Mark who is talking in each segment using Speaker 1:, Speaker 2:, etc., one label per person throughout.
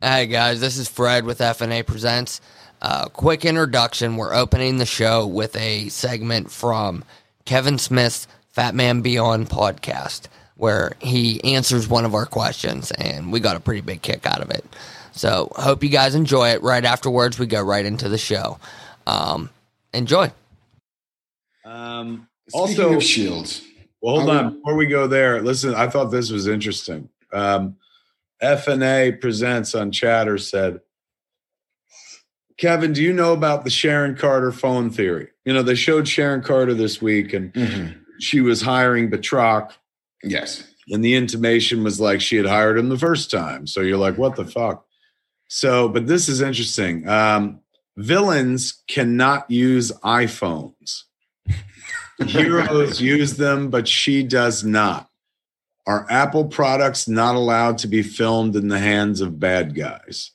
Speaker 1: Hey guys, this is Fred with FNA Presents. Uh, quick introduction. We're opening the show with a segment from Kevin Smith's Fat Man Beyond podcast where he answers one of our questions, and we got a pretty big kick out of it. So, hope you guys enjoy it. Right afterwards, we go right into the show. Um, enjoy.
Speaker 2: Um,
Speaker 3: Speaking
Speaker 2: also,
Speaker 3: of oh, shields,
Speaker 2: well, hold
Speaker 3: I would-
Speaker 2: on before we go there. Listen, I thought this was interesting. Um, FNA presents on chatter said, Kevin, do you know about the Sharon Carter phone theory? You know, they showed Sharon Carter this week and
Speaker 3: Mm-hmm.
Speaker 2: she was hiring Batroc,
Speaker 3: yes,
Speaker 2: and the intimation was like she had hired him the first time. So you're like, what the fuck? So, but this is interesting. Um, villains cannot use iPhones. Heroes use them, but she does not. Are Apple products not allowed to be filmed in the hands of bad guys?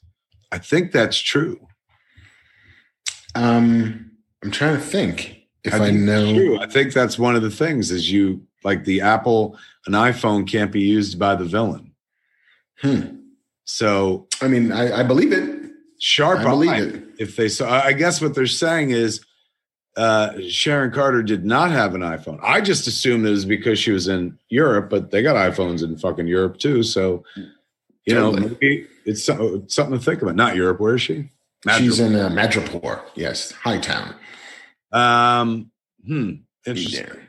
Speaker 2: I think that's true.
Speaker 3: um, I'm trying to think if I,
Speaker 2: think that's
Speaker 3: know.
Speaker 2: true. I think that's one of the things is you like the Apple, an iPhone can't be used by the villain.
Speaker 3: Hmm.
Speaker 2: So
Speaker 3: I mean, I, I believe it.
Speaker 2: sharp
Speaker 3: I believe
Speaker 2: eye.
Speaker 3: it.
Speaker 2: if they saw i guess what they're saying is uh sharon carter did not have an iphone i just assumed it was because she was in europe but they got iphones in fucking europe too so you know
Speaker 3: Totally.
Speaker 2: maybe it's so- something to think about not europe where is she
Speaker 3: She's in uh, Madripoor. Yes, Hightown.
Speaker 2: um hmm interesting
Speaker 3: There.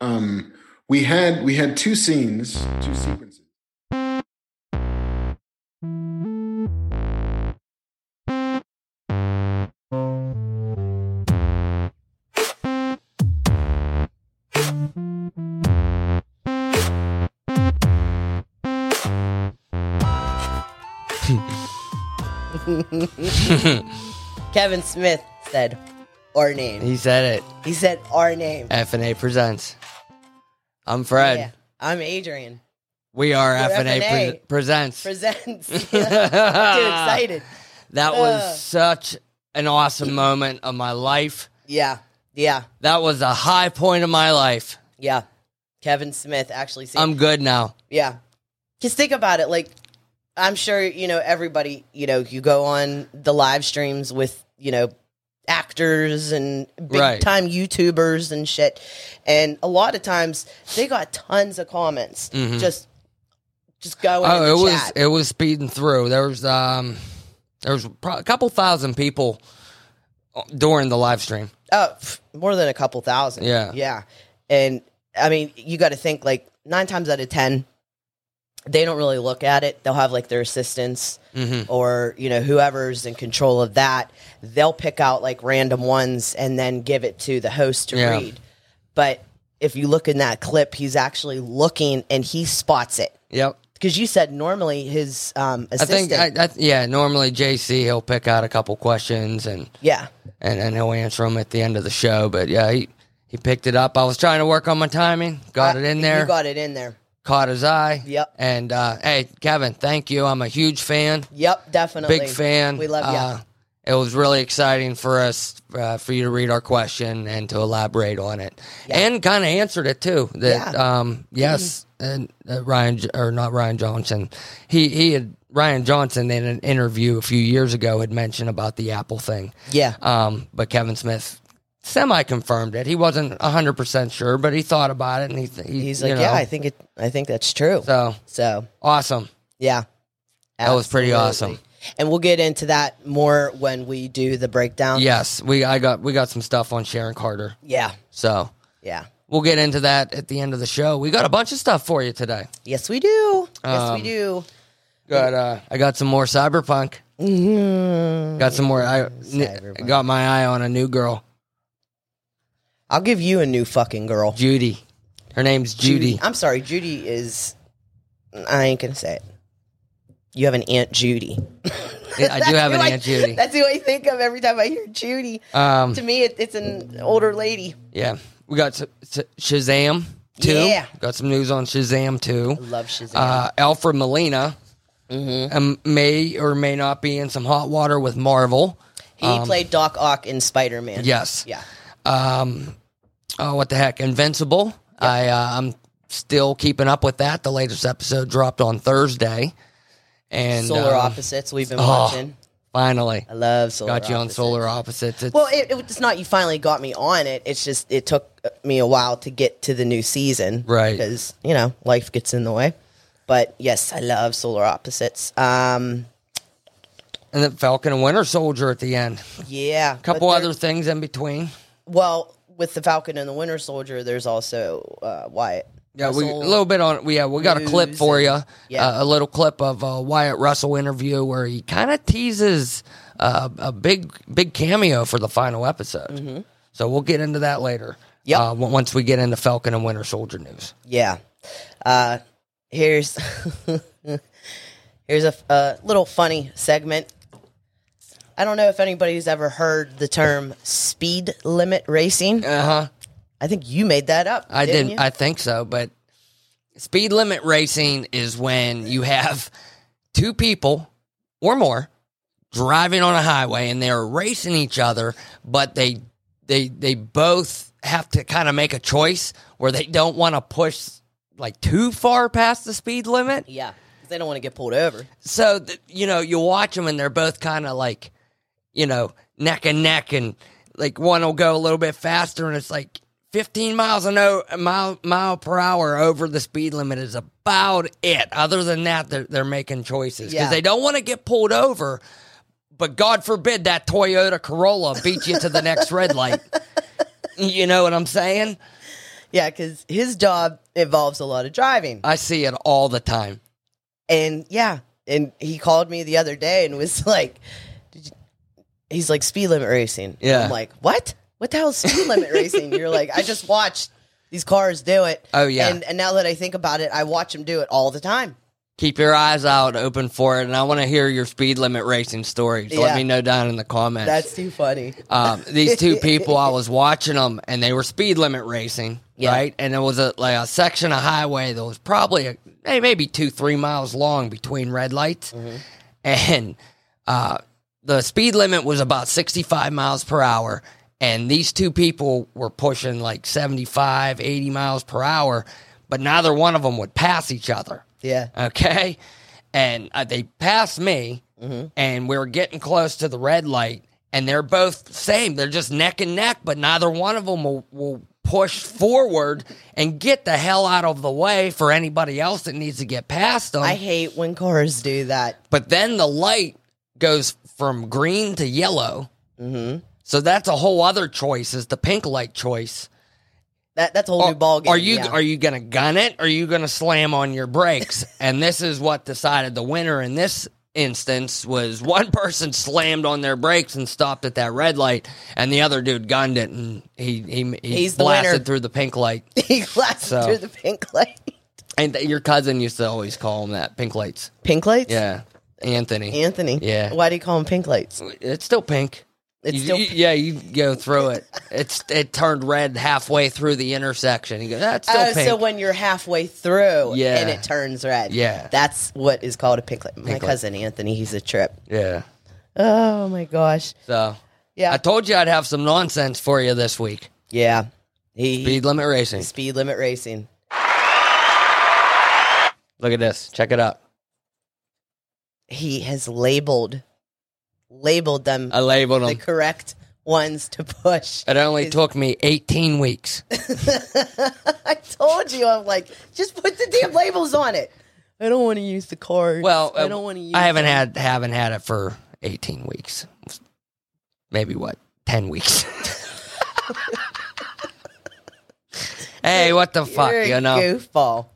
Speaker 3: Um, we had we had two scenes, two sequences.
Speaker 4: Kevin Smith said our name.
Speaker 1: He said it.
Speaker 4: He said our name.
Speaker 1: FNA Presents. I'm Fred.
Speaker 4: Yeah. I'm Adrian.
Speaker 1: We are
Speaker 4: We're
Speaker 1: FNA,
Speaker 4: FNA.
Speaker 1: Pre- Presents.
Speaker 4: Presents. Too excited.
Speaker 1: That
Speaker 4: Uh.
Speaker 1: was such an awesome moment of my life.
Speaker 4: Yeah. Yeah.
Speaker 1: That was a high point of my life.
Speaker 4: Yeah. Kevin Smith actually said
Speaker 1: I'm good now.
Speaker 4: Yeah. Just think about it. Like, I'm sure, you know, everybody, you know, you go on the live streams with, you know, actors and big
Speaker 1: Right.
Speaker 4: time YouTubers and shit. And a lot of times they got tons of comments.
Speaker 1: Mhm.
Speaker 4: Just, just going. in
Speaker 1: Oh,
Speaker 4: the
Speaker 1: it
Speaker 4: chat.
Speaker 1: was it was speeding through. There was um there was pro- a couple thousand people during the live stream.
Speaker 4: Oh, pff, more than a couple thousand.
Speaker 1: Yeah.
Speaker 4: Yeah. And I mean, you got to think like nine times out of 10, they don't really look at it. They'll have like their assistants
Speaker 1: Mm-hmm.
Speaker 4: or, you know, whoever's in control of that. They'll pick out like random ones and then give it to the host to
Speaker 1: Yeah.
Speaker 4: read. But if you look in that clip, he's actually looking and he spots it.
Speaker 1: Yep.
Speaker 4: Because you said normally his um,
Speaker 1: I
Speaker 4: assistant.
Speaker 1: think I, I, yeah, normally JC he'll pick out a couple questions and
Speaker 4: yeah.
Speaker 1: and, and he'll answer them at the end of the show, but yeah, he he picked it up. I was trying to work on my timing, got
Speaker 4: I-
Speaker 1: it in there.
Speaker 4: You got it in there.
Speaker 1: caught his eye.
Speaker 4: Yep.
Speaker 1: And uh, hey, Kevin, thank you. I'm a huge fan,
Speaker 4: Yep, definitely.
Speaker 1: big fan.
Speaker 4: We love you.
Speaker 1: Uh, it was really exciting for us uh, for you to read our question and to elaborate on it, and kind of answered it too. That um, yes,
Speaker 4: Mm-hmm.
Speaker 1: and uh, Ryan J- or not Ryan Johnson, he he had Ryan Johnson in an interview a few years ago had mentioned about the Apple thing.
Speaker 4: yeah.
Speaker 1: Um, but Kevin Smith semi confirmed it. He wasn't hundred percent sure, but he thought about it and he, th- he
Speaker 4: He's
Speaker 1: you
Speaker 4: like, yeah,
Speaker 1: know,
Speaker 4: I think it. I think that's true. So,
Speaker 1: so awesome.
Speaker 4: yeah,
Speaker 1: That was pretty
Speaker 4: Absolutely. And we'll get into that more when we do the breakdown.
Speaker 1: Yes, we I got we got some stuff on Sharon Carter.
Speaker 4: yeah,
Speaker 1: So
Speaker 4: yeah.
Speaker 1: we'll get into that at the end of the show. We got a bunch of stuff for you today.
Speaker 4: Yes, we do. Yes,
Speaker 1: Um,
Speaker 4: we do.
Speaker 1: Got uh I got some more cyberpunk.
Speaker 4: Mhm.
Speaker 1: Got some more I
Speaker 4: Cyberpunk.
Speaker 1: got my eye on a new girl,
Speaker 4: I'll give you a new fucking girl,
Speaker 1: Judy. Her name's Judy.
Speaker 4: I'm sorry, Judy is. I ain't gonna say it. You have an aunt Judy.
Speaker 1: I do have an
Speaker 4: That's who I-
Speaker 1: Aunt Judy.
Speaker 4: That's who I think of every time I hear Judy.
Speaker 1: Um
Speaker 4: to me, it, it's an older lady.
Speaker 1: yeah. We got s- s- Shazam 2.
Speaker 4: Yeah.
Speaker 1: Got some news on Shazam 2.
Speaker 4: Love Shazam.
Speaker 1: uh, Alfred Molina um, may or may not be in some hot water with Marvel.
Speaker 4: he
Speaker 1: Um,
Speaker 4: played Doc Ock in Spider Man.
Speaker 1: Yes.
Speaker 4: Yeah.
Speaker 1: Oh, what the heck? Invincible. I uh, I'm still keeping up with that. The latest episode dropped on Thursday, and
Speaker 4: Solar
Speaker 1: um,
Speaker 4: Opposites. We've been
Speaker 1: oh,
Speaker 4: watching.
Speaker 1: Finally,
Speaker 4: I love Solar.
Speaker 1: got you on
Speaker 4: Opposites.
Speaker 1: Solar Opposites. It's,
Speaker 4: Well, it, it's not you finally got me on it. It's just it took me a while to get to the new season,
Speaker 1: Right.
Speaker 4: Because you know life gets in the way. But yes, I love Solar Opposites. Um,
Speaker 1: and then Falcon and Winter Soldier at the end.
Speaker 4: yeah,
Speaker 1: A couple
Speaker 4: but there-
Speaker 1: other things in between.
Speaker 4: Well, with the Falcon and the Winter Soldier, there's also uh, Wyatt.
Speaker 1: Yeah, we, a
Speaker 4: Russell.
Speaker 1: little bit on. Yeah, we got a clip
Speaker 4: news
Speaker 1: for you.
Speaker 4: yeah.
Speaker 1: Uh, a little clip of a Wyatt Russell interview where he kind of teases uh, a big, big cameo for the final episode. So we'll get into that later.
Speaker 4: Mm-hmm. Yep.
Speaker 1: Uh, on- once we get into Falcon and Winter Soldier news.
Speaker 4: Yeah. Uh, here's here's a, f- a little funny segment. I don't know if anybody's ever heard the term speed limit racing.
Speaker 1: Uh huh.
Speaker 4: I think you made that up.
Speaker 1: I didn't.
Speaker 4: you?
Speaker 1: I think so, but speed limit racing is when you have two people or more driving on a highway and they're racing each other, but they they they both have to kind of make a choice where they don't want to push like too far past the speed limit.
Speaker 4: yeah, 'cause they don't want to get pulled over.
Speaker 1: So th- you know, you watch them and they're both kind of like, you know, neck and neck, and like one will go a little bit faster, and it's like fifteen miles an hour, mile mile per hour over the speed limit is about it. Other than that, they're they're making choices because
Speaker 4: Yeah.
Speaker 1: they don't want to get pulled over. But God forbid that Toyota Corolla beat you to the next red light. You know what I'm saying?
Speaker 4: Yeah, because his job involves a lot of driving.
Speaker 1: I see it all the time.
Speaker 4: and yeah, and he called me the other day and was like, Did you, he's like speed limit racing.
Speaker 1: Yeah.
Speaker 4: I'm like, what? What the hell is speed limit racing? You're like, I just watched these cars do it.
Speaker 1: Oh, yeah.
Speaker 4: And, and now that I think about it, I watch them do it all the time.
Speaker 1: keep your eyes out open for it and i want to hear your speed limit racing stories let
Speaker 4: Yeah.
Speaker 1: me know down in the comments
Speaker 4: That's too funny.
Speaker 1: um, these two people i was watching them and they were speed limit racing
Speaker 4: Yeah.
Speaker 1: right and it was a, like a section of highway that was probably a, hey, maybe two three miles long between red lights
Speaker 4: Mm-hmm.
Speaker 1: and uh, the speed limit was about 65 miles per hour and these two people were pushing like 75 80 miles per hour but neither one of them would pass each other
Speaker 4: Yeah.
Speaker 1: okay? And uh, they passed me, and we were getting close to the red light, and they're both same. They're just neck and neck, but neither one of them will, will push forward and get the hell out of the way for anybody else that needs to get past them.
Speaker 4: I hate when cars do that.
Speaker 1: but then the light goes from green to yellow.
Speaker 4: hmm
Speaker 1: So that's a whole other choice is the pink light choice.
Speaker 4: That, that's a whole
Speaker 1: Are,
Speaker 4: new ballgame.
Speaker 1: Oh, are you
Speaker 4: yeah.
Speaker 1: are you gonna gun it? Or are you gonna slam on your brakes? and this is what decided the winner in this instance was one person slammed on their brakes and stopped at that red light, and the other dude gunned it and he he, he
Speaker 4: He's the
Speaker 1: blasted
Speaker 4: winner.
Speaker 1: through the pink light.
Speaker 4: he glassed
Speaker 1: So.
Speaker 4: through the pink light.
Speaker 1: And th- your cousin used to always call him that pink lights.
Speaker 4: Pink lights?
Speaker 1: Yeah, Anthony.
Speaker 4: Anthony.
Speaker 1: Yeah.
Speaker 4: Why do you call them pink lights?
Speaker 1: It's still pink.
Speaker 4: It's
Speaker 1: You-
Speaker 4: still
Speaker 1: you- yeah, you go through it. It's it turned red halfway through the intersection. You go, that's still
Speaker 4: Oh,
Speaker 1: pink.
Speaker 4: so when you're halfway through
Speaker 1: Yeah.
Speaker 4: and it turns red.
Speaker 1: Yeah.
Speaker 4: That's what is called a pink light. My
Speaker 1: Pink light.
Speaker 4: cousin Anthony, he's a trip.
Speaker 1: yeah.
Speaker 4: Oh my gosh.
Speaker 1: So
Speaker 4: Yeah.
Speaker 1: I told you I'd have some nonsense for you this week.
Speaker 4: yeah. He speed,
Speaker 1: Speed limit racing.
Speaker 4: limit racing.
Speaker 1: Look at this. Check it out.
Speaker 4: He has labeled labeled them
Speaker 1: I labeled
Speaker 4: the
Speaker 1: them.
Speaker 4: correct ones to push.
Speaker 1: It only took me 18 weeks.
Speaker 4: I told you I'm like, just put the damn labels on it. I don't want to use the card.
Speaker 1: Well,
Speaker 4: I
Speaker 1: uh,
Speaker 4: don't want to use
Speaker 1: I haven't
Speaker 4: them.
Speaker 1: had haven't had it for 18 weeks. Maybe what? 10 weeks. hey, what the fuck,
Speaker 4: You're a
Speaker 1: you know?
Speaker 4: goofball.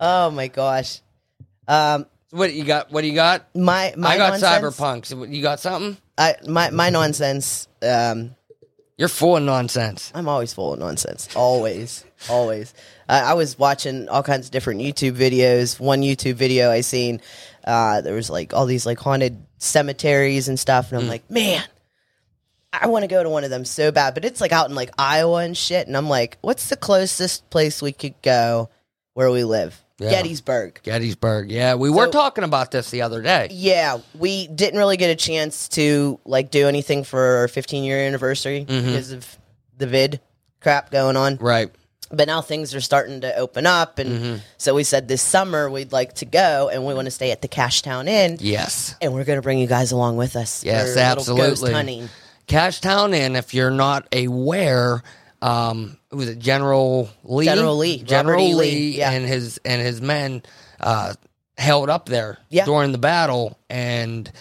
Speaker 4: Oh my gosh. Um
Speaker 1: What you got? What do you got?
Speaker 4: my my
Speaker 1: I got
Speaker 4: nonsense-
Speaker 1: cyberpunks. You got something?
Speaker 4: I my my nonsense. Um,
Speaker 1: You're full of nonsense.
Speaker 4: I'm always full of nonsense. Always, always. I I was watching all kinds of different YouTube videos. One YouTube video I seen, uh, there was like all these like haunted cemeteries and stuff,
Speaker 1: Hmm.
Speaker 4: and I'm like, man, I want to go to one of them so bad. But it's like out in like Iowa and shit, and I'm like, what's the closest place we could go where we live?
Speaker 1: Yeah.
Speaker 4: Gettysburg.
Speaker 1: Gettysburg. Yeah, we were
Speaker 4: So-
Speaker 1: talking about this the other day.
Speaker 4: Yeah, we didn't really get a chance to like do
Speaker 1: Mm-hmm.
Speaker 4: anything for our 15 year anniversary because of the vid crap going on.
Speaker 1: Right.
Speaker 4: but now things are starting to open up and
Speaker 1: Mm-hmm.
Speaker 4: so we said this summer we'd like to go and we want to stay at the Cashtown Inn
Speaker 1: Yes.
Speaker 4: and we're going to bring you guys along with us
Speaker 1: Yes,
Speaker 4: for a little ghost
Speaker 1: absolutely.
Speaker 4: hunting
Speaker 1: Cashtown Inn, if you're not aware, um, who was it General Lee?
Speaker 4: General Lee,
Speaker 1: General
Speaker 4: Robert E.
Speaker 1: Lee,
Speaker 4: Lee, yeah.
Speaker 1: and his and his men uh, held up there
Speaker 4: Yeah.
Speaker 1: during the battle, and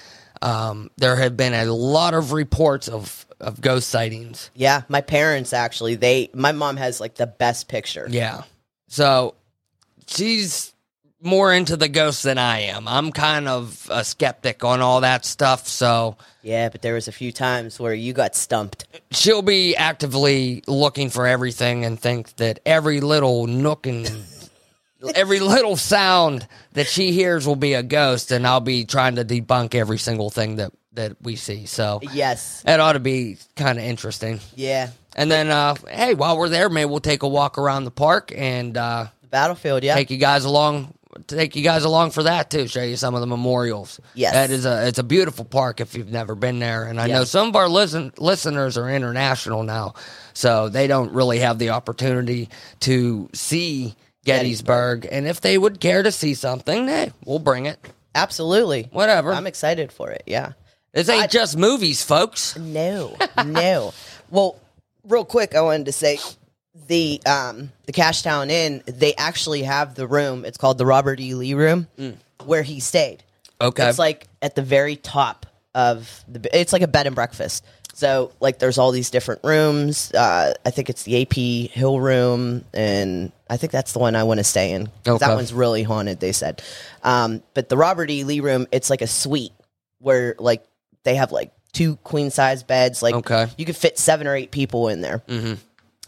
Speaker 1: um, there had been a lot of reports of of ghost sightings.
Speaker 4: yeah my parents actually they my mom has like the best picture
Speaker 1: Yeah, so she's more into the ghosts than I am. I'm kind of a skeptic on all that stuff, so
Speaker 4: yeah but there was a few times where you got stumped
Speaker 1: she'll be actively looking for everything and think that every little nook and every little sound that she hears will be a ghost and I'll be trying to debunk every single thing that that we see. So
Speaker 4: yes
Speaker 1: that ought to be kind of interesting.
Speaker 4: yeah
Speaker 1: And then uh hey, while we're there, maybe we'll take a walk around the park and uh
Speaker 4: the battlefield yeah
Speaker 1: take you guys along take you guys along for that too show you some of the memorials
Speaker 4: Yes.
Speaker 1: that is a it's a beautiful park if you've never been there and i know
Speaker 4: Yes.
Speaker 1: some of our listen, listeners are international now so they don't really have the opportunity to see gettysburg, and if they would care to see something hey we'll bring it
Speaker 4: absolutely
Speaker 1: whatever
Speaker 4: I'm excited for it yeah
Speaker 1: this ain't just movies folks
Speaker 4: No, no. Well, real quick, I wanted to say the um the Cashtown Inn. They actually have the room. It's called the Robert E. Lee room, where he stayed.
Speaker 1: okay
Speaker 4: It's like at the very top of the. It's like a bed and breakfast. So like, there's all these different rooms. Uh, I think it's the AP Hill room, and I think that's the one I want to stay in. 'Cause
Speaker 1: Okay.
Speaker 4: That one's really haunted. They said, um, but the Robert E. Lee room, it's like a suite where like they have like two queen size beds. Like
Speaker 1: Okay.
Speaker 4: you could fit seven or eight people in there. Mm-hmm.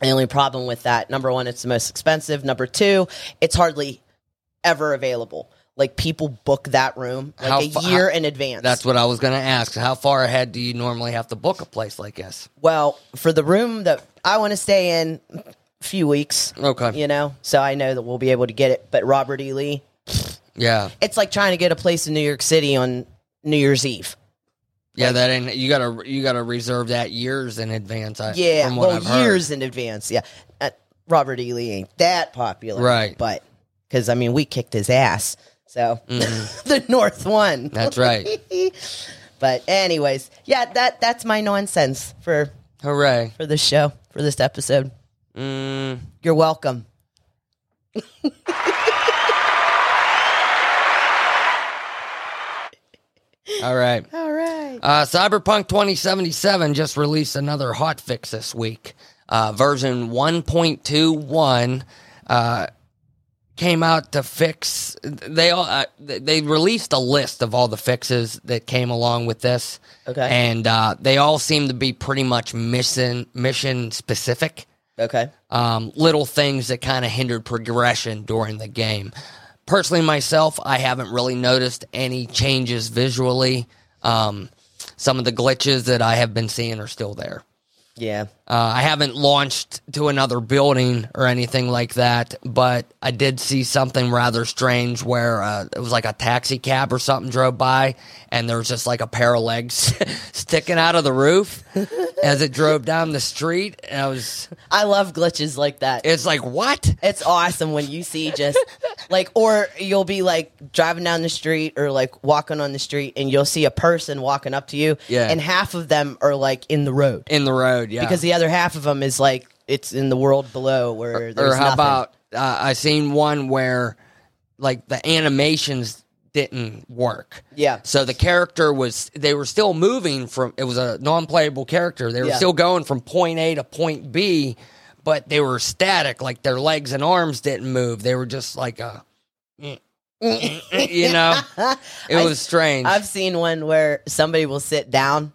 Speaker 4: The only problem with that, number one, it's the most expensive. Number two, it's hardly ever available. Like people book that room like
Speaker 1: How
Speaker 4: a
Speaker 1: fa-
Speaker 4: year
Speaker 1: how-
Speaker 4: in advance.
Speaker 1: that's what i was gonna ask how far ahead do you normally have to book a place like this
Speaker 4: well for the room that I want to stay in. A few weeks,
Speaker 1: okay
Speaker 4: you know, so I know that we'll be able to get it. But Robert E. Lee,
Speaker 1: yeah
Speaker 4: it's like trying to get a place in New York City on New Year's Eve.
Speaker 1: Yeah, that ain't you gotta you gotta reserve that years in advance. I,
Speaker 4: Yeah,
Speaker 1: from what
Speaker 4: well,
Speaker 1: I've heard.
Speaker 4: years in advance. Yeah, Uh, Robert E. Lee ain't that popular,
Speaker 1: Right.
Speaker 4: But because I mean, we kicked his ass, so the North won.
Speaker 1: Mm-hmm. That's right.
Speaker 4: but anyways, yeah, that that's my nonsense for
Speaker 1: Hooray!
Speaker 4: for this show for this episode.
Speaker 1: Mm,
Speaker 4: You're welcome.
Speaker 1: all right.
Speaker 4: All right.
Speaker 1: Uh, Cyberpunk 2077 just released another hot fix this week. Uh, version 1.21 uh, came out to fix. They all uh, they- they released a list of all the fixes that came along with this.
Speaker 4: Okay.
Speaker 1: and uh, they all seem to be pretty much mission mission specific.
Speaker 4: Okay.
Speaker 1: um, little things that kind of hindered progression during the game. Personally, myself, I haven't really noticed any changes visually. Um, some of the glitches that I have been seeing are still there.
Speaker 4: Yeah.
Speaker 1: Uh, I haven't launched to another building or anything like that, but I did see something rather strange where uh, it was like a taxi cab or something drove by, and there was just like a pair of legs sticking out of the roof as it drove down the street. And I was,
Speaker 4: I love glitches like that.
Speaker 1: it's like, what?
Speaker 4: It's awesome when you see just like, or you'll be like driving down the street or like walking on the street and you'll see a person walking up to you.
Speaker 1: Yeah.
Speaker 4: And half of them are like in the road
Speaker 1: in the road, yeah.
Speaker 4: because the other half of them is like, it's in the world below where there's
Speaker 1: or how
Speaker 4: nothing.
Speaker 1: about uh, I seen one where like the animations didn't work.
Speaker 4: Yeah.
Speaker 1: So the character was they were still moving from it was a non-playable character. They were
Speaker 4: Yeah.
Speaker 1: still going from point A to point B, but they were static like their legs and arms didn't move. They were just like a you know, it
Speaker 4: I-
Speaker 1: was strange.
Speaker 4: I've seen one where somebody will sit down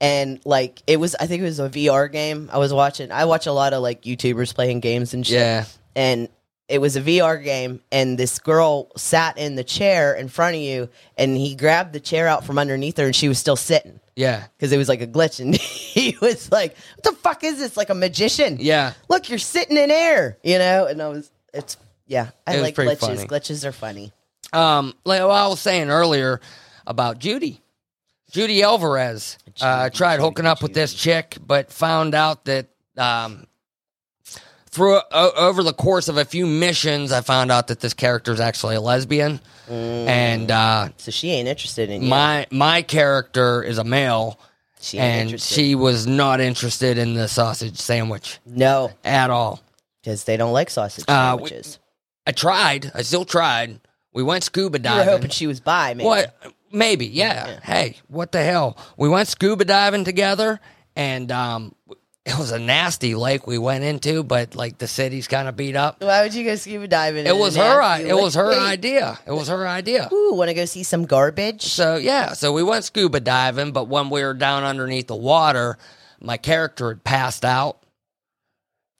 Speaker 4: and like it was I think it was a VR game I was watching. I watch a lot of like YouTubers playing games and shit.
Speaker 1: yeah.
Speaker 4: And it was a VR game and this girl sat in the chair in front of you and he grabbed the chair out from underneath her and she was still sitting
Speaker 1: Yeah.
Speaker 4: because it was like a glitch and he was like, What the fuck is this? Like a magician.
Speaker 1: Yeah.
Speaker 4: Look, you're sitting in air, you know? And I was it's yeah,
Speaker 1: It
Speaker 4: I
Speaker 1: was
Speaker 4: like
Speaker 1: pretty
Speaker 4: glitches.
Speaker 1: funny.
Speaker 4: Glitches are funny.
Speaker 1: Um, like what I was saying earlier about Judy, Judy Alvarez uh, tried hooking up with this chick, but found out that um, through o- over the course of a few missions, I found out that this character is actually a lesbian,
Speaker 4: Mm.
Speaker 1: and uh,
Speaker 4: So she ain't interested in you.
Speaker 1: my my character is a male,
Speaker 4: she ain't
Speaker 1: and
Speaker 4: interested.
Speaker 1: she was not interested in the sausage sandwich
Speaker 4: no,
Speaker 1: at all.
Speaker 4: because they don't like sausage
Speaker 1: Uh, we-
Speaker 4: sandwiches.
Speaker 1: I tried. I still tried. We went scuba
Speaker 4: you were
Speaker 1: diving.
Speaker 4: hoping she was bi, man.
Speaker 1: What? Maybe, yeah. Hey, what the hell? We went scuba diving together, and um, it was a nasty lake we went into, but like the city's kind of beat up.
Speaker 4: Why would you go scuba diving?
Speaker 1: It
Speaker 4: in
Speaker 1: was
Speaker 4: a
Speaker 1: her. I-
Speaker 4: nasty
Speaker 1: It was her
Speaker 4: lake?
Speaker 1: idea. It was her idea.
Speaker 4: Ooh, want to go see some garbage?
Speaker 1: So yeah, so we went scuba diving, but when we were down underneath the water, my character had passed out.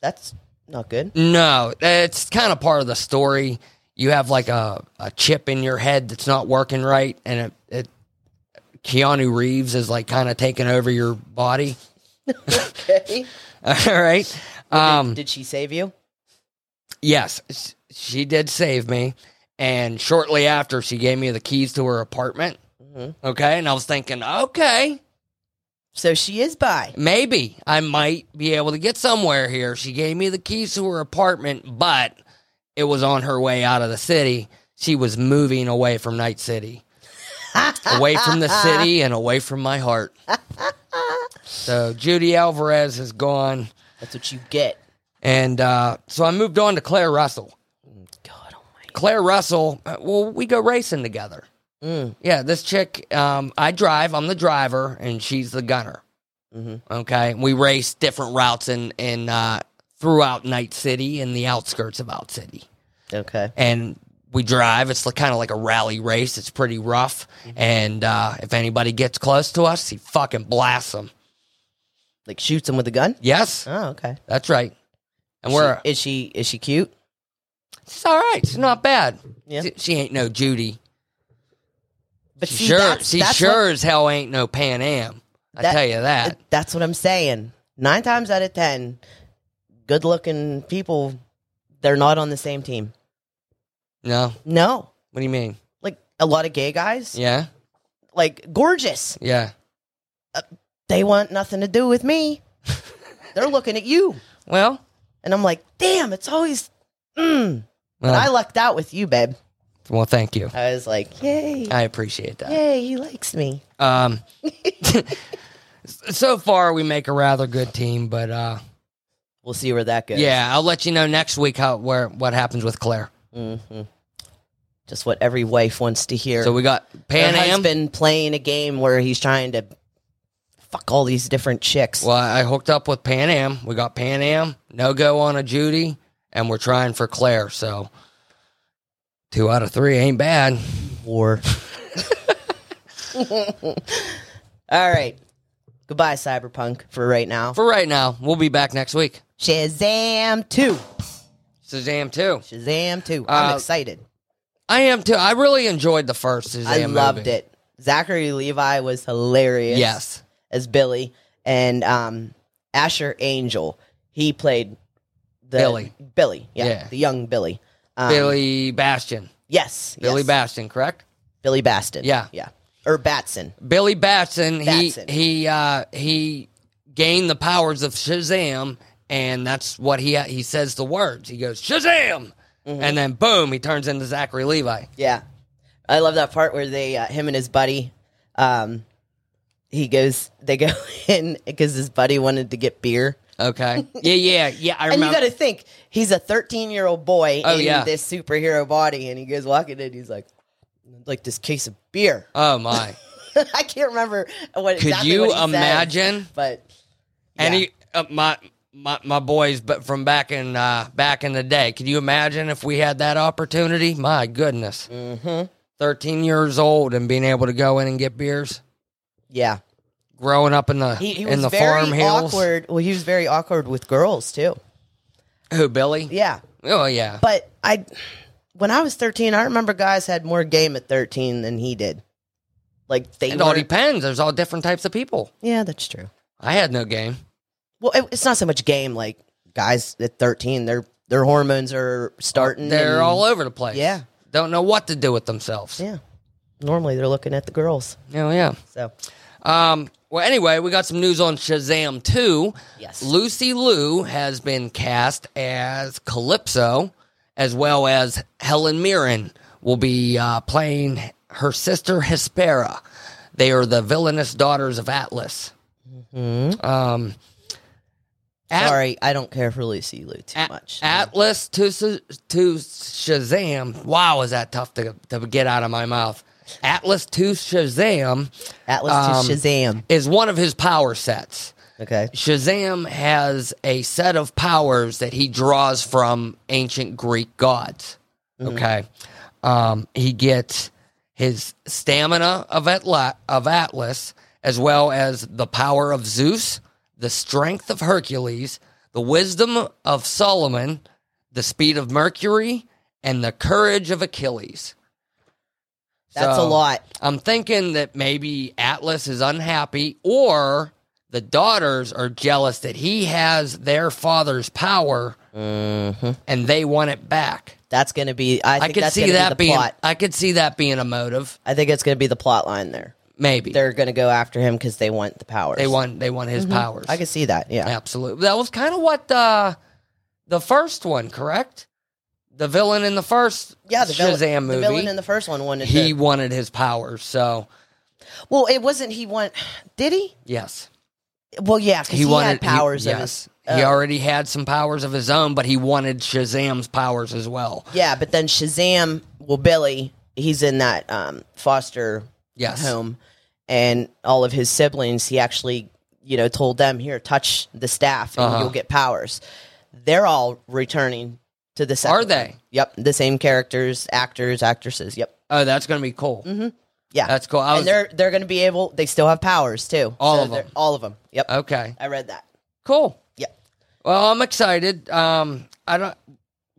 Speaker 4: That's not good.
Speaker 1: No, it's kind of part of the story. You have like a, a chip in your head that's not working right, and it, it Keanu Reeves is like kind of taking over your body.
Speaker 4: Okay.
Speaker 1: All right. Um,
Speaker 4: Did she save you?
Speaker 1: yes, s- she did save me, and shortly after, she gave me the keys to her apartment.
Speaker 4: Mhm.
Speaker 1: Okay, and I was thinking, okay,
Speaker 4: So she is bi.
Speaker 1: maybe I might be able to get somewhere here. She gave me the keys to her apartment, but it was on her way out of the city. She was moving away from Night City, away from the city, and away from my heart. So Judy Alvarez is gone,
Speaker 4: That's what you get.
Speaker 1: and uh, so I moved on to Claire Russell.
Speaker 4: God almighty.
Speaker 1: Claire Russell, uh, well, we go racing together.
Speaker 4: Mm.
Speaker 1: Yeah, this chick, um, I drive, I'm the driver, and she's the gunner.
Speaker 4: Mhm.
Speaker 1: Okay, we race different routes in in uh, throughout Night City and the outskirts of Out City,
Speaker 4: Okay.
Speaker 1: and we drive. It's kind of like a rally race. It's pretty rough,
Speaker 4: Mm-hmm.
Speaker 1: and uh, if anybody gets close to us, he fucking blasts them.
Speaker 4: Like shoots him with a gun?
Speaker 1: Yes,
Speaker 4: Oh, okay.
Speaker 1: that's right. And
Speaker 4: She-
Speaker 1: we're
Speaker 4: is she is she cute?
Speaker 1: it's all right. It's not bad.
Speaker 4: Yeah.
Speaker 1: She, she ain't no Judy.
Speaker 4: But
Speaker 1: She
Speaker 4: see,
Speaker 1: sure,
Speaker 4: that's,
Speaker 1: she
Speaker 4: that's
Speaker 1: sure as hell ain't no Pan Am. I
Speaker 4: That-
Speaker 1: tell you that.
Speaker 4: what, that's what I'm saying. Nine times out of ten, good looking people, they're not on the same team.
Speaker 1: No,
Speaker 4: No,
Speaker 1: what do you mean?
Speaker 4: like a lot of gay guys,
Speaker 1: Yeah,
Speaker 4: like gorgeous.
Speaker 1: yeah.
Speaker 4: They want nothing to do with me. they're looking at you,
Speaker 1: Well,
Speaker 4: and I'm like, damn, it's always. Mm. But
Speaker 1: well,
Speaker 4: I lucked out with you, babe.
Speaker 1: well, thank you.
Speaker 4: I was like, yay,
Speaker 1: I appreciate that.
Speaker 4: yay, he likes me.
Speaker 1: Um, so far, we make a rather good team, but uh,
Speaker 4: We'll see where that goes.
Speaker 1: yeah, I'll let you know next week how where what happens with Claire.
Speaker 4: hmm Just what every wife wants to hear.
Speaker 1: So we got Pan
Speaker 4: her
Speaker 1: Am.
Speaker 4: husband playing a game where he's trying to fuck all these different chicks.
Speaker 1: Well, I hooked up with Pan Am. We got Pan Am, no go on a Judy, and we're trying for Claire. So two out of three ain't bad.
Speaker 4: War. all right. Goodbye, Cyberpunk, for right now.
Speaker 1: For right now, we'll be back next week.
Speaker 4: Shazam 2.
Speaker 1: Shazam two.
Speaker 4: Shazam 2. I'm
Speaker 1: Uh,
Speaker 4: excited.
Speaker 1: I am too. I really enjoyed the first Shazam.
Speaker 4: I loved
Speaker 1: movie.
Speaker 4: it. Zachary Levi was hilarious
Speaker 1: Yes.
Speaker 4: as Billy. And um, Asher Angel, he played the
Speaker 1: Billy.
Speaker 4: Billy, yeah,
Speaker 1: Yeah.
Speaker 4: the young Billy. Um,
Speaker 1: Billy Bastion.
Speaker 4: Yes.
Speaker 1: Billy
Speaker 4: yes.
Speaker 1: Bastion, correct?
Speaker 4: Billy Baston.
Speaker 1: Yeah.
Speaker 4: Yeah. Or Batson.
Speaker 1: Billy Batson,
Speaker 4: Batson.
Speaker 1: he he uh, he gained the powers of Shazam, and that's what he he says the words. He goes Shazam,
Speaker 4: Mm-hmm.
Speaker 1: and then boom, he turns into Zachary Levi.
Speaker 4: Yeah. I love that part where they, uh, him and his buddy, um, he goes, they go in because his buddy wanted to get beer.
Speaker 1: Okay, yeah, yeah, yeah. I
Speaker 4: And
Speaker 1: remember.
Speaker 4: you got to think, he's a 13 year old boy
Speaker 1: Oh,
Speaker 4: in
Speaker 1: yeah.
Speaker 4: this superhero body. And he goes walking in, he's like, like this case of beer.
Speaker 1: oh my!
Speaker 4: I can't remember what
Speaker 1: Could
Speaker 4: exactly
Speaker 1: you
Speaker 4: what he said,
Speaker 1: imagine?
Speaker 4: but yeah.
Speaker 1: Any uh, my my my boys, but from back in uh, back in the day, could you imagine if we had that opportunity? My goodness,
Speaker 4: Mhm.
Speaker 1: thirteen years old and being able to go in and get beers,
Speaker 4: yeah.
Speaker 1: growing up in the
Speaker 4: He, he was
Speaker 1: in the
Speaker 4: very
Speaker 1: farm hills.
Speaker 4: awkward. Well, he was very awkward with girls too.
Speaker 1: Who Billy?
Speaker 4: Yeah.
Speaker 1: Oh yeah.
Speaker 4: But I, when I was thirteen, I remember guys had more game at thirteen than he did. Like they,
Speaker 1: It all
Speaker 4: were-
Speaker 1: depends. There's all different types of people.
Speaker 4: yeah, that's true.
Speaker 1: I had no game.
Speaker 4: Well, it, it's not so much game. Like guys at thirteen, their their hormones are starting.
Speaker 1: They're
Speaker 4: and-
Speaker 1: all over the place.
Speaker 4: Mm-hmm. Yeah.
Speaker 1: Don't know what to do with themselves.
Speaker 4: yeah. Normally, they're looking at the girls.
Speaker 1: Oh, yeah.
Speaker 4: So
Speaker 1: Um, Well, anyway, we got some news on Shazam 2.
Speaker 4: Yes.
Speaker 1: Lucy Liu has been cast as Calypso, as well as Helen Mirren will be uh, playing her sister Hespera. They are the villainous daughters of Atlas. Um, At-
Speaker 4: Mm-hmm. Sorry, I don't care for Lucy Lou too
Speaker 1: At-
Speaker 4: much.
Speaker 1: Atlas to Sh- to Shazam. Wow, is that tough to to get out of my mouth? Atlas to Shazam
Speaker 4: Atlas
Speaker 1: um,
Speaker 4: to Shazam.
Speaker 1: is one of his power sets.
Speaker 4: Okay.
Speaker 1: Shazam has a set of powers that he draws from ancient Greek gods.
Speaker 4: Mm-hmm.
Speaker 1: Okay. Um, he gets his stamina of, Atla- of Atlas, as well as the power of Zeus, the strength of Hercules, the wisdom of Solomon, the speed of Mercury, and the courage of Achilles.
Speaker 4: That's a
Speaker 1: So-
Speaker 4: lot.
Speaker 1: I'm thinking that maybe Atlas is unhappy or the daughters are jealous that he has their father's power and they want it back.
Speaker 4: That's going to be. I
Speaker 1: mm-hmm. I,
Speaker 4: think
Speaker 1: could
Speaker 4: that's
Speaker 1: see
Speaker 4: going to be
Speaker 1: that
Speaker 4: the
Speaker 1: being
Speaker 4: plot.
Speaker 1: I could see that being a motive.
Speaker 4: I think it's going to be the plot line there.
Speaker 1: Maybe.
Speaker 4: They're going to go after him because they want the powers.
Speaker 1: They want they want his powers.
Speaker 4: I can see that. Yeah.
Speaker 1: Absolutely. That was kind of what uh, the first one, correct? The villain in the first
Speaker 4: Yeah. The
Speaker 1: Shazam
Speaker 4: villain,
Speaker 1: movie.
Speaker 4: The villain in the first one wanted
Speaker 1: he
Speaker 4: he,
Speaker 1: wanted his powers, so
Speaker 4: Well, it wasn't. He want. Did he?
Speaker 1: yes.
Speaker 4: Well, yeah. Because he, had powers.
Speaker 1: He,
Speaker 4: of
Speaker 1: yes.
Speaker 4: his,
Speaker 1: he
Speaker 4: uh,
Speaker 1: already had some powers of his own, but he wanted Shazam's powers as well.
Speaker 4: Yeah, but then Shazam. Well, Billy. He's in that um, foster
Speaker 1: Yes.
Speaker 4: home, and all of his siblings. He actually, you know, told them, "Here, touch the staff, and
Speaker 1: Uh-huh.
Speaker 4: you'll get powers." They're all returning to the. Second
Speaker 1: Are
Speaker 4: one.
Speaker 1: they?
Speaker 4: Yep, the same characters, actors, actresses. Yep.
Speaker 1: Oh, that's gonna be cool.
Speaker 4: Yeah,
Speaker 1: That's cool. I was
Speaker 4: and they're they're going to be able. They still have powers too.
Speaker 1: All of
Speaker 4: they're-
Speaker 1: them. Uh,
Speaker 4: All of them. Yep.
Speaker 1: okay.
Speaker 4: I read that.
Speaker 1: Cool.
Speaker 4: Yep.
Speaker 1: Well, I'm excited. Um, I don't.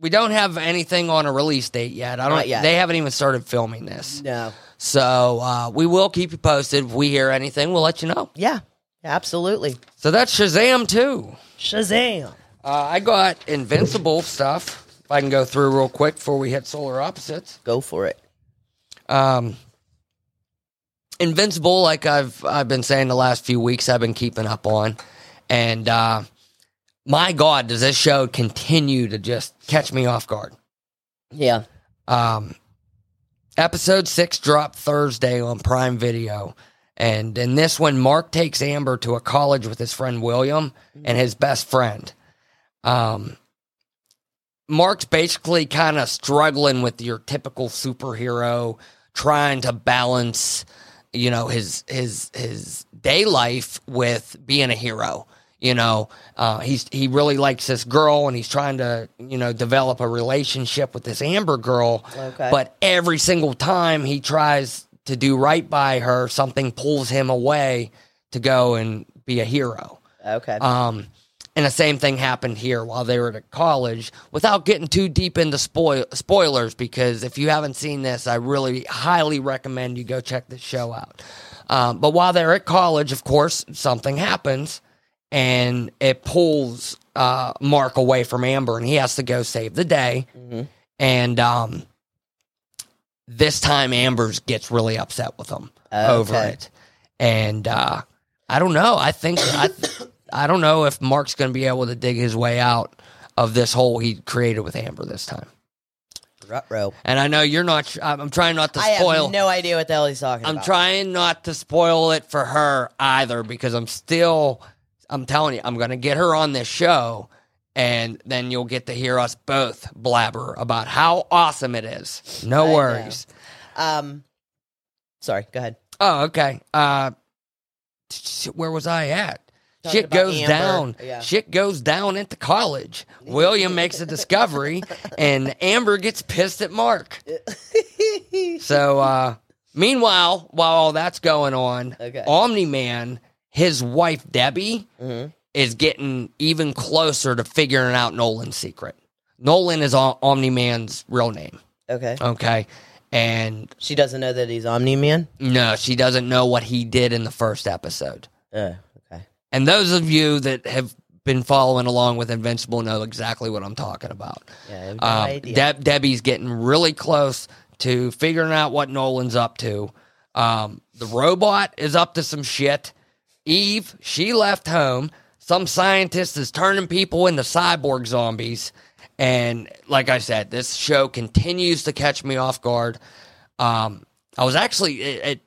Speaker 1: We don't have anything on a release date yet. I don't.
Speaker 4: Not yet.
Speaker 1: They haven't even started filming this,
Speaker 4: No.
Speaker 1: so uh, we will keep you posted. If we hear anything, we'll let you know.
Speaker 4: Yeah. Absolutely.
Speaker 1: So that's Shazam too.
Speaker 4: Shazam.
Speaker 1: Uh, I got Invincible stuff. If I can go through real quick before we hit Solar Opposites.
Speaker 4: Go for it.
Speaker 1: Um, Invincible, like I've I've been saying the last few weeks, I've been keeping up on, and uh, my God, does this show continue to just catch me off guard?
Speaker 4: Yeah.
Speaker 1: Um, episode six dropped Thursday on Prime Video, and in this one, Mark takes Amber to a college with his friend William and his best friend. Um, Mark's basically kind of struggling with your typical superhero, trying to balance, you know, his his his day life with being a hero. You know, uh, he's he really likes this girl, and he's trying to you know develop a relationship with this Amber girl.
Speaker 4: Okay.
Speaker 1: But every single time he tries to do right by her, something pulls him away to go and be a hero.
Speaker 4: Okay.
Speaker 1: Um, and the same thing happened here while they were at college. Without getting too deep into spoil- spoilers, because if you haven't seen this, I really highly recommend you go check this show out. Um, but while they're at college, of course, something happens, and it pulls uh, Mark away from Amber, and he has to go save the day.
Speaker 4: Mm-hmm.
Speaker 1: And um, this time, Amber's gets really upset with him over
Speaker 4: Okay.
Speaker 1: it, and uh, I don't know. I think I, I don't know if Mark's going to be able to dig his way out of this hole he created with Amber this time.
Speaker 4: Rutro.
Speaker 1: And I know you're not. sh- I'm I'm trying not to
Speaker 4: I
Speaker 1: spoil.
Speaker 4: have no idea what the hell he's talking
Speaker 1: I'm
Speaker 4: about.
Speaker 1: trying not to spoil it for her either because I'm still. I'm telling you, I'm going to get her on this show, and then you'll get to hear us both blabber about how awesome it is. No
Speaker 4: I know.
Speaker 1: worries.
Speaker 4: Um. Sorry. Go ahead.
Speaker 1: Oh, okay. Uh, sh- where was I at?
Speaker 4: Talking
Speaker 1: shit
Speaker 4: about
Speaker 1: goes
Speaker 4: Amber.
Speaker 1: down.
Speaker 4: Yeah.
Speaker 1: Shit goes down into college. William makes a discovery, and Amber gets pissed at Mark. So, uh, meanwhile, while all that's going on,
Speaker 4: Okay.
Speaker 1: Omni Man, his wife Debbie,
Speaker 4: Mhm.
Speaker 1: is getting even closer to figuring out Nolan's secret. Nolan is Omni Man's real name.
Speaker 4: Okay.
Speaker 1: Okay. And
Speaker 4: She doesn't know that he's Omni Man.
Speaker 1: no, she doesn't know what he did in the first episode.
Speaker 4: Uh, okay.
Speaker 1: And those of you that have been following along with Invincible know exactly what I'm talking about.
Speaker 4: Yeah. I have no
Speaker 1: Um,
Speaker 4: idea.
Speaker 1: Deb, Debbie's getting really close to figuring out what Nolan's up to. Um, the robot is up to some shit. Eve, she left home. Some scientist is turning people into cyborg zombies. And like I said, this show continues to catch me off guard. Um, I was actually, it, it,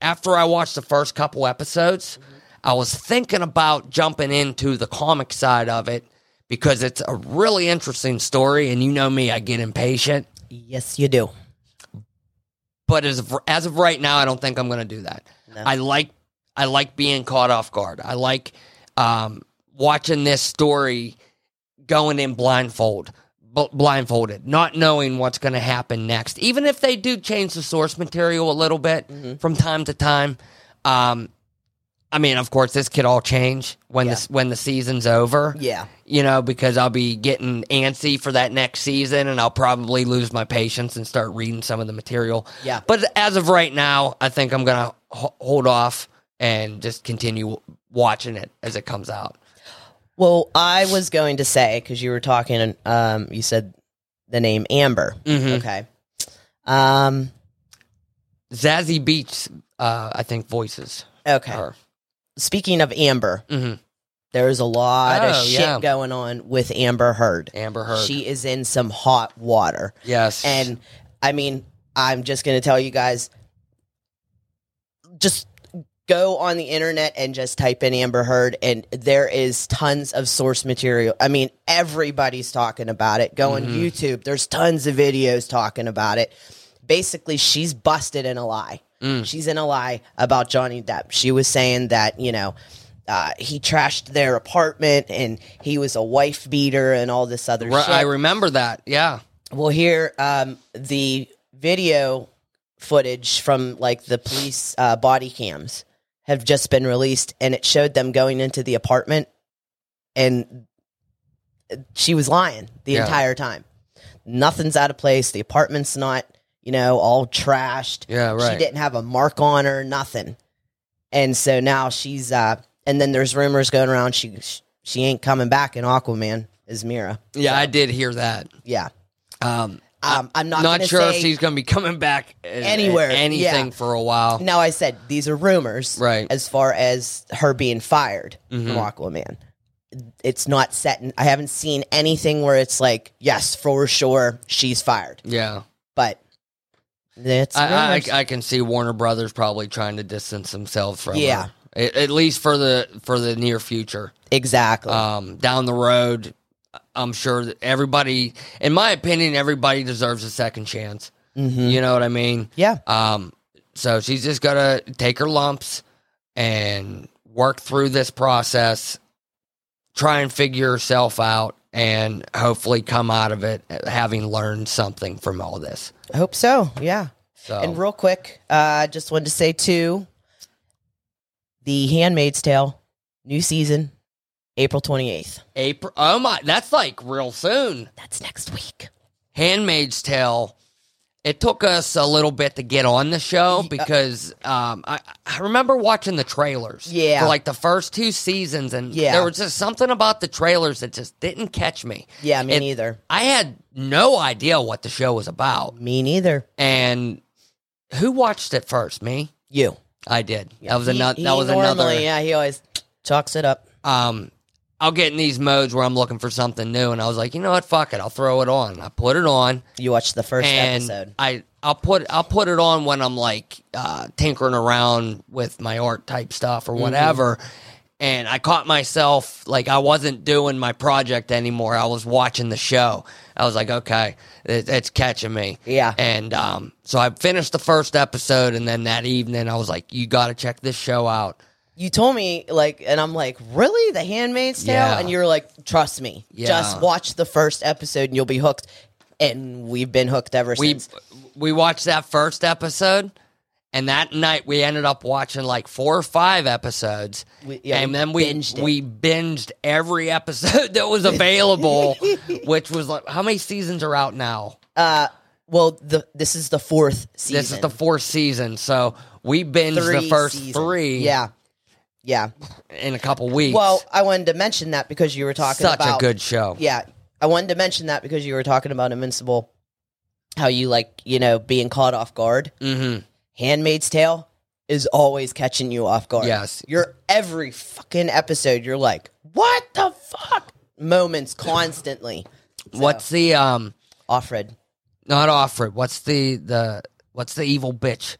Speaker 1: after I watched the first couple episodes, I was thinking about jumping into the comic side of it because it's a really interesting story. And you know me, I get impatient
Speaker 4: Yes, you do.
Speaker 1: but as of, as of right now, I don't think I'm going to do that.
Speaker 4: No.
Speaker 1: I like I like being caught off guard. I like um, watching this story going in blindfold, bl- blindfolded, not knowing what's going to happen next. Even if they do change the source material a little bit
Speaker 4: Mm-hmm.
Speaker 1: from time to time, um, I mean, of course, this could all change when
Speaker 4: Yeah.
Speaker 1: this when the season's over
Speaker 4: Yeah.
Speaker 1: you know, because I'll be getting antsy for that next season and I'll probably lose my patience and start reading some of the material.
Speaker 4: Yeah.
Speaker 1: But as of right now, I think I'm going to hold off and just continue watching it as it comes out.
Speaker 4: Well, I was going to say because you were talking, um, you said the name Amber.
Speaker 1: Mhm.
Speaker 4: Okay. Um.
Speaker 1: Zazie Beats, uh, I think, voices
Speaker 4: Okay. Mm-hmm.
Speaker 1: her.
Speaker 4: Speaking of Amber,
Speaker 1: Mhm.
Speaker 4: there's a lot of
Speaker 1: Oh,
Speaker 4: shit
Speaker 1: yeah.
Speaker 4: going on with Amber Heard.
Speaker 1: Amber Heard.
Speaker 4: She is in some hot water,
Speaker 1: yes.
Speaker 4: and I mean, I'm just going to tell you guys, just go on the internet and just type in Amber Heard, and there is tons of source material. I mean, everybody's talking about it. Go on
Speaker 1: Mhm.
Speaker 4: YouTube. There's tons of videos talking about it. Basically, she's busted in a lie.
Speaker 1: Mm.
Speaker 4: She's in a lie about Johnny Depp. She was saying that, you know, uh, he trashed their apartment and he was a wife beater and all this other
Speaker 1: Re-
Speaker 4: shit.
Speaker 1: I remember that. Yeah.
Speaker 4: Well, here um, the video footage from like the police uh, body cams have just been released, and it showed them going into the apartment, and she was lying the
Speaker 1: Yeah.
Speaker 4: entire time. Nothing's out of place. The apartment's not, you know, all trashed.
Speaker 1: Yeah, right.
Speaker 4: She didn't have a mark on her, nothing. And so now she's, uh, and then there's rumors going around she she ain't coming back in Aquaman is Mira.
Speaker 1: Yeah, I did hear that.
Speaker 4: Yeah.
Speaker 1: Um,
Speaker 4: Um, I'm not,
Speaker 1: not
Speaker 4: gonna
Speaker 1: sure
Speaker 4: say-
Speaker 1: if she's going to be coming back uh,
Speaker 4: Anywhere,
Speaker 1: anything
Speaker 4: yeah.
Speaker 1: for a while.
Speaker 4: Now I said these are rumors,
Speaker 1: Right.
Speaker 4: As far as her being fired
Speaker 1: Mhm.
Speaker 4: from Aquaman, it's not set. In, I haven't seen anything where it's like, yes, for sure, she's fired.
Speaker 1: Yeah.
Speaker 4: But that's
Speaker 1: I, I,
Speaker 4: rumors.
Speaker 1: I I can see Warner Brothers probably trying to distance themselves from
Speaker 4: Yeah.
Speaker 1: her. At, at least for the for the near future.
Speaker 4: exactly.
Speaker 1: Um, down the road, I'm sure that everybody, in my opinion, everybody deserves a second chance.
Speaker 4: Mhm.
Speaker 1: You know what I mean?
Speaker 4: Yeah,
Speaker 1: Um, so she's just gotta take her lumps and work through this process, try and figure herself out, and hopefully come out of it having learned something from all this.
Speaker 4: I hope so. Yeah.
Speaker 1: So
Speaker 4: And real quick, uh, just wanted to say too, the Handmaid's Tale new season, April twenty eighth.
Speaker 1: April. Oh my, that's like real soon.
Speaker 4: That's next week.
Speaker 1: Handmaid's Tale. It took us a little bit to get on the show because um, I, I remember watching the trailers.
Speaker 4: Yeah.
Speaker 1: For like the first two seasons, and
Speaker 4: Yeah.
Speaker 1: there was just something about the trailers that just didn't catch me.
Speaker 4: Yeah, me
Speaker 1: It-
Speaker 4: neither.
Speaker 1: I had no idea what the show was about.
Speaker 4: Me neither.
Speaker 1: And who watched it first? Me?
Speaker 4: You.
Speaker 1: I did. That was
Speaker 4: He-
Speaker 1: another.
Speaker 4: he
Speaker 1: That was
Speaker 4: normally,
Speaker 1: another.
Speaker 4: Yeah, he always chalks it up.
Speaker 1: um, I'll get in these modes where I'm looking for something new, and I was like, you know what? Fuck it. I'll throw it on. I put it on.
Speaker 4: You watched the first
Speaker 1: and
Speaker 4: episode.
Speaker 1: I I'll put I'll put it on when I'm like uh, tinkering around with my art type stuff
Speaker 4: Mm-hmm.
Speaker 1: or whatever. And I caught myself like I wasn't doing my project anymore. I was watching the show. I was like, okay, it, it's catching me.
Speaker 4: Yeah.
Speaker 1: And um, so I finished the first episode, and then that evening I was like, you got to check this show out.
Speaker 4: You told me like, and I'm like, really, The Handmaid's Tale?
Speaker 1: Yeah.
Speaker 4: And you're like, trust me,
Speaker 1: Yeah.
Speaker 4: just watch the first episode and you'll be hooked. And we've been hooked ever
Speaker 1: We
Speaker 4: since.
Speaker 1: we watched that first episode. And that night we ended up watching like four or five episodes.
Speaker 4: We- yeah,
Speaker 1: and
Speaker 4: we
Speaker 1: then we
Speaker 4: binged it.
Speaker 1: we binged every episode that was available, which was like how many seasons are out now?
Speaker 4: Uh, well, the this is the fourth season.
Speaker 1: This is the fourth season. So we binged the first
Speaker 4: seasons.
Speaker 1: three
Speaker 4: Yeah, yeah.
Speaker 1: in a couple weeks.
Speaker 4: Well, I wanted to mention that because you were talking
Speaker 1: such
Speaker 4: about
Speaker 1: a good show.
Speaker 4: yeah i wanted to mention that because you were talking about invincible how you like you know being caught off guard
Speaker 1: Mm-hmm.
Speaker 4: handmaid's tale is always catching you off guard.
Speaker 1: Yes.
Speaker 4: You're every fucking episode, you're like, what the fuck? Moments constantly.
Speaker 1: What's the um?
Speaker 4: Offred.
Speaker 1: Not Offred. What's the the what's the evil bitch?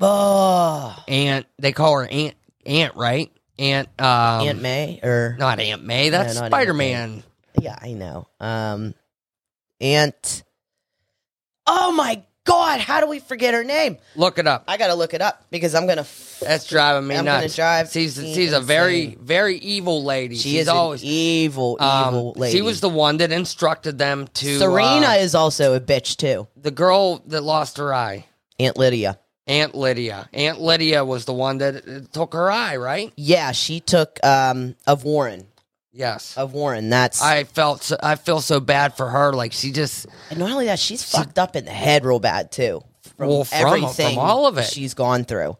Speaker 4: Oh,
Speaker 1: Aunt. They call her Aunt Aunt, right? Aunt. Um,
Speaker 4: Aunt May or
Speaker 1: Not Aunt May.
Speaker 4: No,
Speaker 1: That's
Speaker 4: not Aunt May.
Speaker 1: Spider Man.
Speaker 4: yeah, I know. Um Aunt Oh my god, how do we forget her name?
Speaker 1: Look it up.
Speaker 4: I gotta look it up because I'm gonna f-
Speaker 1: That's driving me
Speaker 4: I'm gonna
Speaker 1: nuts.
Speaker 4: drive
Speaker 1: she's
Speaker 4: me
Speaker 1: she's a very
Speaker 4: insane.
Speaker 1: very evil lady.
Speaker 4: she
Speaker 1: she's
Speaker 4: is
Speaker 1: always
Speaker 4: an evil,
Speaker 1: um,
Speaker 4: evil lady.
Speaker 1: She was the one that instructed them to
Speaker 4: Serena
Speaker 1: uh,
Speaker 4: is also a bitch too.
Speaker 1: the girl that lost her eye.
Speaker 4: Aunt Lydia.
Speaker 1: Aunt Lydia. Aunt Lydia was the one that uh, took her eye, right?
Speaker 4: Yeah, she took um of Warren.
Speaker 1: Yes.
Speaker 4: Of Warren. That's
Speaker 1: I felt so, I feel so bad for her. Like she just
Speaker 4: and not only that, she's fucked up in the head real bad too.
Speaker 1: Well, from- from all of it.
Speaker 4: she's gone through.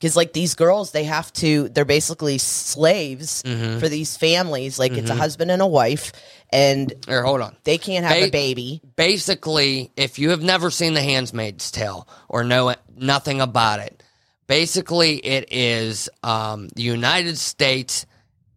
Speaker 4: Because like these girls, they have to. They're basically slaves
Speaker 1: Mhm.
Speaker 4: for these families. Like
Speaker 1: Mm-hmm.
Speaker 4: it's a husband and a wife, and
Speaker 1: here. Hold on.
Speaker 4: they can't have
Speaker 1: Ba-
Speaker 4: a baby.
Speaker 1: basically, if you have never seen The Handmaid's Tale or know it- nothing about it, basically it is um, the United States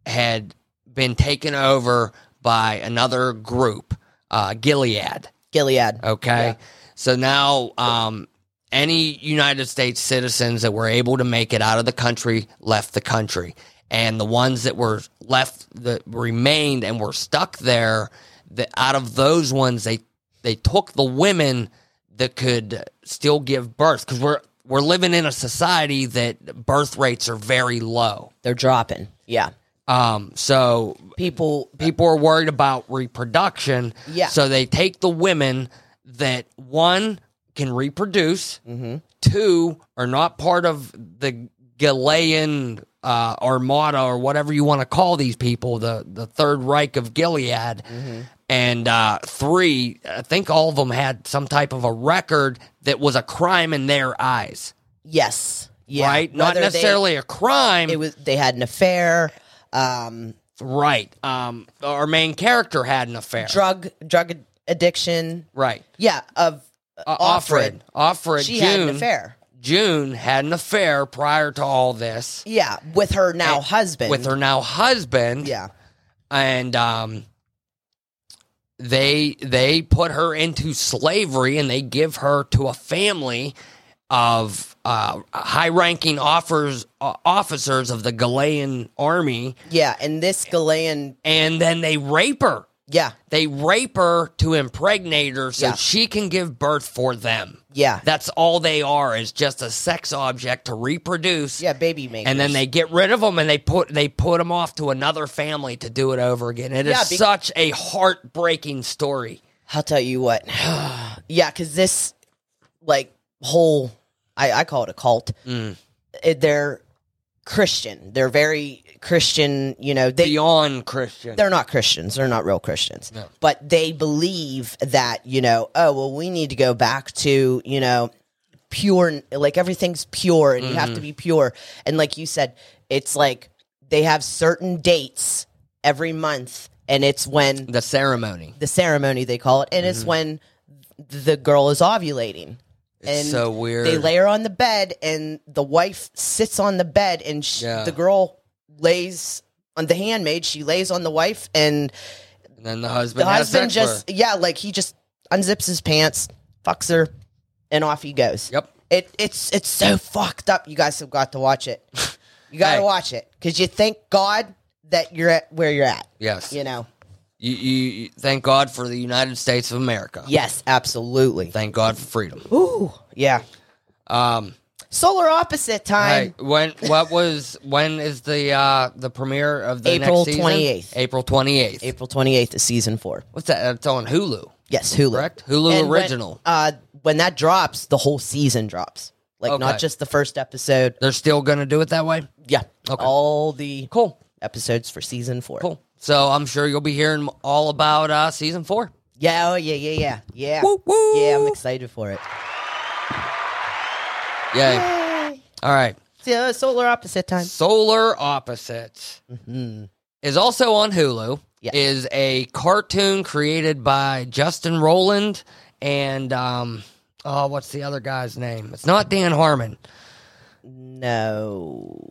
Speaker 1: had been taken over by another group, uh, Gilead.
Speaker 4: Gilead.
Speaker 1: Okay. So now, um, any United States citizens that were able to make it out of the country left the country, and the ones that were left that remained and were stuck there, the, out of those ones, they they took the women that could still give birth because we're we're living in a society that birth rates are very low.
Speaker 4: They're dropping. Yeah,
Speaker 1: Um, so
Speaker 4: people.
Speaker 1: people are worried about reproduction.
Speaker 4: Yeah.
Speaker 1: So they take the women that one can reproduce,
Speaker 4: hmm
Speaker 1: two are not part of the Galilean uh, armada or whatever you want to call these people, the the Third Reich of Gilead,
Speaker 4: Mm-hmm.
Speaker 1: and uh, three. I think all of them had some type of a record that was a crime in their eyes,
Speaker 4: Yes. Yeah.
Speaker 1: right? Not
Speaker 4: Whether they-
Speaker 1: necessarily a crime.
Speaker 4: it was. They had an affair. Um,
Speaker 1: right. Um, our main character had an affair.
Speaker 4: drug drug addiction.
Speaker 1: right.
Speaker 4: Yeah. Of
Speaker 1: Uh,
Speaker 4: Offred.
Speaker 1: Offred. Offred.
Speaker 4: she
Speaker 1: June,
Speaker 4: had an affair.
Speaker 1: June had an affair prior to all this
Speaker 4: Yeah, with her now
Speaker 1: And-
Speaker 4: husband.
Speaker 1: with her now husband.
Speaker 4: Yeah.
Speaker 1: And um, they they put her into slavery and they give her to a family of uh, high ranking offers uh, officers of the Galilean army,
Speaker 4: Yeah, and this Galilean.
Speaker 1: and then they rape her.
Speaker 4: Yeah,
Speaker 1: They rape her to impregnate her so
Speaker 4: Yeah.
Speaker 1: she can give birth for them.
Speaker 4: yeah,
Speaker 1: That's all they are is just a sex object to reproduce.
Speaker 4: yeah. Baby makers.
Speaker 1: And then they get rid of them and they put they put them off to another family to do it over again. It is
Speaker 4: Yeah, be-
Speaker 1: such a heartbreaking story.
Speaker 4: I'll tell you what. yeah, because this like whole I, I call it a cult.
Speaker 1: Mm.
Speaker 4: It- They're Christian. They're very Christian. You know, they
Speaker 1: Beyond Christian.
Speaker 4: they're not Christians. They're not real Christians.
Speaker 1: No.
Speaker 4: But they believe that you know. Oh well, we need to go back to you know pure. Like everything's pure, and you have
Speaker 1: Mm-hmm.
Speaker 4: to be pure. And like you said, it's like they have certain dates every month, and it's when
Speaker 1: The ceremony.
Speaker 4: the ceremony they call it, and it's when the girl is ovulating.
Speaker 1: Mm-hmm. It's
Speaker 4: and
Speaker 1: so weird.
Speaker 4: They lay her on the bed, and the wife sits on the bed, and sh
Speaker 1: Yeah.
Speaker 4: the girl lays on the handmaid. She lays on the wife, and
Speaker 1: and then the
Speaker 4: the
Speaker 1: husband has
Speaker 4: husband
Speaker 1: sex with
Speaker 4: just yeah, like he just unzips his pants, fucks her, and off he goes.
Speaker 1: her. Yep.
Speaker 4: It it's it's so fucked up. You guys have got to watch it. You got to
Speaker 1: Hey.
Speaker 4: watch it because you thank God that you're at where you're at.
Speaker 1: Yes.
Speaker 4: You know.
Speaker 1: You, you, you thank God for the United States of America.
Speaker 4: Yes, absolutely.
Speaker 1: Thank God for freedom.
Speaker 4: Ooh, yeah.
Speaker 1: Um
Speaker 4: Solar opposite time.
Speaker 1: Hey, when what was when is the uh the premiere of the
Speaker 4: April
Speaker 1: next season?
Speaker 4: 28th.
Speaker 1: April 28th.
Speaker 4: April 28th is season four.
Speaker 1: What's that? It's on Hulu,
Speaker 4: Yes, Hulu.
Speaker 1: correct? Hulu
Speaker 4: And when-
Speaker 1: original.
Speaker 4: uh, when that drops, the whole season drops. Like,
Speaker 1: Okay.
Speaker 4: not just the first episode.
Speaker 1: They're still going to do it that way.
Speaker 4: Yeah.
Speaker 1: Okay.
Speaker 4: All the
Speaker 1: Cool,
Speaker 4: episodes for season four.
Speaker 1: cool. So I'm sure you'll be hearing all about uh, season four.
Speaker 4: Yeah, oh, yeah, yeah, yeah. Yeah.
Speaker 1: Woo, woo.
Speaker 4: Yeah, I'm excited for it.
Speaker 1: Yay!
Speaker 4: Yay.
Speaker 1: All right.
Speaker 4: So, solar opposite time.
Speaker 1: Solar Opposites
Speaker 4: Mhm.
Speaker 1: is also on Hulu.
Speaker 4: Yeah.
Speaker 1: Is a cartoon created by Justin Rowland and um oh what's the other guy's name? It's not Dan Harmon.
Speaker 4: No.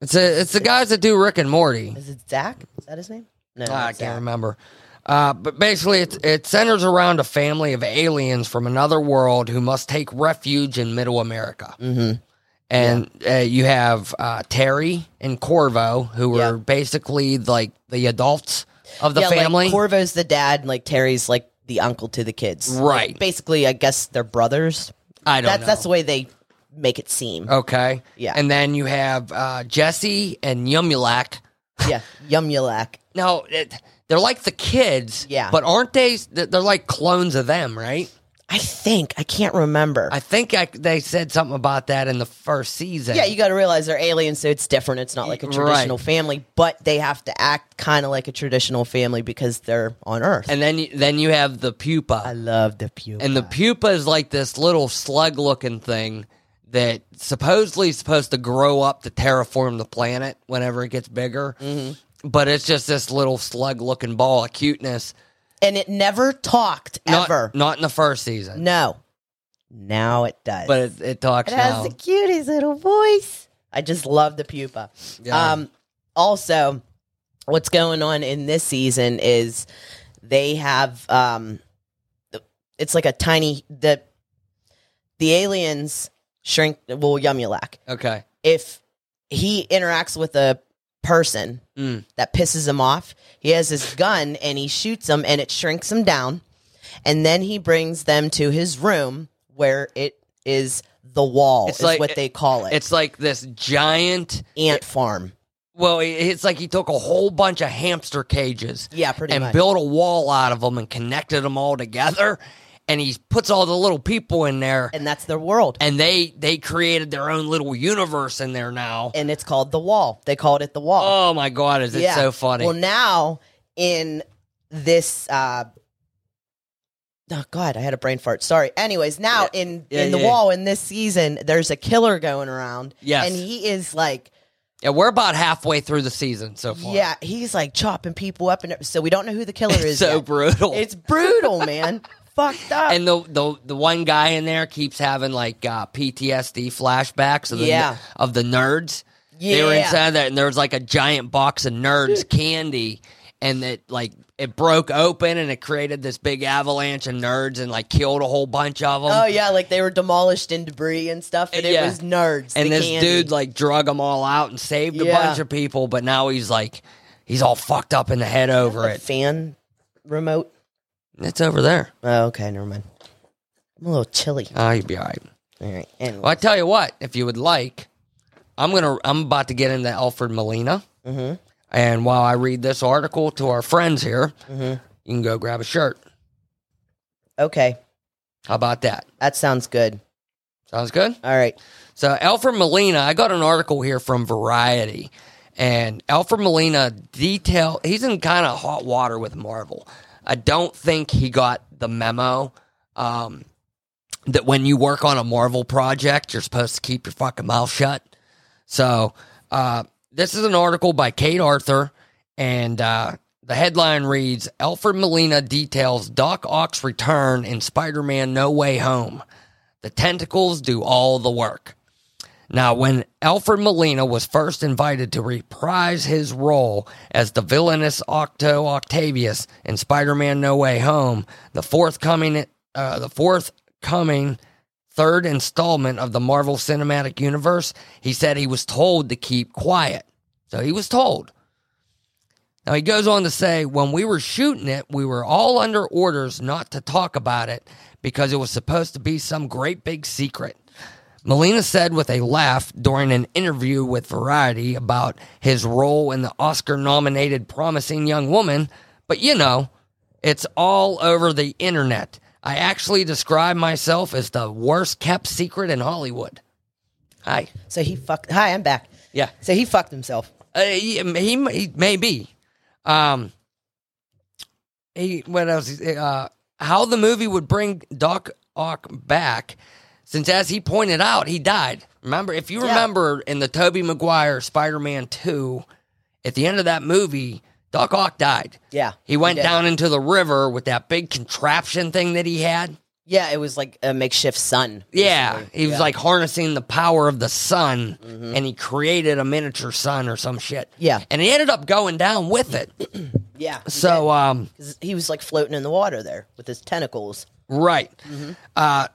Speaker 1: It's a, it's the guys that do Rick and Morty.
Speaker 4: Is it Zach? Is that his name? No.
Speaker 1: Ah, I
Speaker 4: not
Speaker 1: can't
Speaker 4: Zach.
Speaker 1: remember. Uh, but basically, it, it centers around a family of aliens from another world who must take refuge in Middle America.
Speaker 4: Mhm.
Speaker 1: And uh, you have uh, Terry and Corvo, who
Speaker 4: Yeah.
Speaker 1: are basically like the adults of the
Speaker 4: yeah,
Speaker 1: family.
Speaker 4: Like Corvo's the dad, and like Terry's like the uncle to the kids.
Speaker 1: Right.
Speaker 4: Like, basically, I guess they're brothers.
Speaker 1: I don't
Speaker 4: That's
Speaker 1: know. Oh.
Speaker 4: that's the way they make it seem.
Speaker 1: Okay.
Speaker 4: Yeah.
Speaker 1: And then you have uh, Jesse and Yumulak.
Speaker 4: Yeah. Yumulak.
Speaker 1: Now, it, they're like the kids.
Speaker 4: Yeah.
Speaker 1: But aren't they? They're like clones of them, right?
Speaker 4: I think I can't remember.
Speaker 1: I think I, they said something about that in the first season.
Speaker 4: yeah, you got to realize they're aliens, so it's different. It's not like a
Speaker 1: Right.
Speaker 4: traditional family, but they have to act kind of like a traditional family because they're on Earth.
Speaker 1: and then you- then you have the pupa.
Speaker 4: I love the pupa.
Speaker 1: and the pupa is like this little slug looking thing that supposedly is supposed to grow up to terraform the planet whenever it gets bigger.
Speaker 4: Mm-hmm.
Speaker 1: But it's just this little slug looking ball of cuteness.
Speaker 4: and it never talked
Speaker 1: Not-
Speaker 4: ever.
Speaker 1: Not in the first season.
Speaker 4: No. Now it does.
Speaker 1: But it, it talks
Speaker 4: it has
Speaker 1: now.
Speaker 4: the cutest little voice. I just love the pupa.
Speaker 1: Yeah.
Speaker 4: Um, also, what's going on in this season is they have um, it's like a tiny the the aliens shrink. Well, Yumulak,
Speaker 1: okay.
Speaker 4: if he interacts with a person
Speaker 1: Mm.
Speaker 4: that pisses him off, he has his gun and he shoots him and it shrinks him down, and then he brings them to his room where it is the wall
Speaker 1: It's
Speaker 4: is
Speaker 1: like-
Speaker 4: what they call it.
Speaker 1: It's like this giant.
Speaker 4: ant farm.
Speaker 1: Well, it- it's like he took a whole bunch of hamster cages
Speaker 4: Yeah, pretty
Speaker 1: and
Speaker 4: much.
Speaker 1: built a wall out of them and connected them all together. And he puts all the little people in there,
Speaker 4: and that's their world.
Speaker 1: and they they created their own little universe in there now.
Speaker 4: and it's called the wall. They called it the wall.
Speaker 1: Oh my god, is it so funny?
Speaker 4: Well, now in this, uh, oh god, I had a brain fart. Sorry. Anyways, now in
Speaker 1: Yeah,
Speaker 4: in the
Speaker 1: yeah, yeah.
Speaker 4: wall in this season, there's a killer going around.
Speaker 1: Yes.
Speaker 4: and he is like,
Speaker 1: yeah, we're about halfway through the season so far.
Speaker 4: yeah, he's like chopping people up, and so we don't know who the killer is.
Speaker 1: so
Speaker 4: yet.
Speaker 1: brutal.
Speaker 4: It's brutal, man. Fucked up.
Speaker 1: and the, the the one guy in there keeps having like uh, PTSD flashbacks of the
Speaker 4: Yeah.
Speaker 1: of the nerds. They were
Speaker 4: Yeah.
Speaker 1: inside that, and there was like a giant box of nerds candy, and it like it broke open and it created this big avalanche of nerds and like killed a whole bunch of them.
Speaker 4: oh yeah, like they were demolished in debris and stuff, and
Speaker 1: Yeah.
Speaker 4: it was nerds.
Speaker 1: and
Speaker 4: the
Speaker 1: this
Speaker 4: candy.
Speaker 1: dude like drug them all out and saved a
Speaker 4: Yeah.
Speaker 1: bunch of people, but now he's like he's all fucked up in the head over
Speaker 4: the
Speaker 1: it.
Speaker 4: fan remote.
Speaker 1: It's over there.
Speaker 4: Oh, okay, never mind. I'm a little chilly.
Speaker 1: Oh, you'll be all right.
Speaker 4: All right. Anyway.
Speaker 1: Well, I tell you what, if you would like, I'm gonna I'm about to get into Alfred Molina,
Speaker 4: Mhm.
Speaker 1: and while I read this article to our friends here, you can go grab a shirt.
Speaker 4: mm-hmm. Okay.
Speaker 1: How about that?
Speaker 4: That sounds good.
Speaker 1: Sounds good.
Speaker 4: All right.
Speaker 1: So Alfred Molina, I got an article here from Variety, and Alfred Molina detail he's in kind of hot water with Marvel. I don't think he got the memo um, that when you work on a Marvel project, you're supposed to keep your fucking mouth shut. So uh, this is an article by Kate Arthur, and uh, the headline reads: Alfred Molina details Doc Ock's return in Spider-Man: No Way Home. The tentacles do all the work. Now, when Alfred Molina was first invited to reprise his role as the villainous Octo Octavius in Spider-Man: No Way Home, the forthcoming, uh, the forthcoming third installment of the Marvel Cinematic Universe, he said he was told to keep quiet. So he was told. Now he goes on to say, when we were shooting it, we were all under orders not to talk about it because it was supposed to be some great big secret. Molina said with a laugh during an interview with Variety about his role in the Oscar nominated Promising Young Woman, but you know, it's all over the internet. I actually describe myself as the worst kept secret in Hollywood. Hi.
Speaker 4: So he fucked. Hi, I'm back.
Speaker 1: Yeah.
Speaker 4: So he fucked himself.
Speaker 1: Uh, he, he, he may be. Um, he what else? Uh, how the movie would bring Doc Ock back, since as he pointed out, he died. Remember, if you
Speaker 4: Yeah.
Speaker 1: remember in the Toby Maguire Spider Man Two, at the end of that movie, Doc Ock died.
Speaker 4: Yeah.
Speaker 1: He went
Speaker 4: did.
Speaker 1: down into the river with that big contraption thing that he had.
Speaker 4: Yeah, it was like a makeshift sun.
Speaker 1: Yeah,
Speaker 4: basically.
Speaker 1: he was
Speaker 4: Yeah.
Speaker 1: like harnessing the power of the sun,
Speaker 4: Mhm.
Speaker 1: and he created a miniature sun or some shit.
Speaker 4: Yeah.
Speaker 1: and he ended up going down with it.
Speaker 4: yeah. he
Speaker 1: So, um,
Speaker 4: did. 'Cause he was like floating in the water there with his tentacles.
Speaker 1: right.
Speaker 4: Mm-hmm.
Speaker 1: Uh,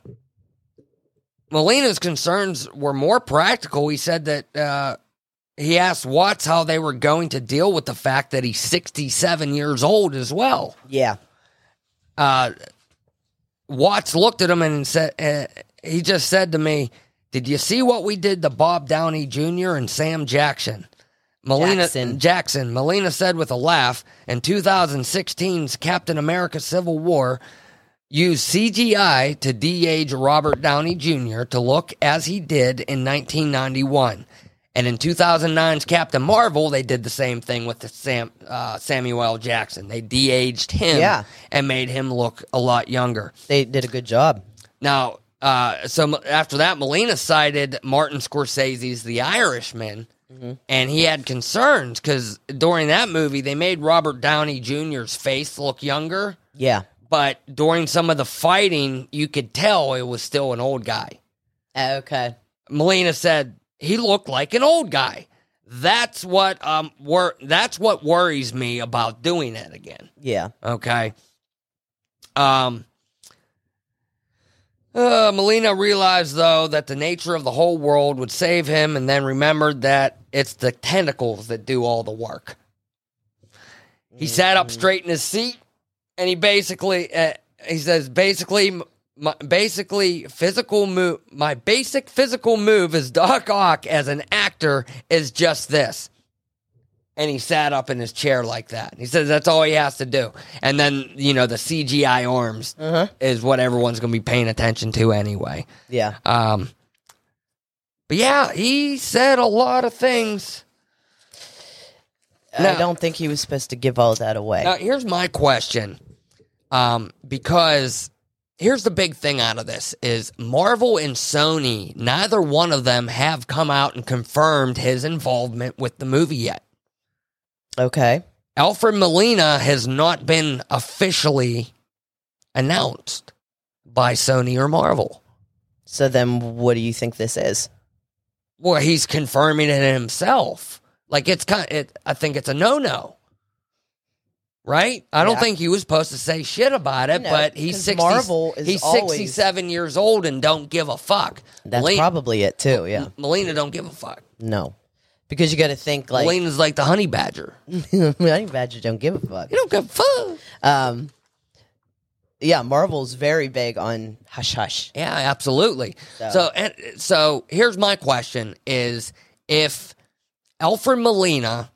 Speaker 1: Molina's concerns were more practical. He said that uh, he asked Watts how they were going to deal with the fact that he's 67 years old as well.
Speaker 4: Yeah,
Speaker 1: uh, Watts looked at him and said, uh, he just said to me, "Did you see what we did to Bob Downey Jr. and Sam Jackson?" Melina
Speaker 4: Jackson.
Speaker 1: Jackson. Melina said with a laugh, "In 2016's Captain America: Civil War." Used CGI to de-age Robert Downey Jr. to look as he did in 1991, and in 2009's Captain Marvel, they did the same thing with the Sam uh, Samuel L. Jackson. They de-aged him
Speaker 4: Yeah.
Speaker 1: and made him look a lot younger.
Speaker 4: they did a good job.
Speaker 1: Now, uh, so m- after that, Molina cited Martin Scorsese's The Irishman, and he had concerns because during that movie, they made Robert Downey Jr.'s face look younger,
Speaker 4: Yeah.
Speaker 1: but during some of the fighting, you could tell it was still an old guy.
Speaker 4: Uh, Okay.
Speaker 1: Melina said he looked like an old guy. That's what um wor- that's what worries me about doing it again.
Speaker 4: Yeah.
Speaker 1: Okay. Um. Uh, Melina realized though that the nature of the whole world would save him, and then remembered that it's the tentacles that do all the work. He sat up straight in his seat, and he basically uh, he says basically my basically physical move my basic physical move as Doc Ock as an actor is just this and he sat up in his chair like that. He says that's all he has to do. And then, you know, the CGI arms is what everyone's going to be paying attention to anyway.
Speaker 4: Yeah.
Speaker 1: Um, but yeah, he said a lot of things.
Speaker 4: I
Speaker 1: Now-
Speaker 4: don't think he was supposed to give all that away.
Speaker 1: Now, here's my question. Um, because here's the big thing out of this is Marvel and Sony, neither one of them have come out and confirmed his involvement with the movie yet.
Speaker 4: Okay.
Speaker 1: Alfred Molina has not been officially announced by Sony or Marvel.
Speaker 4: So then, what do you think this is?
Speaker 1: Well, he's confirming it himself. Like it's kind it I think it's a no-no. Right? I don't
Speaker 4: Yeah.
Speaker 1: think he was supposed to say shit about it,
Speaker 4: No,
Speaker 1: but he's
Speaker 4: 'cause
Speaker 1: 60,
Speaker 4: Marvel is
Speaker 1: he's
Speaker 4: always-
Speaker 1: 67 years old and don't give a fuck.
Speaker 4: That's
Speaker 1: Molina,
Speaker 4: probably it too. Yeah.
Speaker 1: Molina don't give a fuck.
Speaker 4: No, because you got to think like.
Speaker 1: Molina's like the honey badger. You
Speaker 4: I think Badger don't give a fuck.
Speaker 1: don't give a fuck.
Speaker 4: Um, yeah, Marvel's very big on hush hush.
Speaker 1: Yeah, absolutely.
Speaker 4: So-
Speaker 1: So, and, so here's my question: Is if Alfred Molina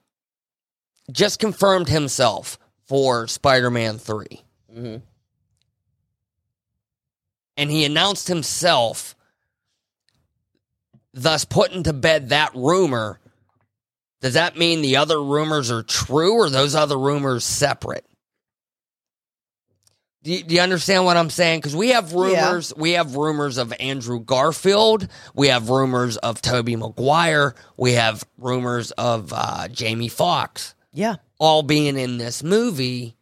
Speaker 1: just confirmed himself for Spider-Man 3
Speaker 4: Mhm.
Speaker 1: and he announced himself, thus putting to bed that rumor, does that mean the other rumors are true, or those other rumors separate? Do you, do you understand what I'm saying? Because we have rumors. We have rumors of Andrew Garfield. We have rumors of Toby Maguire. We have rumors of uh, Jamie Foxx
Speaker 4: Yeah,
Speaker 1: all being in this movie.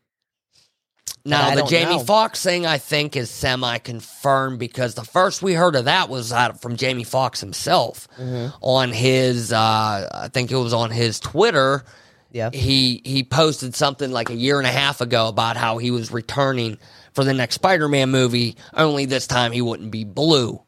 Speaker 4: I
Speaker 1: Now, the
Speaker 4: don't
Speaker 1: Jamie
Speaker 4: know.
Speaker 1: Foxx thing, I think, is semi confirmed because the first we heard of that was out from Jamie Foxx himself
Speaker 4: Mm-hmm.
Speaker 1: on his, uh, I think it was on his Twitter.
Speaker 4: yeah,
Speaker 1: He he posted something like a year and a half ago about how he was returning for the next Spider-Man movie, only this time he wouldn't be blue.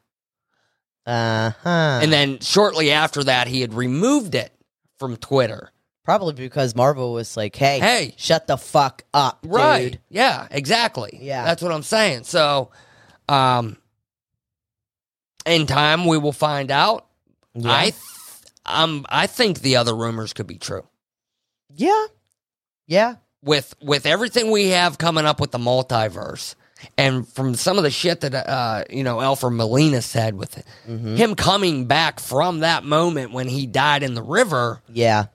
Speaker 4: uh huh.
Speaker 1: And then shortly after that, he had removed it from Twitter.
Speaker 4: Probably because Marvel was like, "Hey,
Speaker 1: Hey.
Speaker 4: shut the fuck up,
Speaker 1: Right.
Speaker 4: dude."
Speaker 1: Yeah, exactly.
Speaker 4: Yeah.
Speaker 1: That's what I'm saying. So um in time we will find out.
Speaker 4: Yeah,
Speaker 1: I th- um I think the other rumors could be true.
Speaker 4: yeah, yeah.
Speaker 1: With with everything we have coming up with the multiverse and from some of the shit that uh you know Alfred Molina said with
Speaker 4: Mhm.
Speaker 1: him coming back from that moment when he died in the river,
Speaker 4: yeah.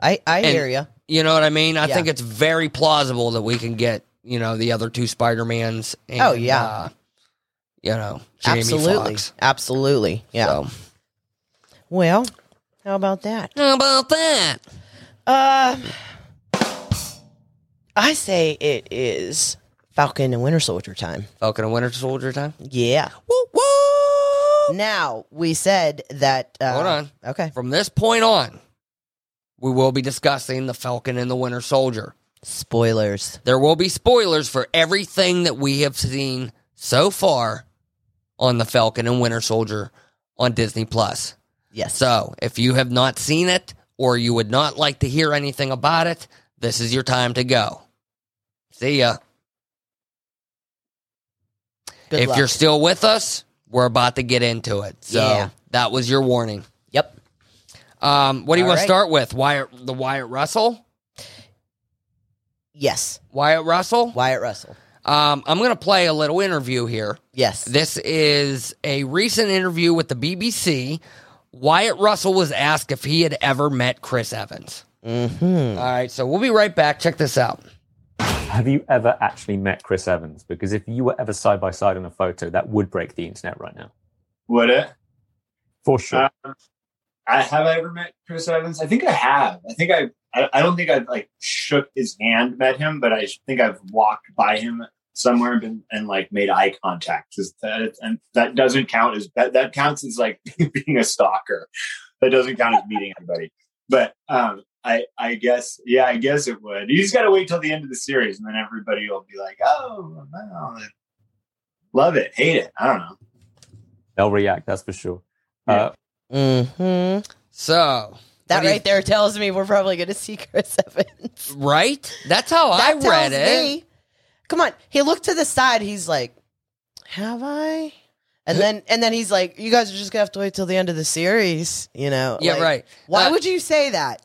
Speaker 4: I I
Speaker 1: And-
Speaker 4: hear you.
Speaker 1: you know what I mean? I
Speaker 4: Yeah.
Speaker 1: think it's very plausible that we can get, you know, the other two Spider-Mans. And,
Speaker 4: Oh, yeah.
Speaker 1: Uh, you know, Jamie
Speaker 4: Absolutely,
Speaker 1: Foxx.
Speaker 4: absolutely. Yeah.
Speaker 1: So,
Speaker 4: Well, how about that?
Speaker 1: how about that?
Speaker 4: Um, I say it is Falcon and Winter Soldier time.
Speaker 1: Falcon and Winter Soldier time.
Speaker 4: Yeah.
Speaker 1: Woo woo!
Speaker 4: Now we said that. Uh,
Speaker 1: Hold on.
Speaker 4: Okay.
Speaker 1: From this point on, we will be discussing the Falcon and the Winter Soldier.
Speaker 4: Spoilers.
Speaker 1: There will be spoilers for everything that we have seen so far on the Falcon and Winter Soldier on Disney Plus.
Speaker 4: Yes.
Speaker 1: So, if you have not seen it or you would not like to hear anything about it, this is your time to go. See ya.
Speaker 4: Good
Speaker 1: if
Speaker 4: luck.
Speaker 1: you're still with us, we're about to get into it. So,
Speaker 4: Yeah.
Speaker 1: that was your warning.
Speaker 4: Yep.
Speaker 1: Um, what do you
Speaker 4: All
Speaker 1: want
Speaker 4: right.
Speaker 1: to start with? Wyatt, the Wyatt Russell?
Speaker 4: Yes.
Speaker 1: Wyatt Russell?
Speaker 4: Wyatt Russell.
Speaker 1: Um, I'm going to play a little interview here.
Speaker 4: Yes.
Speaker 1: This is a recent interview with the BBC. Wyatt Russell was asked if he had ever met Chris Evans.
Speaker 4: mm-hmm.
Speaker 1: All right, so we'll be right back. Check this out.
Speaker 5: Have you ever actually met Chris Evans? Because if you were ever side by side in a photo, that would break the internet right now.
Speaker 6: Would it?
Speaker 5: For sure.
Speaker 6: Um, I have I ever met Chris Evans? I think I have. I think I. I, I don't think I've like shook his hand, met him, but I think I've walked by him somewhere and been, and like made eye contact. Is that, and that doesn't count as that. That counts as like being a stalker. That doesn't count as meeting anybody. But um, I I guess yeah, I guess it would. You just got to wait till the end of the series, and then everybody will be like, oh, wow. love it, hate it. I don't know.
Speaker 5: They'll react, that's for sure.
Speaker 6: Yeah.
Speaker 5: Uh,
Speaker 4: Mm-hmm.
Speaker 1: So, What
Speaker 4: That
Speaker 1: do you-
Speaker 4: right there tells me we're probably going to see Chris Evans.
Speaker 1: right? That's how
Speaker 4: that
Speaker 1: I read
Speaker 4: tells
Speaker 1: it.
Speaker 4: me- Come on. He looked to the side. He's like, "Have I?" And then and then he's like, "You guys are just gonna have to wait till the end of the series." You know?
Speaker 1: Yeah,
Speaker 4: like,
Speaker 1: right.
Speaker 4: Why
Speaker 1: Uh,
Speaker 4: would you say that?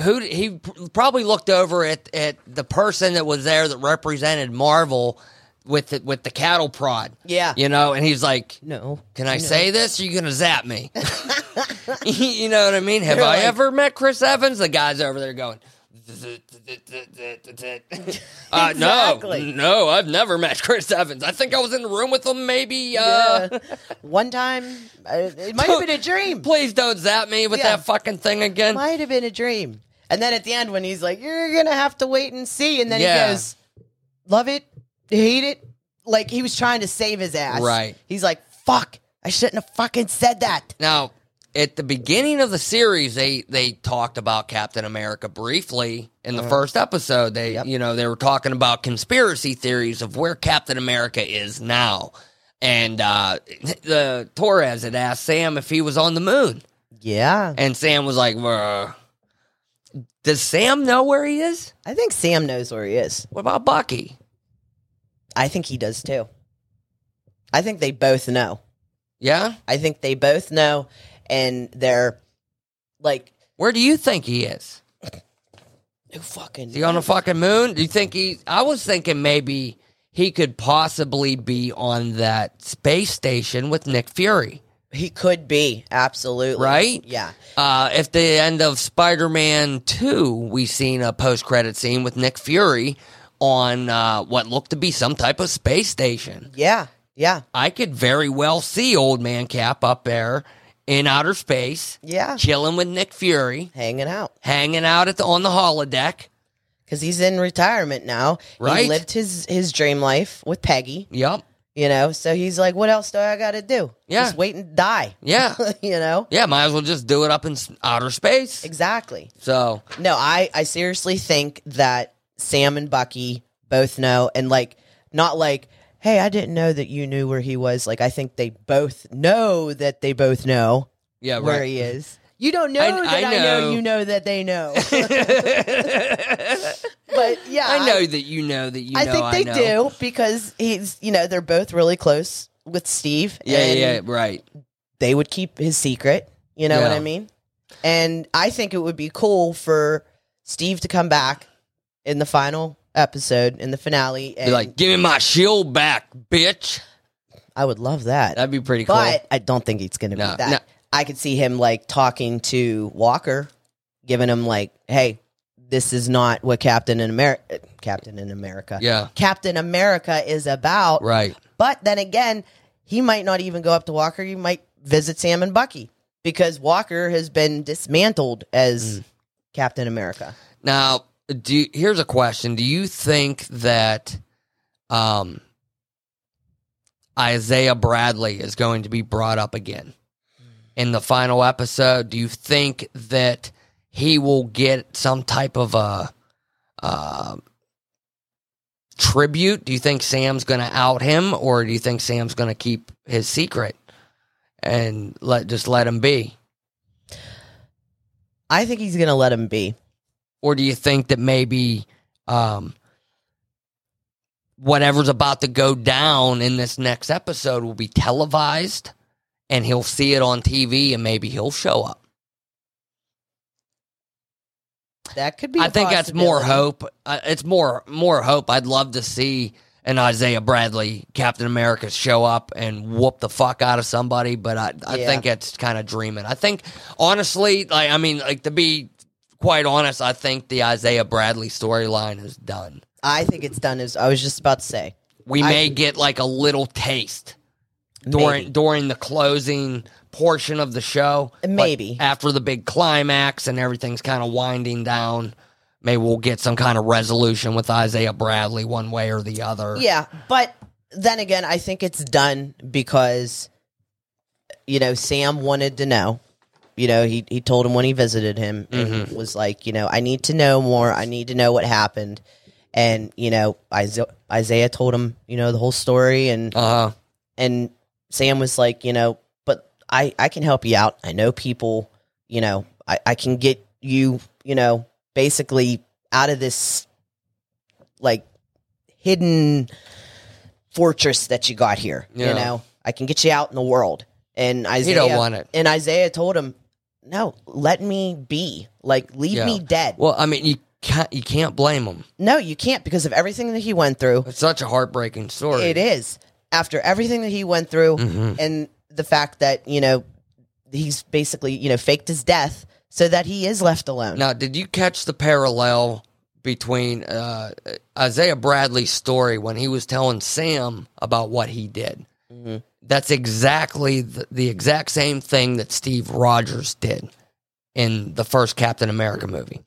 Speaker 1: Who d- he pr- probably looked over at, at the person that was there that represented Marvel with the, with the cattle prod,
Speaker 4: Yeah.
Speaker 1: you know, and he's like,
Speaker 4: No.
Speaker 1: "Can I
Speaker 4: No.
Speaker 1: say this? You're gonna zap me." you know what I mean? Have
Speaker 4: You're
Speaker 1: I
Speaker 4: like-
Speaker 1: ever met Chris Evans? The guy's over there going. uh, no,
Speaker 4: Exactly.
Speaker 1: no, I've never met Chris Evans. I think I was in the room with him. Maybe. Uh,
Speaker 4: Yeah. One time, uh, it might have been a dream.
Speaker 1: Please don't zap me with
Speaker 4: Yeah.
Speaker 1: that fucking thing again.
Speaker 4: Might have been a dream. And then at the end, when he's like, "You're gonna have to wait and see," and then
Speaker 1: Yeah.
Speaker 4: he goes, "Love it, hate it," like he was trying to save his ass.
Speaker 1: Right.
Speaker 4: He's like, "Fuck, I shouldn't have fucking said that."
Speaker 1: Now, at the beginning of the series, they they talked about Captain America briefly in the first episode. They
Speaker 4: Yep.
Speaker 1: you know they were talking about conspiracy theories of where Captain America is now, and uh, the Torres had asked Sam if he was on the moon,
Speaker 4: Yeah,
Speaker 1: and Sam was like, "Uh, "Does Sam know where he is?
Speaker 4: I think Sam knows where he is.
Speaker 1: What about Bucky?"
Speaker 4: I think he does too. I think they both know.
Speaker 1: Yeah,
Speaker 4: I think they both know, and they're like,
Speaker 1: where do you think he is?
Speaker 4: "Who fucking?"
Speaker 1: Is he on the fucking moon? Do you think he? I was thinking maybe he could possibly be on that space station with Nick Fury.
Speaker 4: he could be absolutely
Speaker 1: Right?
Speaker 4: Yeah.
Speaker 1: Uh, if the end of Spider-Man Two, we seen a post-credit scene with Nick Fury on uh, what looked to be some type of space station.
Speaker 4: Yeah. Yeah.
Speaker 1: I could very well see Old Man Cap up there in outer space,
Speaker 4: Yeah.
Speaker 1: chilling with Nick Fury,
Speaker 4: Hanging out.
Speaker 1: hanging out at the, on the holodeck.
Speaker 4: because he's in retirement now.
Speaker 1: Right.
Speaker 4: He lived his his dream life with Peggy,
Speaker 1: Yep.
Speaker 4: you know. So he's like, what else do I got to do?
Speaker 1: Yeah.
Speaker 4: Just wait and die,
Speaker 1: Yeah.
Speaker 4: you know.
Speaker 1: Yeah. Might as well just do it up in s- outer space.
Speaker 4: Exactly.
Speaker 1: So
Speaker 4: No, I I seriously think that Sam and Bucky both know, and like not like. Hey, I didn't know that you knew where he was. Like, I think they both know that they both know
Speaker 1: yeah,
Speaker 4: where
Speaker 1: right.
Speaker 4: he is. You don't know
Speaker 1: I-
Speaker 4: that
Speaker 1: I
Speaker 4: I know.
Speaker 1: know.
Speaker 4: you know that they know.
Speaker 1: I
Speaker 4: but yeah,
Speaker 1: know that you know that you.
Speaker 4: I
Speaker 1: know
Speaker 4: think they
Speaker 1: know.
Speaker 4: do because he's, you know, they're both really close with Steve.
Speaker 1: Yeah,
Speaker 4: and
Speaker 1: yeah, right.
Speaker 4: They would keep his secret. You know what
Speaker 1: Yeah.
Speaker 4: I mean? And I think it would be cool for Steve to come back in the final episode, in the finale.
Speaker 1: Be
Speaker 4: And
Speaker 1: like, give me my shield back, bitch.
Speaker 4: I would love that.
Speaker 1: That'd be pretty cool.
Speaker 4: but I don't think it's going to
Speaker 1: No,
Speaker 4: be that.
Speaker 1: no.
Speaker 4: I could see him like talking to Walker, giving him like, hey, this is not what Captain in America, Captain in America,
Speaker 1: yeah,
Speaker 4: Captain America is about.
Speaker 1: right.
Speaker 4: But then again, he might not even go up to Walker. He might visit Sam and Bucky because Walker has been dismantled as
Speaker 1: Mm.
Speaker 4: Captain America.
Speaker 1: Now, do you- here's a question: Do you think that um, Isaiah Bradley is going to be brought up again in the final episode. Do you think that he will get some type of a uh, tribute? Do you think Sam's going to out him, or do you think Sam's going to keep his secret and let just let him be?
Speaker 4: I think he's gonna let him be.
Speaker 1: or do you think that maybe um, whatever's about to go down in this next episode will be televised and he'll see it on TV and maybe he'll show up?
Speaker 4: That could be. I
Speaker 1: I think that's more hope. Uh, it's more more hope. I'd love to see an Isaiah Bradley Captain America show up and whoop the fuck out of somebody, but I, I
Speaker 4: Yeah.
Speaker 1: think it's kind of dreaming. I think honestly, like I mean, like to be quite honest, I think the Isaiah Bradley storyline is done.
Speaker 4: I think it's done. As I was just about to say,
Speaker 1: we
Speaker 4: I-
Speaker 1: may get like a little taste during
Speaker 4: maybe.
Speaker 1: during the closing portion of the show. but
Speaker 4: Maybe.
Speaker 1: after the big climax and everything's kind of winding down, maybe we'll get some kind of resolution with Isaiah Bradley one way or the other.
Speaker 4: Yeah, but then again, I think it's done because you know Sam wanted to know. You know, he he told him when he visited him and he was like, you know, I need to know more. I need to know what happened. And you know, Isa- Isaiah told him, you know, the whole story, and
Speaker 1: Uh,
Speaker 4: and Sam was like, you know, but I I can help you out. I know people. You know, I I can get you. You know, basically out of this like hidden fortress that you got here.
Speaker 1: Yeah.
Speaker 4: You know, I can get you out in the world. And Isaiah
Speaker 1: he don't want it.
Speaker 4: and Isaiah told him, "No, let me be. Like, leave
Speaker 1: Yeah.
Speaker 4: me dead.
Speaker 1: Well, I mean, you can't you can't blame him.
Speaker 4: no, you can't because of everything that he went through.
Speaker 1: It's such a heartbreaking story.
Speaker 4: It is after everything that he went through,
Speaker 1: Mhm.
Speaker 4: and the fact that you know he's basically you know faked his death so that he is left alone.
Speaker 1: Now, did you catch the parallel between uh, Isaiah Bradley's story when he was telling Sam about what he did?
Speaker 4: Mhm.
Speaker 1: That's exactly the, the exact same thing that Steve Rogers did in the first Captain America movie.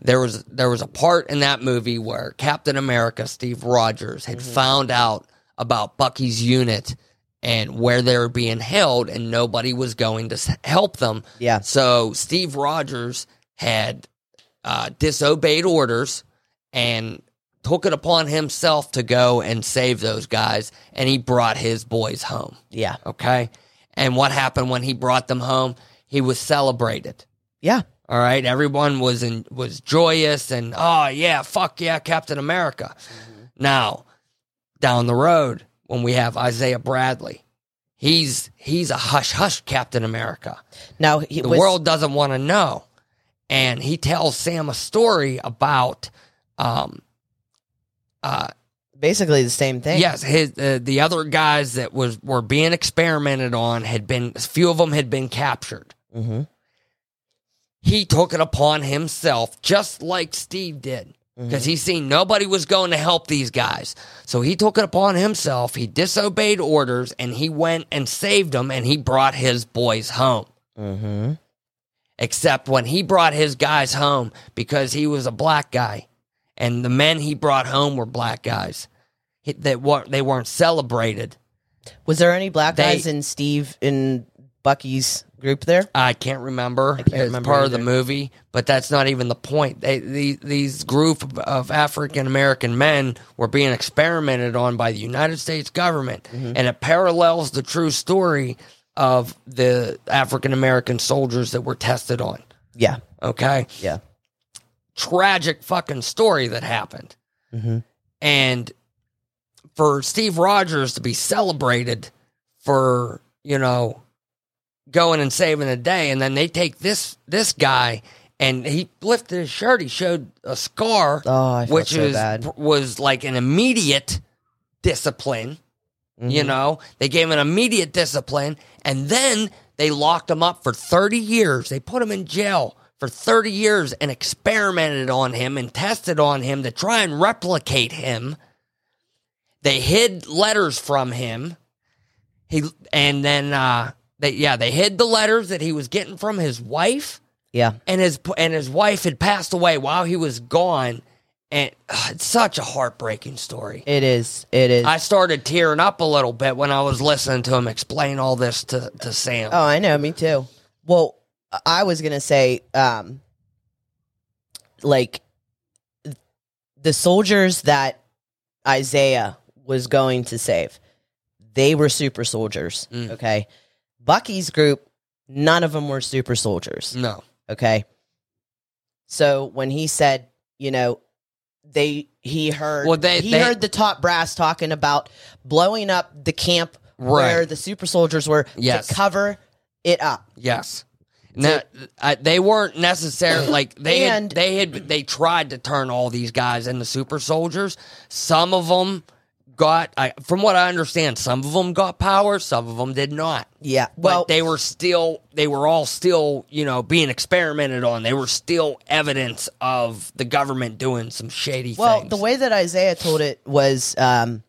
Speaker 1: There was there was a part in that movie where Captain America, Steve Rogers, had found out about Bucky's unit and where they were being held, and nobody was going to s- help them.
Speaker 4: Yeah.
Speaker 1: So Steve Rogers had uh, disobeyed orders and took it upon himself to go and save those guys, and he brought his boys home.
Speaker 4: Yeah,
Speaker 1: Okay. And what happened when he brought them home? He was celebrated.
Speaker 4: yeah,
Speaker 1: All right, everyone was in was joyous and oh yeah, fuck yeah, Captain America.
Speaker 4: Mm-hmm.
Speaker 1: Now, down the road when we have Isaiah Bradley, he's he's a hush hush Captain America.
Speaker 4: now he
Speaker 1: The
Speaker 4: was,
Speaker 1: world doesn't want to know, and he tells Sam a story about um uh
Speaker 4: basically the same thing.
Speaker 1: Yes, his uh, the other guys that was were being experimented on had been a few of them had been captured.
Speaker 4: hmm
Speaker 1: He took it upon himself, just like Steve did, because he seen nobody was going to help these guys. So he took it upon himself. He disobeyed orders and he went and saved them, and he brought his boys home. Mm-hmm.
Speaker 4: hmm
Speaker 1: Except when he brought his guys home because he was a black guy, and the men he brought home were black guys. He- That weren't they weren't celebrated.
Speaker 4: Was there any black
Speaker 1: They-
Speaker 4: guys in Steve in Bucky's group there?
Speaker 1: I can't remember.
Speaker 4: can't
Speaker 1: it's
Speaker 4: remember
Speaker 1: part of the
Speaker 4: either.
Speaker 1: movie, but that's not even the point. They, the, these group of- of African American men were being experimented on by the United States government,
Speaker 4: Mm-hmm.
Speaker 1: and it parallels the true story of the African American soldiers that were tested on.
Speaker 4: Yeah,
Speaker 1: Okay,
Speaker 4: yeah,
Speaker 1: tragic fucking story that happened,
Speaker 4: Mhm.
Speaker 1: and for Steve Rogers to be celebrated for you know going and saving a day and then they take this this guy and he lifted his shirt he showed a scar
Speaker 4: Oh, I felt
Speaker 1: which
Speaker 4: so
Speaker 1: is
Speaker 4: bad.
Speaker 1: was like an immediate discipline
Speaker 4: Mm-hmm.
Speaker 1: you know they gave him an immediate discipline and then they locked him up for 30 years they put him in jail for 30 years and experimented on him and tested on him to try and replicate him they hid letters from him he and then uh they yeah they hid the letters that he was getting from his wife
Speaker 4: yeah.
Speaker 1: and his and his wife had passed away while he was gone and uh, it's such a heartbreaking story.
Speaker 4: It is. It is.
Speaker 1: I started tearing up a little bit when I was listening to him explain all this to to Sam.
Speaker 4: oh, I know. Me too. Well, I was gonna say, um, like the soldiers that Isaiah was going to save, they were super soldiers.
Speaker 1: Mm.
Speaker 4: Okay, Bucky's group, none of them were super soldiers.
Speaker 1: No,
Speaker 4: Okay, so when he said, you know. They he heard
Speaker 1: Well, they-
Speaker 4: he
Speaker 1: they-
Speaker 4: heard the top brass talking about blowing up the camp where
Speaker 1: right?
Speaker 4: the super soldiers were
Speaker 1: Yes.
Speaker 4: to cover it up.
Speaker 1: Yes. No, I, they weren't necessarily like they had,
Speaker 4: And-
Speaker 1: they had they tried to turn all these guys into super soldiers. Some of them got, I, from what I understand, some of them got power, some of them did not.
Speaker 4: Yeah.
Speaker 1: Well,
Speaker 4: Well,
Speaker 1: but they were still they were all still you know being experimented on. They were still evidence of the government doing some shady
Speaker 4: well,
Speaker 1: things.
Speaker 4: the way that Isaiah told it was um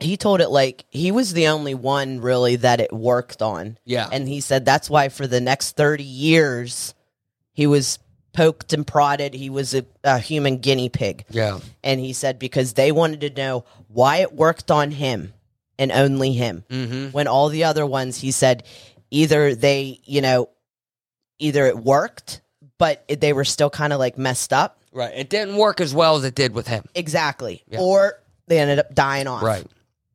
Speaker 4: he told it like he was the only one really that it worked on.
Speaker 1: yeah,
Speaker 4: And he said that's why for the next 30 years he was poked and prodded. He was a, a human guinea pig.
Speaker 1: yeah,
Speaker 4: And he said because they wanted to know why it worked on him and only him.
Speaker 1: mm-hmm.
Speaker 4: when all the other ones he said either they you know either it worked but it- they were still kind of like messed up
Speaker 1: right. It didn't work as well as it did with him.
Speaker 4: exactly
Speaker 1: Yeah.
Speaker 4: or they ended up dying off
Speaker 1: Right.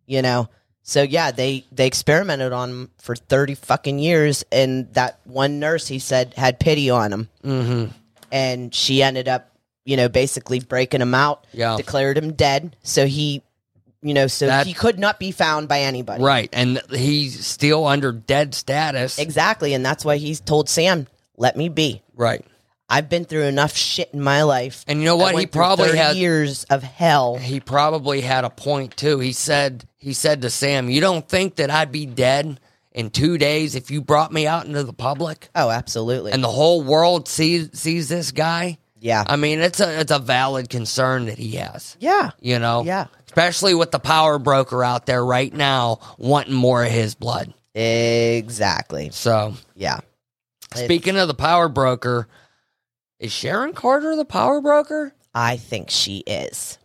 Speaker 4: you know so yeah they they experimented on 'em for 30 fucking years and that one nurse he said had pity on him
Speaker 1: Mm-hmm.
Speaker 4: and she ended up you know basically breaking him out
Speaker 1: Yeah.
Speaker 4: declared him dead so he you know so
Speaker 1: That-
Speaker 4: he could not be found by anybody
Speaker 1: Right. And he's still under dead status.
Speaker 4: exactly and that's why he told sam let me be
Speaker 1: Right.
Speaker 4: I've been through enough shit in my life.
Speaker 1: And you know
Speaker 4: I
Speaker 1: what?
Speaker 4: went
Speaker 1: He
Speaker 4: through
Speaker 1: probably
Speaker 4: 30
Speaker 1: had
Speaker 4: years of hell.
Speaker 1: he probably had a point too. He said he said to Sam, "You don't think that I'd be dead in 2 days if you brought me out into the public
Speaker 4: Oh, absolutely.
Speaker 1: and the whole world sees sees this guy?"
Speaker 4: yeah.
Speaker 1: I mean, it's a it's a valid concern that he has.
Speaker 4: yeah.
Speaker 1: You know?
Speaker 4: Yeah.
Speaker 1: Especially with the power broker out there right now wanting more of his blood.
Speaker 4: Exactly.
Speaker 1: So,
Speaker 4: Yeah. It's-
Speaker 1: speaking of the power broker, is Sharon Carter the power broker?
Speaker 4: I think she is.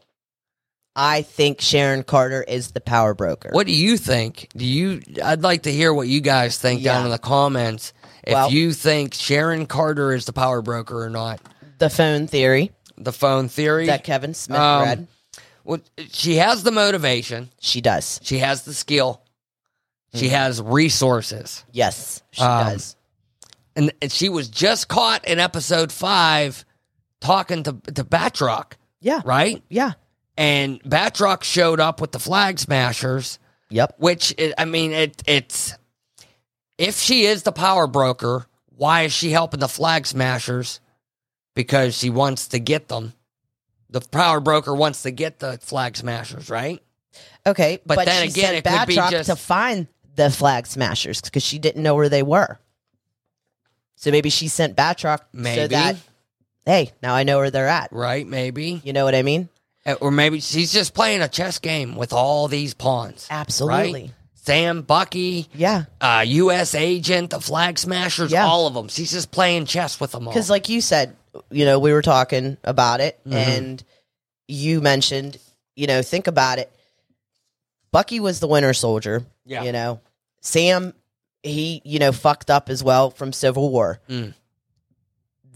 Speaker 4: I think Sharon Carter is the power broker.
Speaker 1: What do you think? Do you? I'd like to hear what you guys think down
Speaker 4: Yeah.
Speaker 1: in the comments. If
Speaker 4: Well-
Speaker 1: you think Sharon Carter is the power broker or not,
Speaker 4: The phone theory
Speaker 1: the phone theory.
Speaker 4: that Kevin Smith
Speaker 1: Um,
Speaker 4: read.
Speaker 1: well, she has the motivation.
Speaker 4: She does.
Speaker 1: She has the skill. She
Speaker 4: Mm-hmm.
Speaker 1: has resources,
Speaker 4: Yes, she
Speaker 1: Um,
Speaker 4: does.
Speaker 1: and, and she was just caught in episode five talking to to Batroc,
Speaker 4: Yeah.
Speaker 1: right?
Speaker 4: Yeah.
Speaker 1: And Batroc showed up with the flag smashers.
Speaker 4: Yep.
Speaker 1: which i I mean it it's if she is the power broker, why is she helping the flag smashers? Because she wants to get them. The power broker wants to get the flag smashers, right?
Speaker 4: Okay.
Speaker 1: But then
Speaker 4: she
Speaker 1: again,
Speaker 4: sent
Speaker 1: it could be
Speaker 4: Batroc
Speaker 1: just-
Speaker 4: to find the flag smashers because she didn't know where they were. So maybe she sent Batroc so
Speaker 1: Maybe.
Speaker 4: that hey, now I know where they're at.
Speaker 1: Right, maybe.
Speaker 4: You know what I mean?
Speaker 1: Uh, Or maybe she's just playing a chess game with all these pawns.
Speaker 4: Absolutely.
Speaker 1: Sam, Bucky,
Speaker 4: Yeah.
Speaker 1: uh, U.S. agent, the flag smashers,
Speaker 4: Yeah.
Speaker 1: all of them. She's just playing chess with them all.
Speaker 4: Because, like you said, you know, we were talking about it
Speaker 1: Mhm.
Speaker 4: and you mentioned, you know, think about it. Bucky was the winter soldier,
Speaker 1: yeah.
Speaker 4: you know. Sam, he, you know, fucked up as well from Civil War.
Speaker 1: Mm.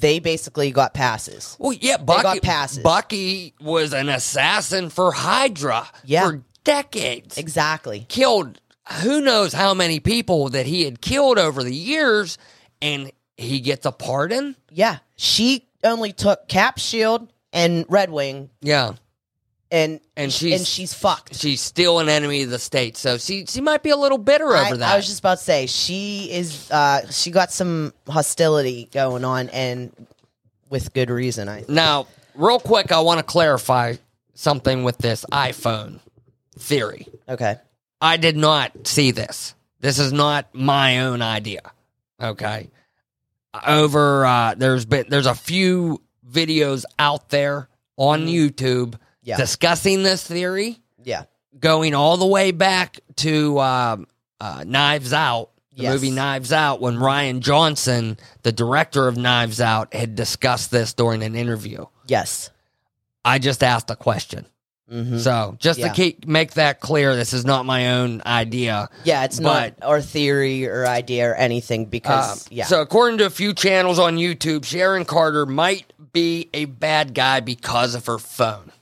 Speaker 4: They basically got passes.
Speaker 1: Well, yeah, Bucky,
Speaker 4: got passes.
Speaker 1: Bucky was an assassin for Hydra
Speaker 4: Yeah.
Speaker 1: for decades.
Speaker 4: Exactly.
Speaker 1: Killed who knows how many people that he had killed over the years, and he gets a pardon.
Speaker 4: Yeah. She only took Cap Shield and Red Wing
Speaker 1: Yeah,
Speaker 4: and
Speaker 1: and she's
Speaker 4: and she's fucked.
Speaker 1: she's still an enemy of the state, so she she might be a little bitter
Speaker 4: I,
Speaker 1: over that.
Speaker 4: I was just about to say she is uh she got some hostility going on and with good reason I
Speaker 1: now, real quick, I want to clarify something with this iPhone theory.
Speaker 4: okay.
Speaker 1: I did not see this. This is not my own idea. Okay. Over uh there's been there's a few videos out there on YouTube
Speaker 4: Mm-hmm. Yeah.
Speaker 1: discussing this theory,
Speaker 4: Yeah.
Speaker 1: going all the way back to um, uh, Knives Out, the
Speaker 4: Yes.
Speaker 1: movie Knives Out, when Ryan Johnson, the director of Knives Out, had discussed this during an interview.
Speaker 4: Yes.
Speaker 1: I just asked a question.
Speaker 4: Mhm.
Speaker 1: So just
Speaker 4: Yeah.
Speaker 1: to keep make that clear, this is not my own idea.
Speaker 4: yeah, it's not our theory or idea or anything because
Speaker 1: Um,
Speaker 4: yeah,
Speaker 1: So according to a few channels on YouTube, Sharon Carter might be a bad guy because of her phone.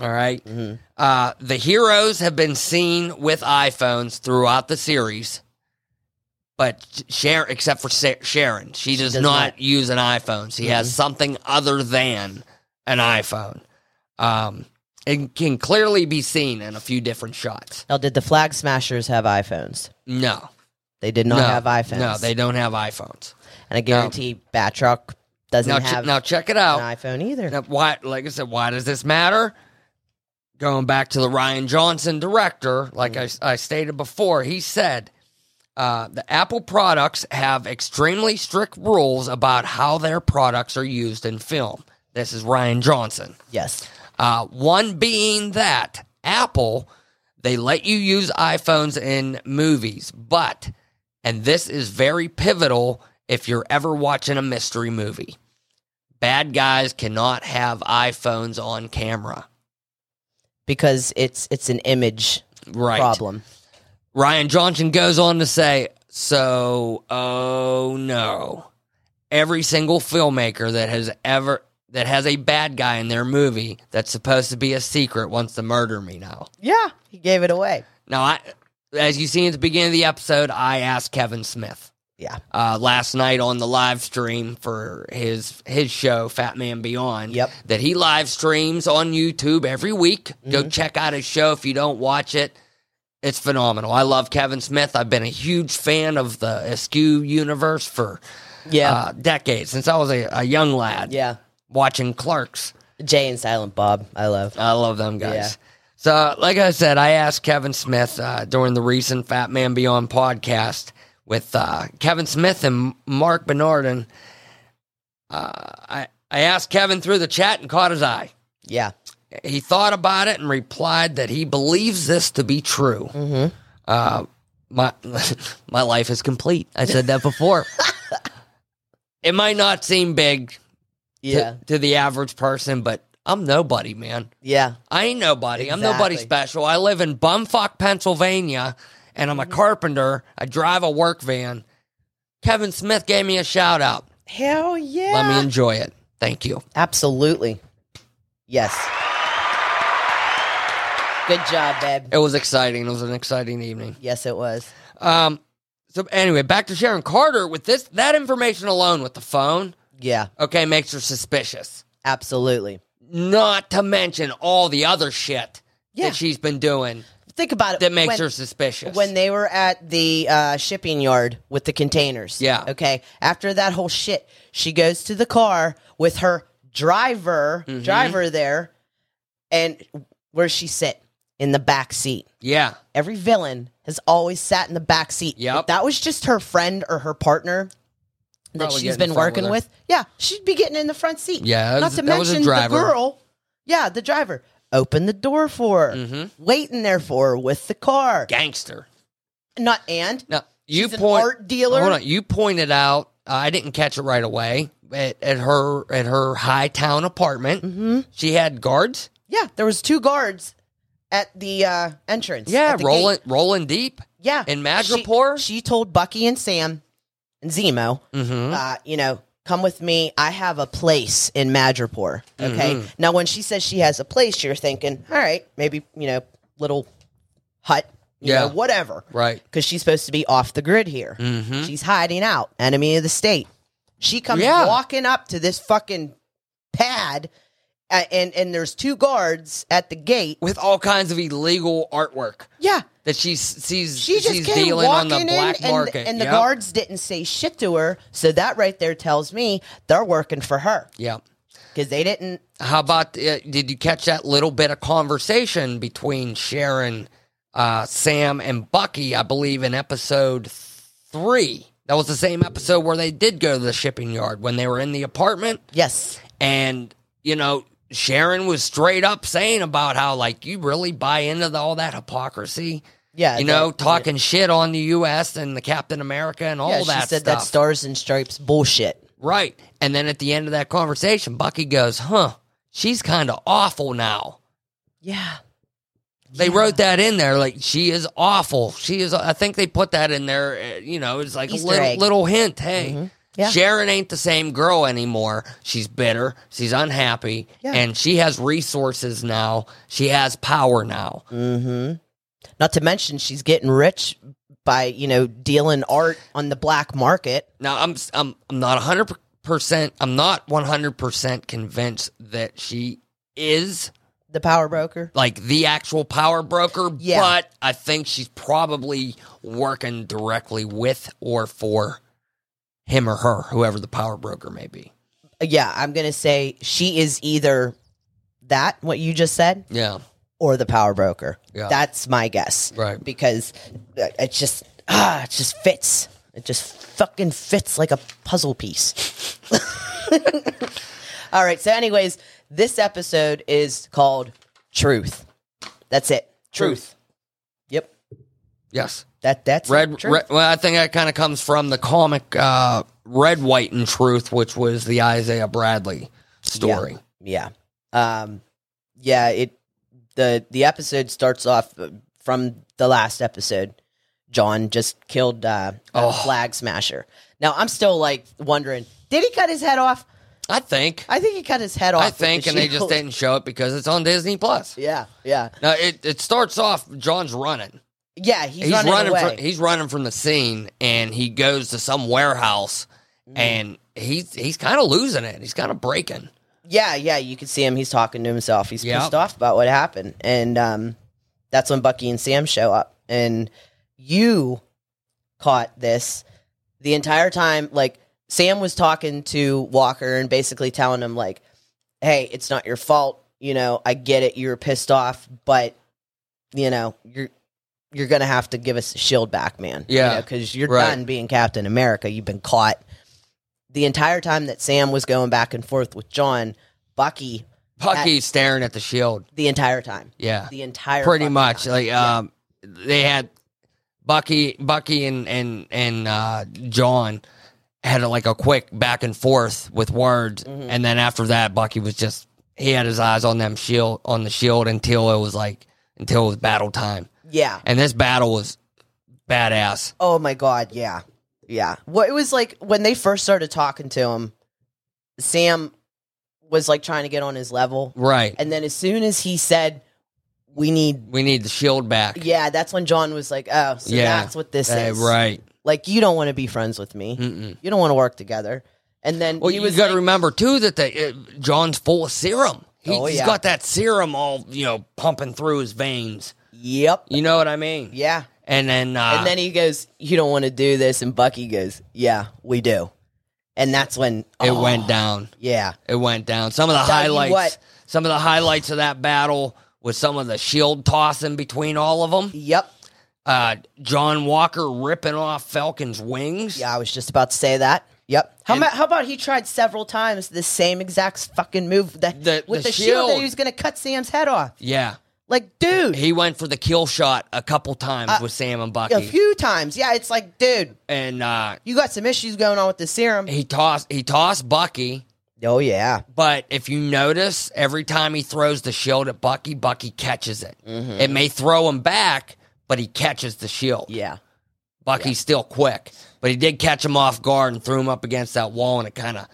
Speaker 1: All right.
Speaker 4: Mhm.
Speaker 1: Uh, the heroes have been seen with iPhones throughout the series, but Sharon, except for Sa- Sharon, she does,
Speaker 4: does
Speaker 1: not,
Speaker 4: not.
Speaker 1: use an iPhone. She has something other than an iPhone. Um, it can clearly be seen in a few different shots.
Speaker 4: Now, did the flag smashers have iPhones?
Speaker 1: No,
Speaker 4: They did not
Speaker 1: no,
Speaker 4: have iPhones.
Speaker 1: No, they don't have iPhones.
Speaker 4: and I guarantee Batroc doesn't
Speaker 1: Now,
Speaker 4: have
Speaker 1: ch- now check it out.
Speaker 4: an iPhone either.
Speaker 1: Now, why, like I said, why does this matter? Going back to the Ryan Johnson director, like I s I I, stated before, he said uh, the Apple products have extremely strict rules about how their products are used in film. This is Ryan Johnson.
Speaker 4: Yes,
Speaker 1: Uh, one being that Apple, they let you use iPhones in movies, but, and this is very pivotal if you're ever watching a mystery movie, bad guys cannot have iPhones on camera.
Speaker 4: because it's it's an image
Speaker 1: Right.
Speaker 4: problem.
Speaker 1: Ryan Johnson goes on to say, so, oh no. Every single filmmaker that has ever, that has a bad guy in their movie that's supposed to be a secret wants to murder me now.
Speaker 4: Yeah, he gave it away.
Speaker 1: Now, I, as you see at the beginning of the episode, I asked Kevin Smith
Speaker 4: Yeah.
Speaker 1: uh, last night on the live stream for his his show Fat Man Beyond.
Speaker 4: Yep.
Speaker 1: that he live streams on YouTube every week.
Speaker 4: Mm-hmm.
Speaker 1: Go check out his show if you don't watch it. It's phenomenal. I love Kevin Smith. I've been a huge fan of the Askew universe for
Speaker 4: Yeah.
Speaker 1: uh, decades since I was a, a young lad.
Speaker 4: yeah.
Speaker 1: watching Clerks.
Speaker 4: Jay and Silent Bob, I love.
Speaker 1: I love them guys.
Speaker 4: Yeah.
Speaker 1: So, like I said, I asked Kevin Smith uh, during the recent Fat Man Beyond podcast with uh, Kevin Smith and Mark Bernardin. Uh, I I asked Kevin through the chat and caught his eye.
Speaker 4: Yeah.
Speaker 1: He thought about it and replied that he believes this to be true.
Speaker 4: Mhm.
Speaker 1: Uh, my my life is complete. I said that before. it might not seem big to-
Speaker 4: Yeah.
Speaker 1: to the average person, but I'm nobody, man.
Speaker 4: Yeah.
Speaker 1: I ain't nobody. I'm
Speaker 4: Exactly.
Speaker 1: nobody special. I live in bumfuck Pennsylvania, and
Speaker 4: Mm-hmm.
Speaker 1: I'm a carpenter. I drive a work van. Kevin Smith gave me a shout out.
Speaker 4: Hell yeah.
Speaker 1: Let me enjoy it. Thank you.
Speaker 4: Absolutely. Yes. Good job, babe.
Speaker 1: It was exciting. It was an exciting evening.
Speaker 4: Yes, it was.
Speaker 1: Um. So anyway, back to Sharon Carter with this. That information alone with the phone,
Speaker 4: Yeah,
Speaker 1: okay, makes her suspicious.
Speaker 4: absolutely.
Speaker 1: Not to mention all the other shit
Speaker 4: Yeah.
Speaker 1: that she's been doing
Speaker 4: Think about it.
Speaker 1: that makes
Speaker 4: when,
Speaker 1: her suspicious.
Speaker 4: when they were at the uh, shipping yard with the containers.
Speaker 1: Yeah.
Speaker 4: Okay. After that whole shit, she goes to the car with her driver, driver there, and where she sit in the back seat.
Speaker 1: yeah,
Speaker 4: every villain has always sat in the back seat.
Speaker 1: Yep.
Speaker 4: If that was just her friend or her partner that
Speaker 1: Probably
Speaker 4: she's
Speaker 1: get in the
Speaker 4: been
Speaker 1: front
Speaker 4: working
Speaker 1: with
Speaker 4: with, yeah, she'd be getting in the front seat.
Speaker 1: Yeah, that
Speaker 4: not
Speaker 1: was-
Speaker 4: to
Speaker 1: that was a
Speaker 4: mention
Speaker 1: driver.
Speaker 4: the girl. Yeah, the driver. Open the door for her,
Speaker 1: Mhm.
Speaker 4: waiting there for her with the car.
Speaker 1: gangster.
Speaker 4: Not and
Speaker 1: Now you
Speaker 4: She's an
Speaker 1: point
Speaker 4: art dealer.
Speaker 1: Hold on, you pointed out. uh, I didn't catch it right away at, at her at her high town apartment.
Speaker 4: Mhm.
Speaker 1: She had guards.
Speaker 4: Yeah, there was two guards at the uh, entrance.
Speaker 1: Yeah,
Speaker 4: at the
Speaker 1: rolling
Speaker 4: gate.
Speaker 1: rolling deep.
Speaker 4: Yeah,
Speaker 1: in
Speaker 4: She-
Speaker 1: Madripoor?
Speaker 4: She, told Bucky and Sam and Zemo
Speaker 1: Mm-hmm.
Speaker 4: uh, you know, come with me. I have a place in Madripoor. Okay.
Speaker 1: Mm-hmm.
Speaker 4: Now, when she says she has a place, you're thinking, all right, maybe, you know, little hut, you
Speaker 1: Yeah.
Speaker 4: know, whatever.
Speaker 1: Right.
Speaker 4: Because she's supposed to be off the grid here.
Speaker 1: Mm-hmm.
Speaker 4: She's hiding out, enemy of the state. She comes
Speaker 1: Yeah.
Speaker 4: walking up to this fucking pad, uh, and, and there's two guards at the gate.
Speaker 1: With all kinds of illegal artwork
Speaker 4: Yeah.
Speaker 1: that she s- sees
Speaker 4: She just
Speaker 1: she's
Speaker 4: came
Speaker 1: dealing on
Speaker 4: walking
Speaker 1: the black
Speaker 4: in, and,
Speaker 1: market.
Speaker 4: and the
Speaker 1: Yep.
Speaker 4: guards didn't say shit to her. So that right there tells me they're working for her
Speaker 1: Yep.
Speaker 4: because they didn't
Speaker 1: How about uh, did you catch that little bit of conversation between Sharon, uh, Sam, and Bucky? I believe in episode three. That was the same episode where they did go to the shipping yard when they were in the apartment,
Speaker 4: Yes.
Speaker 1: and you know Sharon was straight up saying about how like you really buy into the, all that hypocrisy,
Speaker 4: Yeah.
Speaker 1: you know,
Speaker 4: that-
Speaker 1: talking shit on the U.S. and the Captain America and all
Speaker 4: yeah,
Speaker 1: that
Speaker 4: she said
Speaker 1: stuff.
Speaker 4: that stars and stripes bullshit.
Speaker 1: Right. And then at the end of that conversation, Bucky goes, huh, she's kind of awful now.
Speaker 4: Yeah.
Speaker 1: They
Speaker 4: Yeah.
Speaker 1: wrote that in there, like she is awful. She is. I think they put that in there. uh, You know, it's like
Speaker 4: Easter
Speaker 1: a little,
Speaker 4: egg.
Speaker 1: little hint. Hey,
Speaker 4: Mhm. Yeah.
Speaker 1: Sharon ain't the same girl anymore. She's bitter. She's unhappy,
Speaker 4: Yeah.
Speaker 1: and she has resources now. She has power now.
Speaker 4: hmm Not to mention she's getting rich by you know dealing art on the black market.
Speaker 1: Now, I'm I'm I'm not hundred percent. I'm not one hundred percent convinced that she is
Speaker 4: The power broker.
Speaker 1: like the actual power broker.
Speaker 4: Yeah.
Speaker 1: But I think she's probably working directly with or for him or her, whoever the power broker may be.
Speaker 4: Uh, Yeah, I'm gonna say she is either that what you just said
Speaker 1: Yeah.
Speaker 4: or the power broker.
Speaker 1: Yeah.
Speaker 4: That's my guess
Speaker 1: Right.
Speaker 4: because it just ah it just fits. It just fucking fits like a puzzle piece. All right. So, anyways, this episode is called Truth. That's it. Truth. Yep.
Speaker 1: Yes.
Speaker 4: That that's it.
Speaker 1: Red,
Speaker 4: Truth.
Speaker 1: red. Well, I think that kind of comes from the comic uh, Red, White, and Truth, which was the Isaiah Bradley story.
Speaker 4: Yeah. Um yeah, it the the episode starts off uh, from the last episode. John just killed uh, a
Speaker 1: Oh.
Speaker 4: flag smasher. Now I'm still like wondering, did he cut his head off?
Speaker 1: I think.
Speaker 4: I think he cut his head off.
Speaker 1: I
Speaker 4: with
Speaker 1: think,
Speaker 4: the
Speaker 1: and they just
Speaker 4: shield.
Speaker 1: didn't show it because it's on Disney Plus.
Speaker 4: Yeah, yeah,
Speaker 1: Now it, it starts off. John's running.
Speaker 4: yeah. He's, running, away.
Speaker 1: From, he's running from the scene, and he goes to some warehouse,
Speaker 4: Mm-hmm.
Speaker 1: and he's he's kind of losing it. He's kind of breaking.
Speaker 4: yeah, yeah. You can see him. He's talking to himself. He's
Speaker 1: Yep.
Speaker 4: pissed off about what happened, and um, that's when Bucky and Sam show up. And you caught this the entire time. Like Sam was talking to Walker and basically telling him, like, "Hey, it's not your fault. You know, I get it. You're pissed off, but you know, you're." You're gonna have to give us the shield back, man.
Speaker 1: Yeah.
Speaker 4: because you are
Speaker 1: Right.
Speaker 4: done being Captain America. You've been caught. The entire time that Sam was going back and forth with John, Bucky
Speaker 1: Bucky's staring at the shield.
Speaker 4: the entire time.
Speaker 1: Yeah,
Speaker 4: The entire
Speaker 1: pretty
Speaker 4: fucking
Speaker 1: much.
Speaker 4: time.
Speaker 1: Like
Speaker 4: Yeah.
Speaker 1: um, they had Bucky, Bucky, and and and uh, John had like a quick back and forth with words,
Speaker 4: Mhm.
Speaker 1: and then after that, Bucky was just he had his eyes on them shield on the shield until it was like until it was battle time,
Speaker 4: yeah.
Speaker 1: and this battle was badass.
Speaker 4: Oh my god, yeah. Yeah. Well, it was like when they first started talking to him, Sam was like trying to get on his level.
Speaker 1: Right.
Speaker 4: And then as soon as he said, We need
Speaker 1: We need the shield back.
Speaker 4: yeah, that's when John was like, Oh, so
Speaker 1: Yeah.
Speaker 4: that's what this
Speaker 1: Eh,
Speaker 4: is.
Speaker 1: right.
Speaker 4: Like you don't want to be friends with me.
Speaker 1: Mm-mm.
Speaker 4: You don't want to work together. And then
Speaker 1: Well,
Speaker 4: he
Speaker 1: you
Speaker 4: was
Speaker 1: got to
Speaker 4: like-
Speaker 1: remember too that they, uh, John's full of serum. He,
Speaker 4: Oh,
Speaker 1: He's
Speaker 4: yeah.
Speaker 1: got that serum all you know pumping through his veins.
Speaker 4: Yep.
Speaker 1: You know what I mean?
Speaker 4: Yeah.
Speaker 1: And then, uh,
Speaker 4: and then he goes, "You don't want to do this," and Bucky goes, "Yeah, we do," and that's when
Speaker 1: it
Speaker 4: oh,
Speaker 1: went down.
Speaker 4: Yeah,
Speaker 1: It went down. Some of the
Speaker 4: Tell you
Speaker 1: highlights.
Speaker 4: what.
Speaker 1: Some of the highlights of that battle was some of the shield tossing between all of them.
Speaker 4: yep.
Speaker 1: Uh, John Walker ripping off Falcon's wings.
Speaker 4: Yeah, I was just about to say that. Yep. How
Speaker 1: And-
Speaker 4: about how about he tried several times the same exact fucking move that
Speaker 1: The-
Speaker 4: with
Speaker 1: the
Speaker 4: the, shield. that
Speaker 1: shield.
Speaker 4: he was going to cut Sam's head off?
Speaker 1: Yeah.
Speaker 4: Like, dude,
Speaker 1: He went for the kill shot a couple times
Speaker 4: Uh,
Speaker 1: with Sam and Bucky.
Speaker 4: a few times. Yeah, it's like, dude,
Speaker 1: and uh,
Speaker 4: you got some issues going on with the serum.
Speaker 1: he tossed he tossed Bucky,
Speaker 4: Oh yeah,
Speaker 1: but if you notice, every time he throws the shield at Bucky, Bucky catches it.
Speaker 4: Mm-hmm.
Speaker 1: It may throw him back, but he catches the shield.
Speaker 4: yeah,
Speaker 1: Bucky's still quick, but he did catch him off guard and threw him up against that wall, and it kind of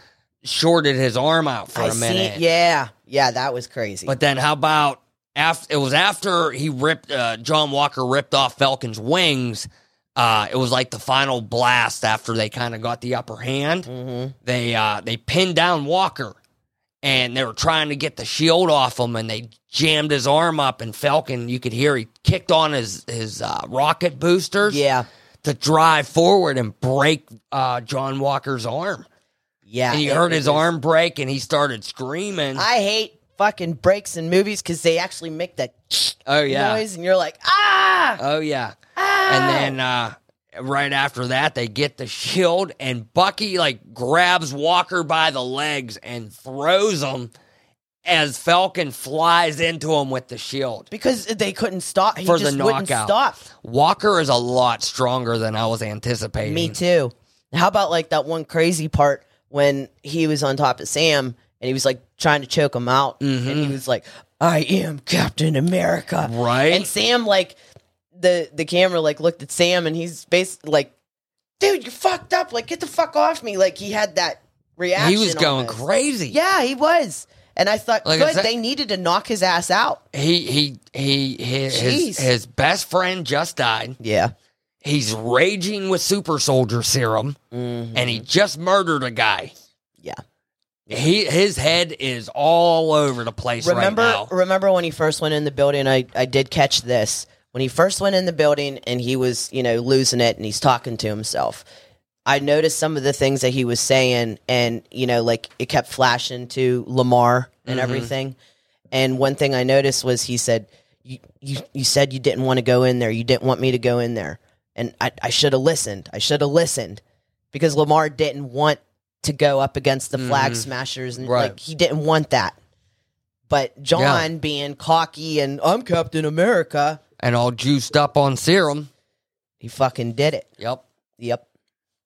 Speaker 1: shorted his arm out for
Speaker 4: I
Speaker 1: a minute.
Speaker 4: see. Yeah, yeah, that was crazy.
Speaker 1: But then how about after it was after he ripped uh, John Walker ripped off Falcon's wings. Uh, it was like the final blast after they kind of got the upper hand.
Speaker 4: Mm-hmm.
Speaker 1: They uh, they pinned down Walker, and they were trying to get the shield off him, and they jammed his arm up. And Falcon, you could hear he kicked on his his uh, rocket boosters
Speaker 4: yeah,
Speaker 1: to drive forward and break uh, John Walker's arm.
Speaker 4: yeah,
Speaker 1: And he
Speaker 4: it
Speaker 1: heard his
Speaker 4: was-
Speaker 1: arm break, and he started screaming.
Speaker 4: I hate fucking breaks in movies because they actually make that
Speaker 1: oh yeah.
Speaker 4: noise, and you're like, ah,
Speaker 1: Oh yeah. And then uh right after that they get the shield and Bucky like grabs Walker by the legs and throws him as Falcon flies into him with the shield.
Speaker 4: because they couldn't stop. He
Speaker 1: For the
Speaker 4: just wouldn't
Speaker 1: knockout.
Speaker 4: stop.
Speaker 1: Walker is a lot stronger than I was anticipating.
Speaker 4: Me too. How about like that one crazy part when he was on top of Sam and he was like trying to choke him out, and
Speaker 1: Mhm.
Speaker 4: he was like, "I am Captain America."
Speaker 1: Right?
Speaker 4: And Sam, like the the camera, like looked at Sam, and he's basically like, "Dude, you're fucked up. Like, get the fuck off me." Like he had that
Speaker 1: he
Speaker 4: reaction.
Speaker 1: was going
Speaker 4: almost.
Speaker 1: crazy.
Speaker 4: Yeah, he was. And I thought,
Speaker 1: Like, is
Speaker 4: good.
Speaker 1: that-
Speaker 4: they needed to knock his ass out.
Speaker 1: He he he his
Speaker 4: Jeez.
Speaker 1: his, his best friend just died.
Speaker 4: Yeah.
Speaker 1: He's raging with super soldier serum, and he just murdered a guy.
Speaker 4: Mm-hmm. Yeah.
Speaker 1: He his head is all over the place
Speaker 4: remember
Speaker 1: right now.
Speaker 4: remember when he first went in the building I, I did catch this when he first went in the building and he was you know losing it and he's talking to himself i noticed some of the things that he was saying and you know like it kept flashing to lamar and
Speaker 1: Mhm.
Speaker 4: everything and one thing i noticed was he said you, you, you said you didn't want to go in there you didn't want me to go in there and i, I should have listened i should have listened because lamar didn't want to go up against the flag
Speaker 1: Mhm.
Speaker 4: smashers and
Speaker 1: Right.
Speaker 4: like he didn't want that but John being cocky and I'm Captain America,
Speaker 1: And all juiced up on serum.
Speaker 4: he fucking did it.
Speaker 1: Yep.
Speaker 4: Yep.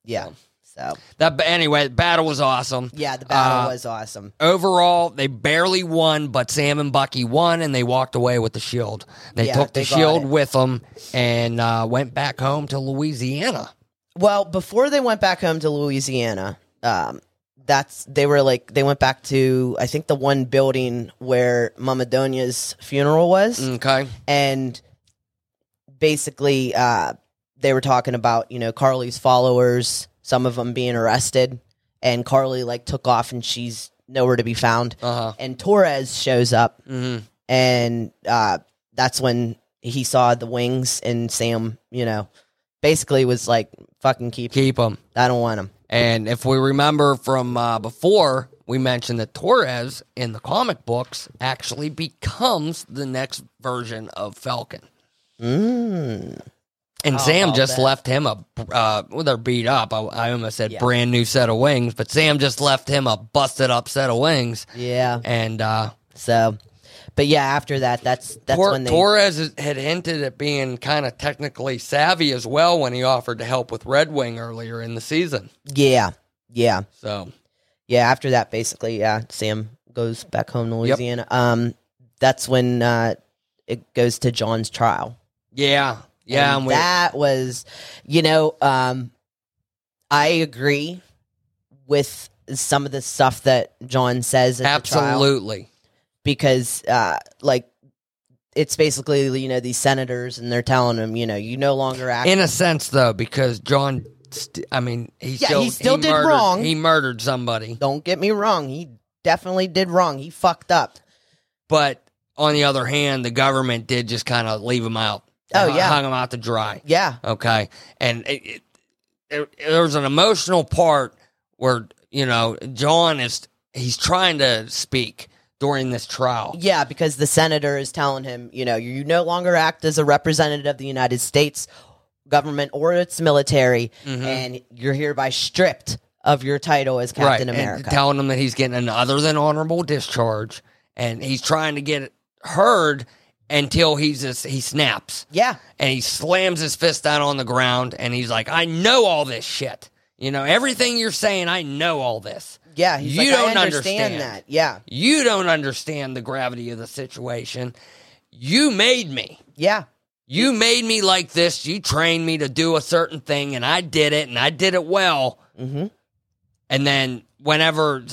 Speaker 4: Yeah. So
Speaker 1: That but anyway, the battle was awesome.
Speaker 4: yeah, the battle
Speaker 1: Uh,
Speaker 4: was awesome.
Speaker 1: Overall, they barely won, but Sam and Bucky won, and they walked away with the shield. They
Speaker 4: Yeah,
Speaker 1: took the
Speaker 4: they got
Speaker 1: shield
Speaker 4: it.
Speaker 1: with them and uh, went back home to Louisiana.
Speaker 4: Well, before they went back home to Louisiana, um, that's they were like they went back to I think the one building where Mama Donia's funeral was,
Speaker 1: Okay.
Speaker 4: and basically uh, they were talking about you know Carly's followers, some of them being arrested, and Carly like took off and she's nowhere to be found.
Speaker 1: Uh huh.
Speaker 4: and Torres shows up,
Speaker 1: hmm
Speaker 4: and uh, that's when he saw the wings, and Sam, you know, basically was like, "Fucking keep,
Speaker 1: Keep them.
Speaker 4: I don't want him."
Speaker 1: And if we remember from uh, before, we mentioned that Torres in the comic books actually becomes the next version of Falcon.
Speaker 4: Mm.
Speaker 1: And
Speaker 4: Oh,
Speaker 1: Sam
Speaker 4: I'll
Speaker 1: just
Speaker 4: bet.
Speaker 1: left him a, uh, well, they're beat up. I, I almost said
Speaker 4: Yeah.
Speaker 1: brand new set of wings, but Sam just left him a busted up set of wings.
Speaker 4: Yeah.
Speaker 1: And uh,
Speaker 4: So, but yeah, after that, that's that's
Speaker 1: Tor-
Speaker 4: when they.
Speaker 1: Torres is- had hinted at being kind of technically savvy as well when he offered to help with Red Wing earlier in the season.
Speaker 4: yeah, yeah,
Speaker 1: So,
Speaker 4: yeah. After that, basically, yeah, Sam goes back home to Louisiana. Um, that's when uh, it goes to John's trial.
Speaker 1: yeah. Yeah.
Speaker 4: And
Speaker 1: And we,
Speaker 4: that was, you know, um, I agree with some of the stuff that John says. At the trial
Speaker 1: absolutely.
Speaker 4: because, uh, like, it's basically you know these senators and they're telling him, you know, you no longer act.
Speaker 1: In a sense, though, because John, st- I mean, he
Speaker 4: Yeah,
Speaker 1: still,
Speaker 4: he still did
Speaker 1: murdered-
Speaker 4: wrong.
Speaker 1: He murdered somebody,
Speaker 4: Don't get me wrong, he definitely did wrong. He fucked up.
Speaker 1: but on the other hand, the government did just kind of leave him out.
Speaker 4: Oh,
Speaker 1: Hung-
Speaker 4: yeah.
Speaker 1: hung him out to dry.
Speaker 4: Yeah,
Speaker 1: Okay, and it, it, there, there's an emotional part where you know John is he's trying to speak during this trial.
Speaker 4: yeah, because the senator is telling him, you know, you no longer act as a representative of the United States government or its military.
Speaker 1: Mhm.
Speaker 4: and you're hereby stripped of your title as Captain
Speaker 1: and
Speaker 4: America.
Speaker 1: telling him that he's getting an other than honorable discharge, and he's trying to get it heard until he's just, he snaps.
Speaker 4: yeah,
Speaker 1: and he slams his fist down on the ground and he's like, I know all this shit. You know, everything you're saying, I know all this.
Speaker 4: yeah. He's
Speaker 1: You
Speaker 4: like,
Speaker 1: don't
Speaker 4: I understand,
Speaker 1: understand.
Speaker 4: that. Yeah,
Speaker 1: You don't understand the gravity of the situation. You made me.
Speaker 4: yeah,
Speaker 1: You made me like this. You trained me to do a certain thing and I did it and I did it well.
Speaker 4: hmm
Speaker 1: And then whenever,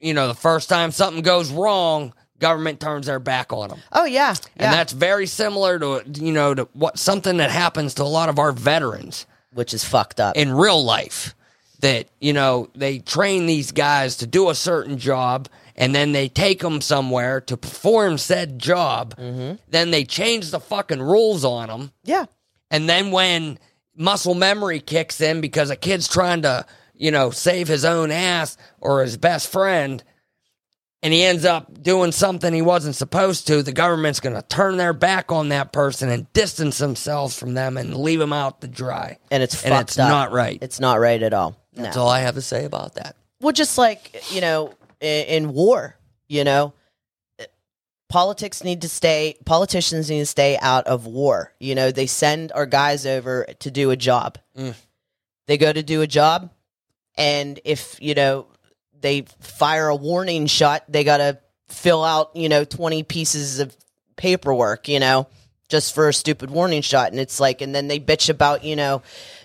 Speaker 1: you know, the first time something goes wrong, government turns their back on them.
Speaker 4: Oh yeah, yeah.
Speaker 1: And that's very similar to, you know, to what something that happens to a lot of our veterans.
Speaker 4: Which is fucked up.
Speaker 1: in real life that you know they train these guys to do a certain job and then they take them somewhere to perform said job
Speaker 4: Mm-hmm.
Speaker 1: then they change the fucking rules on them
Speaker 4: yeah,
Speaker 1: and then when muscle memory kicks in because a kid's trying to you know save his own ass or his best friend and he ends up doing something he wasn't supposed to the government's going to turn their back on that person and distance themselves from them and leave them out to dry
Speaker 4: and it's
Speaker 1: and
Speaker 4: fucked
Speaker 1: it's
Speaker 4: up.
Speaker 1: not right
Speaker 4: It's not right at all. No.
Speaker 1: that's all I have to say about that.
Speaker 4: Well, just like you know, in, in war, you know, politics need to stay. Politicians need to stay out of war. You know, they send our guys over to do a job.
Speaker 1: Mm.
Speaker 4: They go to do a job, and if you know they fire a warning shot, they got to fill out, you know, 20 pieces of paperwork, you know, just for a stupid warning shot. And it's like, and then they bitch about, you know,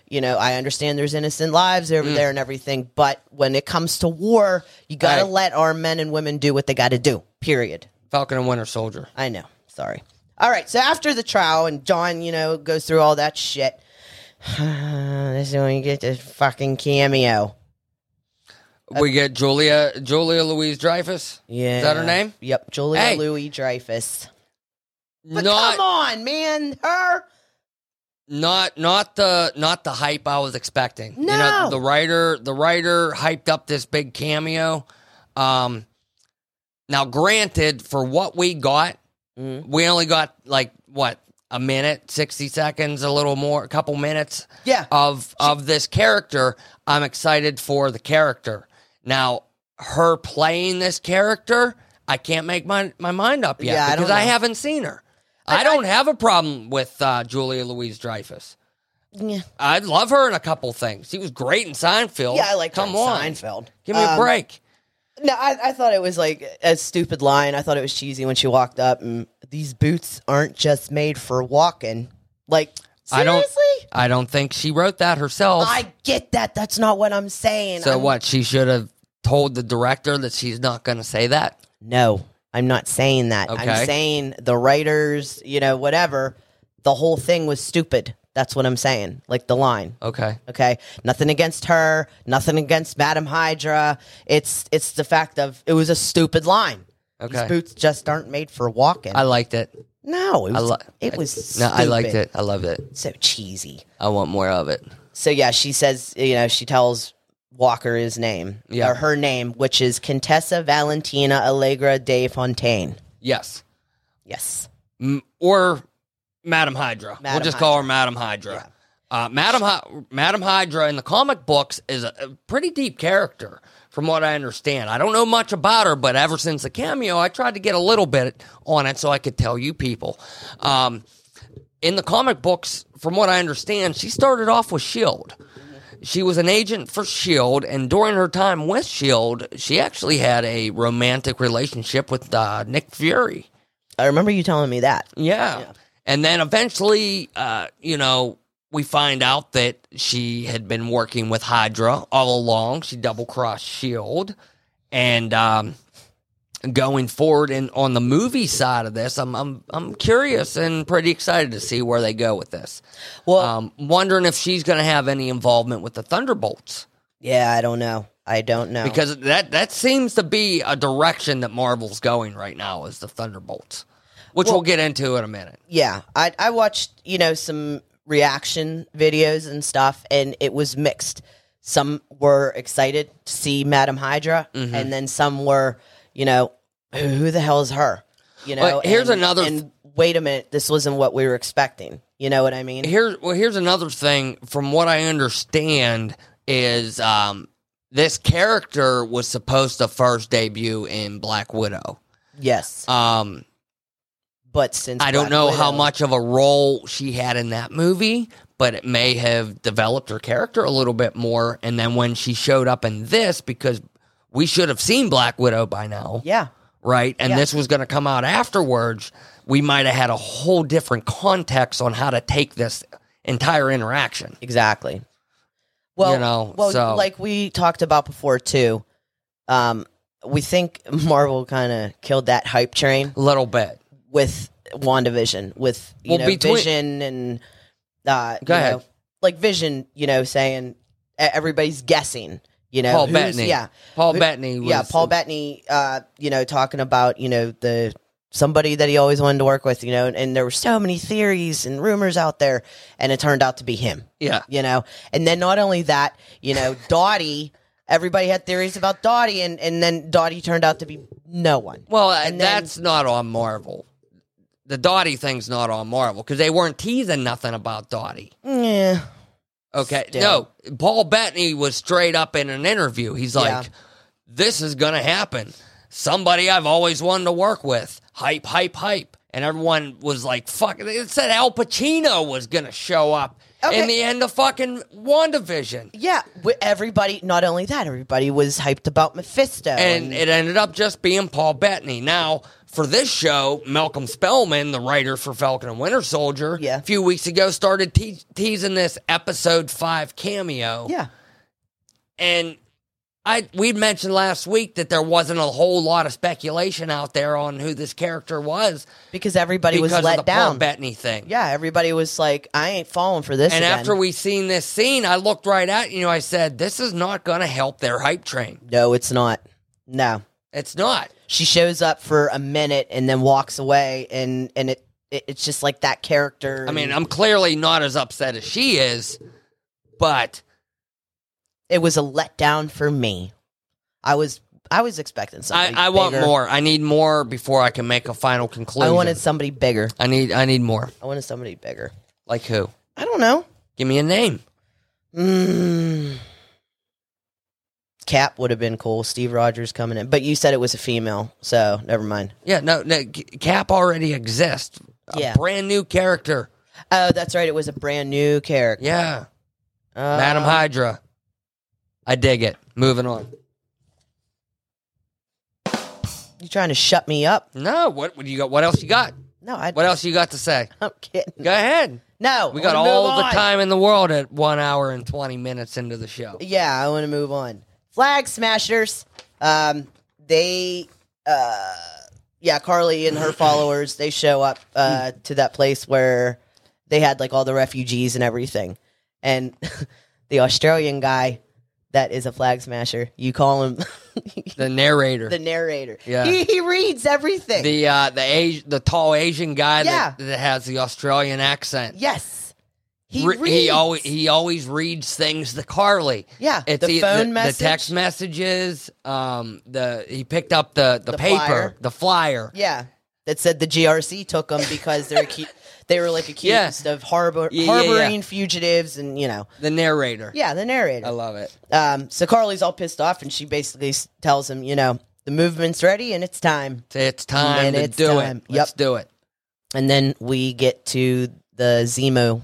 Speaker 4: you know, I understand there's innocent lives over
Speaker 1: Mm.
Speaker 4: there and everything, but when it comes to war, you got to
Speaker 1: Right.
Speaker 4: let our men and women do what they got to do, period.
Speaker 1: Falcon and Winter Soldier.
Speaker 4: I know. Sorry. All right. So after the trial, and John, you know, goes through all that shit. this is when you get the fucking cameo.
Speaker 1: we get Julia Julia Louise Dreyfus.
Speaker 4: Yeah.
Speaker 1: that her name?
Speaker 4: Yep. Julia
Speaker 1: Hey.
Speaker 4: Louis Dreyfus. But come
Speaker 1: Not
Speaker 4: on, man. Her.
Speaker 1: not not the not the hype I was expecting. You know,
Speaker 4: No.
Speaker 1: the writer the writer hyped up this big cameo. Um now granted for what we got,
Speaker 4: Mhm.
Speaker 1: we only got like what, a minute, 60 seconds, a little more, a couple minutes.
Speaker 4: Yeah.
Speaker 1: of of this character. I'm excited for the character. Now, her playing this character, I can't make my my mind up yet
Speaker 4: Yeah, I don't
Speaker 1: because I,
Speaker 4: know.
Speaker 1: haven't seen her.
Speaker 4: I-
Speaker 1: I, don't have a problem with uh, Julia Louise Dreyfus.
Speaker 4: Yeah.
Speaker 1: I love her in a couple things. She was great in Seinfeld.
Speaker 4: Oh, Yeah, I like
Speaker 1: Come
Speaker 4: her in
Speaker 1: on,
Speaker 4: Seinfeld.
Speaker 1: give me
Speaker 4: Um,
Speaker 1: a break.
Speaker 4: No, I, I thought it was like a stupid line. I thought it was cheesy when she walked up and these boots aren't just made for walking. Like,
Speaker 1: I don't-
Speaker 4: seriously?
Speaker 1: I don't think she wrote that herself.
Speaker 4: I get that. That's not what I'm saying.
Speaker 1: so
Speaker 4: I'm-
Speaker 1: what? She should have told the director that she's not going to say that.
Speaker 4: No, I'm not saying that.
Speaker 1: Okay.
Speaker 4: I'm saying the writers, you know, whatever, the whole thing was stupid. That's what I'm saying. Like the line.
Speaker 1: Okay.
Speaker 4: Okay. Nothing against her, nothing against Madam Hydra. It's it's the fact of it was a stupid line. These
Speaker 1: Okay.
Speaker 4: boots just aren't made for walking.
Speaker 1: I liked it.
Speaker 4: no, it
Speaker 1: I
Speaker 4: was
Speaker 1: li-
Speaker 4: it was
Speaker 1: No, I liked
Speaker 4: stupid.
Speaker 1: it. I loved it.
Speaker 4: So cheesy.
Speaker 1: I want more of it.
Speaker 4: So yeah, she says, you know, she tells Walker his name
Speaker 1: Yeah.
Speaker 4: or her name, which is Contessa Valentina Allegra de Fontaine.
Speaker 1: Yes.
Speaker 4: Yes.
Speaker 1: M- or Madam Hydra. we'll
Speaker 4: Madam
Speaker 1: just call her Madam Hydra. Uh, Madam, Hy- Madam Hydra in the comic books is a, a pretty deep character, from what I understand. I don't know much about her, but ever since the cameo, I tried to get a little bit on it so I could tell you people. Um, in the comic books, from what I understand, she started off with Shield. E She was an agent for Shield, E and during her time with Shield, E she actually had a romantic relationship with uh, Nick Fury.
Speaker 4: I remember you telling me that.
Speaker 1: Yeah. And then eventually, uh, you know, we find out that she had been working with Hydra all along. She double crossed S.H.I.E.L.D. E And um, going forward and on the movie side of this, I'm, I'm, I'm curious and pretty excited to see where they go with this.
Speaker 4: Well,
Speaker 1: Um, wondering if she's going to have any involvement with the Thunderbolts
Speaker 4: yeah, I don't know. I don't know.
Speaker 1: because that, that seems to be a direction that Marvel's going right now is the Thunderbolts, which
Speaker 4: Well-
Speaker 1: we'll get into in a minute.
Speaker 4: yeah, I I watched, you know, some reaction videos and stuff and it was mixed. Some were excited to see Madam Hydra
Speaker 1: Mhm.
Speaker 4: and then some were, you know, who, who the hell is her? You know,
Speaker 1: Well, here's
Speaker 4: and-
Speaker 1: another-
Speaker 4: and wait a minute, this wasn't what we were expecting. You know what I mean?
Speaker 1: Here, well, here's another thing. From what I understand, is um, this character was supposed to first debut in Black Widow.
Speaker 4: yes.
Speaker 1: Um,
Speaker 4: but since
Speaker 1: I don't
Speaker 4: Black
Speaker 1: know how
Speaker 4: Widow-
Speaker 1: much of a role she had in that movie, but it may have developed her character a little bit more. And then when she showed up in this, because we should have seen Black Widow by now,
Speaker 4: Yeah.
Speaker 1: right? And
Speaker 4: Yeah.
Speaker 1: this was going to come out afterwards. We might have had a whole different context on how to take this entire interaction.
Speaker 4: Exactly. Well,
Speaker 1: You know,
Speaker 4: well,
Speaker 1: so-
Speaker 4: like we talked about before too. Um, we think Marvel kind of killed that hype train
Speaker 1: A little bit.
Speaker 4: with WandaVision, with you
Speaker 1: Well,
Speaker 4: know
Speaker 1: between-
Speaker 4: Vision and uh,
Speaker 1: Go
Speaker 4: you
Speaker 1: ahead.
Speaker 4: know, like Vision, you know, saying e- everybody's guessing. You know,
Speaker 1: Paul
Speaker 4: who's-
Speaker 1: Bettany.
Speaker 4: Yeah,
Speaker 1: Paul
Speaker 4: Who-
Speaker 1: Bettany. Was,
Speaker 4: yeah. Paul Bettany, uh, you know, talking about you know the somebody that he always wanted to work with. You know, and, and there were so many theories and rumors out there, and it turned out to be him
Speaker 1: Yeah,
Speaker 4: you know. And then not only that, you know, Dottie, everybody had theories about Dottie, and, and then Dottie turned out to be no one.
Speaker 1: well, uh,
Speaker 4: And then-
Speaker 1: that's not on Marvel. The Dottie thing's not on Marvel because they weren't teasing nothing about Dottie.
Speaker 4: Yeah.
Speaker 1: Okay,
Speaker 4: Still.
Speaker 1: no, Paul Bettany was straight up in an interview. He's like,
Speaker 4: Yeah.
Speaker 1: "This is gonna happen. Somebody I've always wanted to work with. Hype, hype, hype." And everyone was like, "Fuck!" It said Al Pacino was gonna show up in the end of fucking WandaVision.
Speaker 4: yeah, wi- everybody. Not only that, everybody was hyped about Mephisto,
Speaker 1: And it ended up just being Paul Bettany. Now, for this show, Malcolm Spellman, the writer for Falcon and Winter Soldier,
Speaker 4: Yeah.
Speaker 1: a few weeks ago started te- teasing this episode five cameo.
Speaker 4: yeah,
Speaker 1: And I we mentioned last week that there wasn't a whole lot of speculation out there on who this character was
Speaker 4: because everybody
Speaker 1: because
Speaker 4: was
Speaker 1: of the
Speaker 4: let
Speaker 1: Paul
Speaker 4: down.
Speaker 1: Bettany thing.
Speaker 4: Yeah, everybody was like, "I ain't falling for this."
Speaker 1: And
Speaker 4: again.
Speaker 1: after we seen this scene, I looked right at you. I said, "This is not going to help their hype train.
Speaker 4: no, it's not. No,
Speaker 1: It's not."
Speaker 4: she shows up for a minute and then walks away, and and it, it it's just like that character.
Speaker 1: I mean, I'm clearly not as upset as she is, but
Speaker 4: it was a letdown for me. I was I was expecting
Speaker 1: I,
Speaker 4: something.
Speaker 1: I want
Speaker 4: bigger.
Speaker 1: more. I need more before I can make a final conclusion.
Speaker 4: I wanted somebody bigger.
Speaker 1: I need. I need more.
Speaker 4: I wanted somebody bigger.
Speaker 1: Like who?
Speaker 4: I don't know.
Speaker 1: Give me a name.
Speaker 4: Mm. Cap would have been cool. Steve Rogers coming in, but you said it was a female, so never mind.
Speaker 1: Yeah, no, no G- Cap already exists. A
Speaker 4: Yeah.
Speaker 1: brand new character.
Speaker 4: Oh, that's right. It was a brand new character.
Speaker 1: Yeah,
Speaker 4: Uh,
Speaker 1: Madam Hydra. I dig it. Moving on.
Speaker 4: You trying to shut me up?
Speaker 1: No, what, what do you got? What else you got?
Speaker 4: No, I.
Speaker 1: What else you got to say?
Speaker 4: I'm kidding.
Speaker 1: Go ahead.
Speaker 4: No,
Speaker 1: We
Speaker 4: I
Speaker 1: got
Speaker 4: wanna move
Speaker 1: all the
Speaker 4: on.
Speaker 1: time in the world at one hour and 20 minutes into the show.
Speaker 4: Yeah, I want to move on. Flag Smashers. Um, they, uh, yeah, Carly and her followers. They show up uh, to that place where they had like all the refugees and everything, and the Australian guy that is a flag smasher. You call him
Speaker 1: The narrator.
Speaker 4: the narrator.
Speaker 1: Yeah.
Speaker 4: he, he reads everything.
Speaker 1: the uh, the Asi- the tall Asian guy that,
Speaker 4: Yeah.
Speaker 1: that has the Australian accent.
Speaker 4: yes, he
Speaker 1: Re-
Speaker 4: reads.
Speaker 1: he always he always reads things to Carly.
Speaker 4: yeah,
Speaker 1: It's
Speaker 4: the
Speaker 1: e-
Speaker 4: phone
Speaker 1: the,
Speaker 4: message.
Speaker 1: the text messages. Um, the he picked up the the,
Speaker 4: The
Speaker 1: paper,
Speaker 4: flyer.
Speaker 1: the flyer.
Speaker 4: Yeah, that said the GRC took them because they're acu- they were like accused of harbor
Speaker 1: Yeah, yeah,
Speaker 4: harboring fugitives and you know
Speaker 1: The narrator.
Speaker 4: yeah the
Speaker 1: I
Speaker 4: narrator.
Speaker 1: love it.
Speaker 4: Um, so Carly's all pissed off and she basically s- tells him you know the movement's ready and it's time.
Speaker 1: It's time
Speaker 4: And
Speaker 1: to
Speaker 4: it's
Speaker 1: do
Speaker 4: time.
Speaker 1: it. Let's
Speaker 4: Yep.
Speaker 1: do it.
Speaker 4: And then we get to the Zemo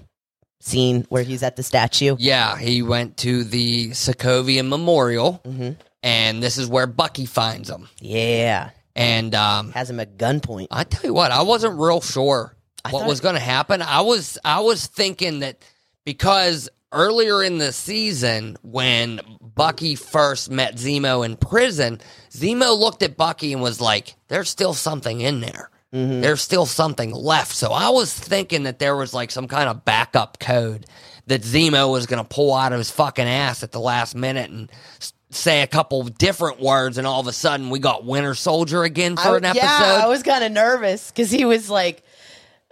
Speaker 4: scene where he's at the statue.
Speaker 1: Yeah, he went to the Sokovian Memorial,
Speaker 4: hmm
Speaker 1: and this is where Bucky finds him.
Speaker 4: Yeah,
Speaker 1: And um,
Speaker 4: has him at gunpoint.
Speaker 1: I tell you what, I wasn't real sure
Speaker 4: I
Speaker 1: what
Speaker 4: thought-
Speaker 1: was going to happen. I was I was thinking that because earlier in the season when Bucky first met Zemo in prison, Zemo looked at Bucky and was like, "There's still something in there.
Speaker 4: Mhm.
Speaker 1: There's still something left." So I was thinking that there was like some kind of backup code that Zemo was going to pull out of his fucking ass at the last minute and. s- Say a couple different words, and all of a sudden we got Winter Soldier again for
Speaker 4: I-
Speaker 1: an episode.
Speaker 4: Yeah, I was kind of nervous because he was like,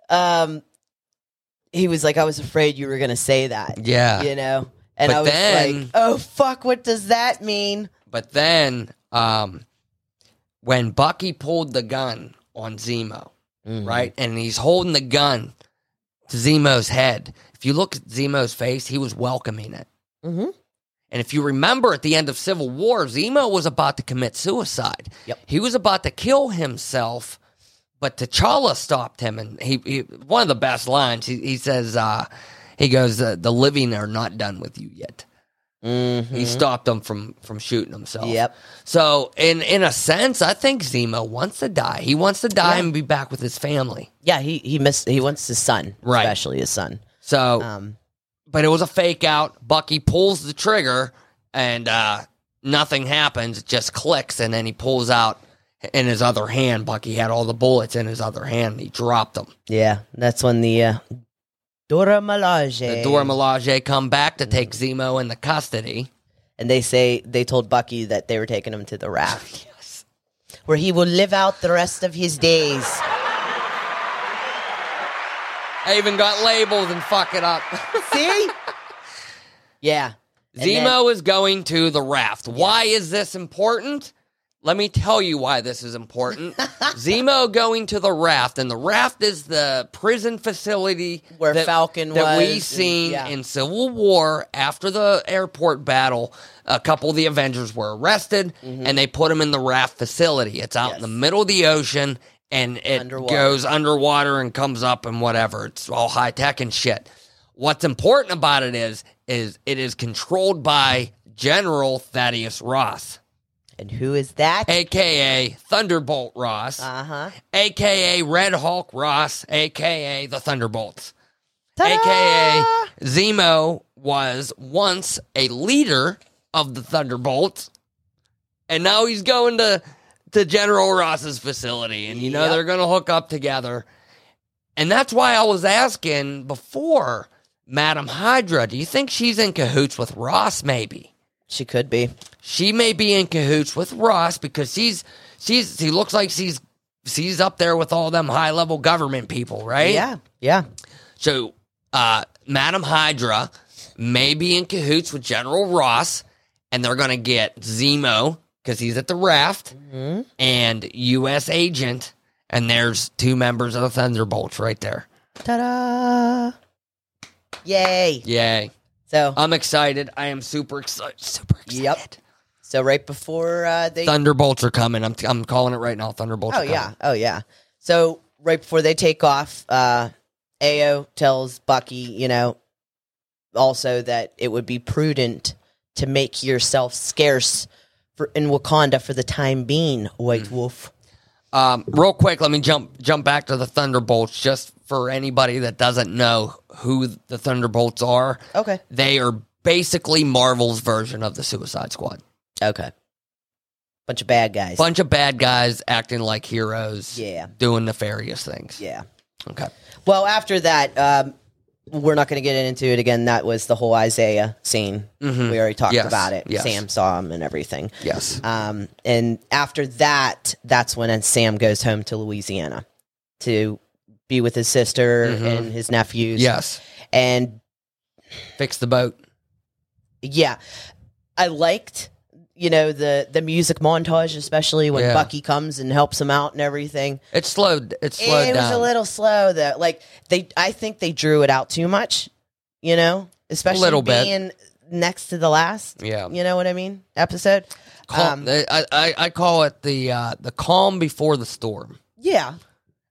Speaker 4: um, he was like, I was afraid you were gonna say that,
Speaker 1: Yeah.
Speaker 4: you know. And
Speaker 1: But
Speaker 4: I was
Speaker 1: then-
Speaker 4: like, oh fuck, what does that mean?
Speaker 1: But then um when Bucky pulled the gun on Zemo,
Speaker 4: Mm-hmm.
Speaker 1: right? And he's holding the gun to Zemo's head. If you look at Zemo's face, he was welcoming it.
Speaker 4: Mhm.
Speaker 1: And if you remember at the end of Civil War, Zemo was about to commit suicide.
Speaker 4: Yep.
Speaker 1: He was about to kill himself, but T'Challa stopped him. And he, he one of the best lines, he, he says, uh, he goes, uh, the living are not done with you yet.
Speaker 4: Mm-hmm.
Speaker 1: He stopped them from from shooting himself.
Speaker 4: Yep.
Speaker 1: So in in a sense, I think Zemo wants to die. He wants to die
Speaker 4: Yeah.
Speaker 1: and be back with his family.
Speaker 4: Yeah, he he missed. He wants his son,
Speaker 1: Right. Oh.
Speaker 4: especially his son.
Speaker 1: So,
Speaker 4: Um,
Speaker 1: but it was a fake out. Bucky pulls the trigger, and uh, nothing happens. It just clicks, and then he pulls out in his other hand. Bucky had all the bullets in his other hand. and He dropped them.
Speaker 4: yeah, that's when the uh, Dora Milaje,
Speaker 1: The Dora Milaje come back to take Zemo into custody.
Speaker 4: and they say they told Bucky that they were taking him to the raft, where he will live out the rest of his days.
Speaker 1: I even got labeled and fuck it up.
Speaker 4: See? yeah. And then-
Speaker 1: Zemo is going to the raft. Why is this important? Let me tell you why this is important. Zemo going to the raft, and the raft is the prison facility
Speaker 4: Where
Speaker 1: that,
Speaker 4: Falcon
Speaker 1: that
Speaker 4: was
Speaker 1: we
Speaker 4: and-
Speaker 1: seen
Speaker 4: yeah.
Speaker 1: in Civil War after the airport battle. A couple of the Avengers were arrested, and they put them in the raft facility. It's out in the
Speaker 4: Mm-hmm. Yes.
Speaker 1: middle of the ocean, and it
Speaker 4: Underwater.
Speaker 1: goes underwater and comes up and whatever. It's all high tech and shit. What's important about it is is it is controlled by General Thaddeus Ross,
Speaker 4: And who is that?
Speaker 1: aka Thunderbolt Ross,
Speaker 4: Uh huh.
Speaker 1: aka Red Hulk Ross, aka the Thunderbolts.
Speaker 4: ta
Speaker 1: AKA Zemo was once a leader of the Thunderbolts, and now he's going to to General Ross's facility, and you know
Speaker 4: Yep.
Speaker 1: they're going to hook up together. And that's why I was asking before, Madam Hydra, do you think she's in cahoots with Ross? Maybe
Speaker 4: She could be.
Speaker 1: she may be in cahoots with Ross because she's she's she looks like she's she's up there with all them high level government people, right?
Speaker 4: Yeah. Yeah.
Speaker 1: So, uh, Madam Hydra may be in cahoots with General Ross, and they're going to get Zemo because he's at the raft
Speaker 4: hmm
Speaker 1: and U.S. Agent, and there's two members of the Thunderbolts right there.
Speaker 4: Ta da! Yay.
Speaker 1: Yay!
Speaker 4: So,
Speaker 1: I'm excited. I am super excited. Super excited.
Speaker 4: Yep. so right before uh, they.
Speaker 1: Thunderbolts are coming. I'm I'm calling it right now. Thunderbolts.
Speaker 4: Oh,
Speaker 1: are
Speaker 4: yeah.
Speaker 1: coming.
Speaker 4: Oh, yeah. So, right before they take off, uh, Ao tells Bucky, you know, also that it would be prudent to make yourself scarce for, in Wakanda for the time being, White Wolf.
Speaker 1: Um, real quick, let me jump jump back to the Thunderbolts just for anybody that doesn't know who the Thunderbolts are.
Speaker 4: Okay.
Speaker 1: they are basically Marvel's version of the Suicide Squad.
Speaker 4: Okay. Bunch of bad guys.
Speaker 1: Bunch of bad guys acting like heroes,
Speaker 4: Yeah.
Speaker 1: doing nefarious things.
Speaker 4: Yeah.
Speaker 1: Okay.
Speaker 4: Well, after that, um, we're not going to get into it again. That was the whole Isaiah scene.
Speaker 1: Mhm.
Speaker 4: We already talked
Speaker 1: Yes,
Speaker 4: about it.
Speaker 1: yes.
Speaker 4: Sam saw him and everything.
Speaker 1: Yes.
Speaker 4: Um, and after that, that's when Sam goes home to Louisiana to be with his sister
Speaker 1: Mhm.
Speaker 4: and his nephews.
Speaker 1: Yes.
Speaker 4: And
Speaker 1: Fix the boat.
Speaker 4: yeah, I liked you know the the music montage, especially when
Speaker 1: Yeah.
Speaker 4: Bucky comes and helps him out and everything.
Speaker 1: It slowed. It slowed
Speaker 4: it
Speaker 1: down.
Speaker 4: was a little slow though. Like they, I think they drew it out too much. You know, especially
Speaker 1: Little bit.
Speaker 4: being next to the last.
Speaker 1: yeah.
Speaker 4: You know what I mean? Episode.
Speaker 1: Calm.
Speaker 4: um,
Speaker 1: I, I I call it the uh, the calm before the storm.
Speaker 4: Yeah,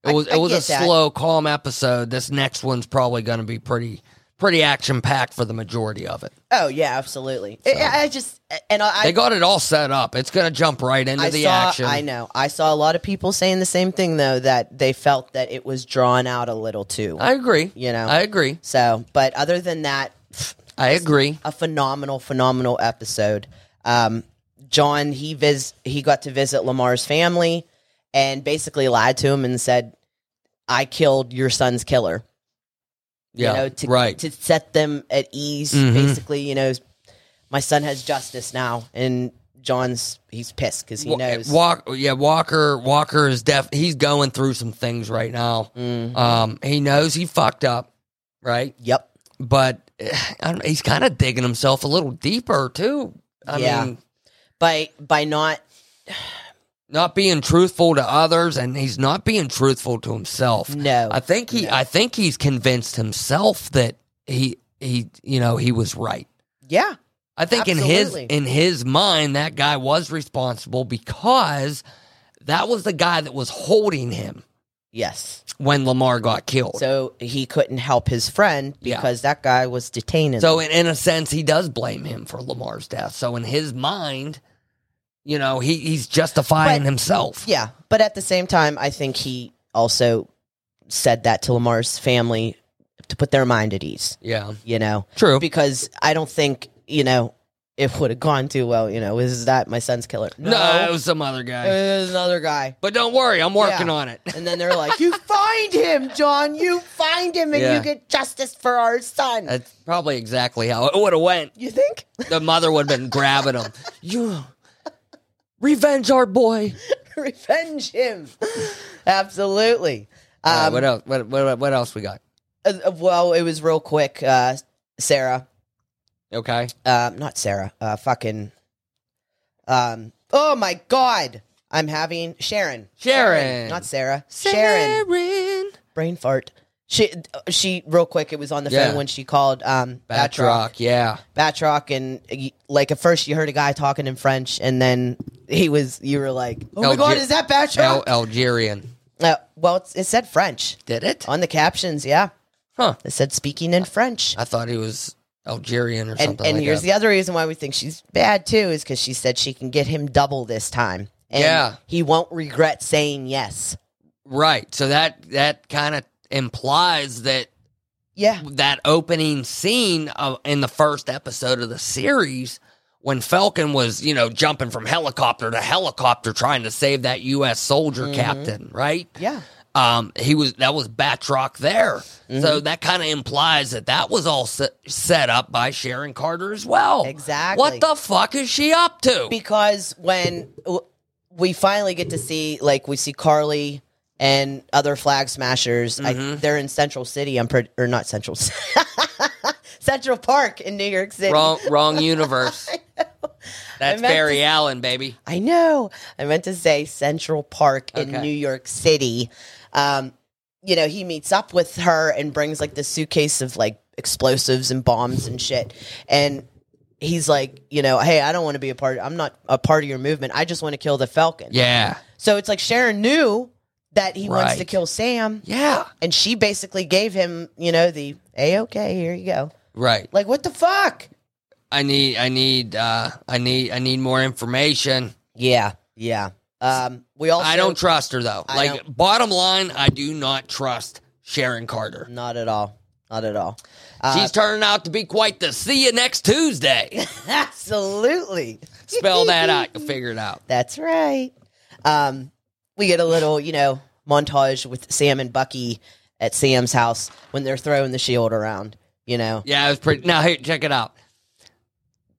Speaker 1: It
Speaker 4: I-
Speaker 1: was
Speaker 4: I
Speaker 1: it was a
Speaker 4: get that.
Speaker 1: slow, calm episode. This next one's probably going to be pretty pretty action packed for the majority of it.
Speaker 4: Oh yeah, absolutely. I- I, I just and I
Speaker 1: they got it all set up. It's going to jump right into
Speaker 4: I
Speaker 1: the
Speaker 4: saw
Speaker 1: action.
Speaker 4: I know I saw a lot of people saying the same thing though that they felt that it was drawn out a little too.
Speaker 1: I agree.
Speaker 4: you know.
Speaker 1: I agree.
Speaker 4: so, but other than that, pff,
Speaker 1: I agree.
Speaker 4: a phenomenal, phenomenal episode. Um, John he vis he got to visit Lamar's family and basically lied to him and said, "I killed your son's killer."
Speaker 1: Yeah.
Speaker 4: you know, to,
Speaker 1: right.
Speaker 4: to set them at ease.
Speaker 1: Mhm.
Speaker 4: Basically, you know, my son has justice now, and John's he's pissed because he
Speaker 1: Wa-
Speaker 4: knows.
Speaker 1: Walk, yeah, Walker. Walker is def. He's going through some things right now.
Speaker 4: Mm.
Speaker 1: Um, he knows he fucked up, right?
Speaker 4: yep.
Speaker 1: But eh, I don't, he's kind of digging himself a little deeper too. I
Speaker 4: Yeah.
Speaker 1: mean,
Speaker 4: By by not
Speaker 1: not being truthful to others, and he's not being truthful to himself.
Speaker 4: no.
Speaker 1: I think he. I think he's convinced himself that he he you know he was right.
Speaker 4: yeah.
Speaker 1: I think
Speaker 4: Absolutely.
Speaker 1: in his in his mind that guy was responsible because that was the guy that was holding him.
Speaker 4: Yes.
Speaker 1: when Lamar got killed. So,
Speaker 4: So he couldn't help his friend
Speaker 1: Yeah.
Speaker 4: because that guy was detaining. him.
Speaker 1: in, in a sense, he does blame him for Lamar's death. So in his mind, you know, he, he's justifying
Speaker 4: But-
Speaker 1: himself.
Speaker 4: yeah, but at the same time, I think he also said that to Lamar's family to put their mind at ease.
Speaker 1: Yeah.
Speaker 4: You know,
Speaker 1: True.
Speaker 4: because I don't think you know it would have gone too well. You know, is that my son's killer?
Speaker 1: no. it was some other guy.
Speaker 4: There's another guy.
Speaker 1: but don't worry, I'm working
Speaker 4: Uh, Yeah.
Speaker 1: on it.
Speaker 4: And then they're like, you find him, John. You find him and
Speaker 1: Yeah. Uh,
Speaker 4: you get justice for our son.
Speaker 1: That's probably exactly how it would have went.
Speaker 4: you think?
Speaker 1: The mother would have been grabbing him. You revenge our boy.
Speaker 4: Revenge him. Absolutely.
Speaker 1: All right,
Speaker 4: Um,
Speaker 1: Uh, what else? What, what, what else we got?
Speaker 4: uh, well, it was real quick. Uh, Sarah,
Speaker 1: Okay.
Speaker 4: uh, not Sarah, uh, fucking. Um, oh my God. I'm having Sharon.
Speaker 1: Sharon.
Speaker 4: Not Sarah. Sharon.
Speaker 1: Sharon.
Speaker 4: brain fart. She she real quick. It was on the
Speaker 1: Yeah.
Speaker 4: phone when she called um Batroc.
Speaker 1: Batroc, yeah.
Speaker 4: Batroc, and y- like at first you heard a guy talking in French, and then he was you were like, "Oh my
Speaker 1: Alge-
Speaker 4: god, is that Batroc?"
Speaker 1: Al- Algerian.
Speaker 4: uh, well, it's, it said French
Speaker 1: Did it?
Speaker 4: on the captions. Yeah,
Speaker 1: Huh.
Speaker 4: They said speaking in French.
Speaker 1: I thought he was Algerian or
Speaker 4: and
Speaker 1: something.
Speaker 4: and
Speaker 1: like
Speaker 4: here's
Speaker 1: that.
Speaker 4: the other reason why we think she's bad too is because she said she can get him double this time. And
Speaker 1: Yeah.
Speaker 4: he won't regret saying yes.
Speaker 1: right. So that that kind of implies that
Speaker 4: Yeah,
Speaker 1: that opening scene of, in the first episode of the series when Falcon was, you know, jumping from helicopter to helicopter trying to save that U.S. soldier
Speaker 4: Mhm.
Speaker 1: captain, right?
Speaker 4: yeah,
Speaker 1: Um, he was that was Batroc there, so that kind of implies that that was all se- set up by Sharon Carter as well.
Speaker 4: exactly.
Speaker 1: What the fuck is she up to?
Speaker 4: Because when w- we finally get to see, like, we see Carly and other flag smashers. I,
Speaker 1: Mhm.
Speaker 4: they're in Central City. I'm pretty, or not Central, C- Central Park in New York City.
Speaker 1: wrong, wrong universe. That's
Speaker 4: meant
Speaker 1: Barry
Speaker 4: to-
Speaker 1: Allen, baby.
Speaker 4: I know. I meant to say Central Park in
Speaker 1: Okay.
Speaker 4: New York City. Um, you know, he meets up with her and brings like this suitcase of like explosives and bombs and shit. And he's like, you know, hey, I don't want to be a part. I'm not a part of your movement. I just want to kill the Falcon.
Speaker 1: Yeah,
Speaker 4: So it's like Sharon knew that he wants to
Speaker 1: Right.
Speaker 4: kill Sam,
Speaker 1: yeah,
Speaker 4: and she basically gave him, you know, the a okay, here you go.
Speaker 1: right.
Speaker 4: Like, what the fuck?
Speaker 1: I need, I need, uh, I need, I need more information.
Speaker 4: Yeah, yeah. Um, we also
Speaker 1: I don't trust her though.
Speaker 4: I
Speaker 1: like, bottom line, I do not trust Sharon Carter.
Speaker 4: Not at all. Not at all. Uh,
Speaker 1: She's turning out to be quite the see you next Tuesday.
Speaker 4: Absolutely.
Speaker 1: Spell that out. You'll figure it out.
Speaker 4: That's right. Um, we get a little, you know, montage with Sam and Bucky at Sam's house when they're throwing the shield around, you know.
Speaker 1: Yeah, it was pretty. Now here, check it out.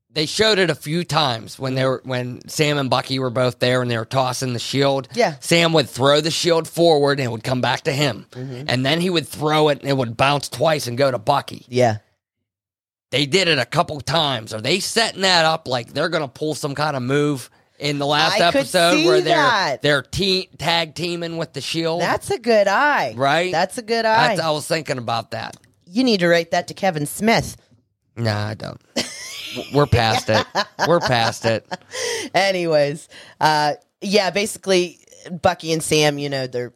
Speaker 1: They showed it a few times when they were when Sam and Bucky were both there and they were tossing the shield.
Speaker 4: Yeah.
Speaker 1: Sam would throw the shield forward and it would come back to him,
Speaker 4: Mm-hmm.
Speaker 1: and then he would throw it and it would bounce twice and go to Bucky.
Speaker 4: Yeah.
Speaker 1: They did it a couple times. Are they setting that up like they're gonna pull some kind of move in the last
Speaker 4: I could
Speaker 1: episode
Speaker 4: see
Speaker 1: where they're
Speaker 4: that.
Speaker 1: they're te- tag teaming with the shield?
Speaker 4: That's a good eye.
Speaker 1: Oh. Right?
Speaker 4: That's a good eye.
Speaker 1: That's- I was thinking about that.
Speaker 4: you need to write that to Kevin Smith.
Speaker 1: Nah, I don't. We're past it. We're past it.
Speaker 4: Anyways, uh, yeah, basically, Bucky and Sam, you know, they're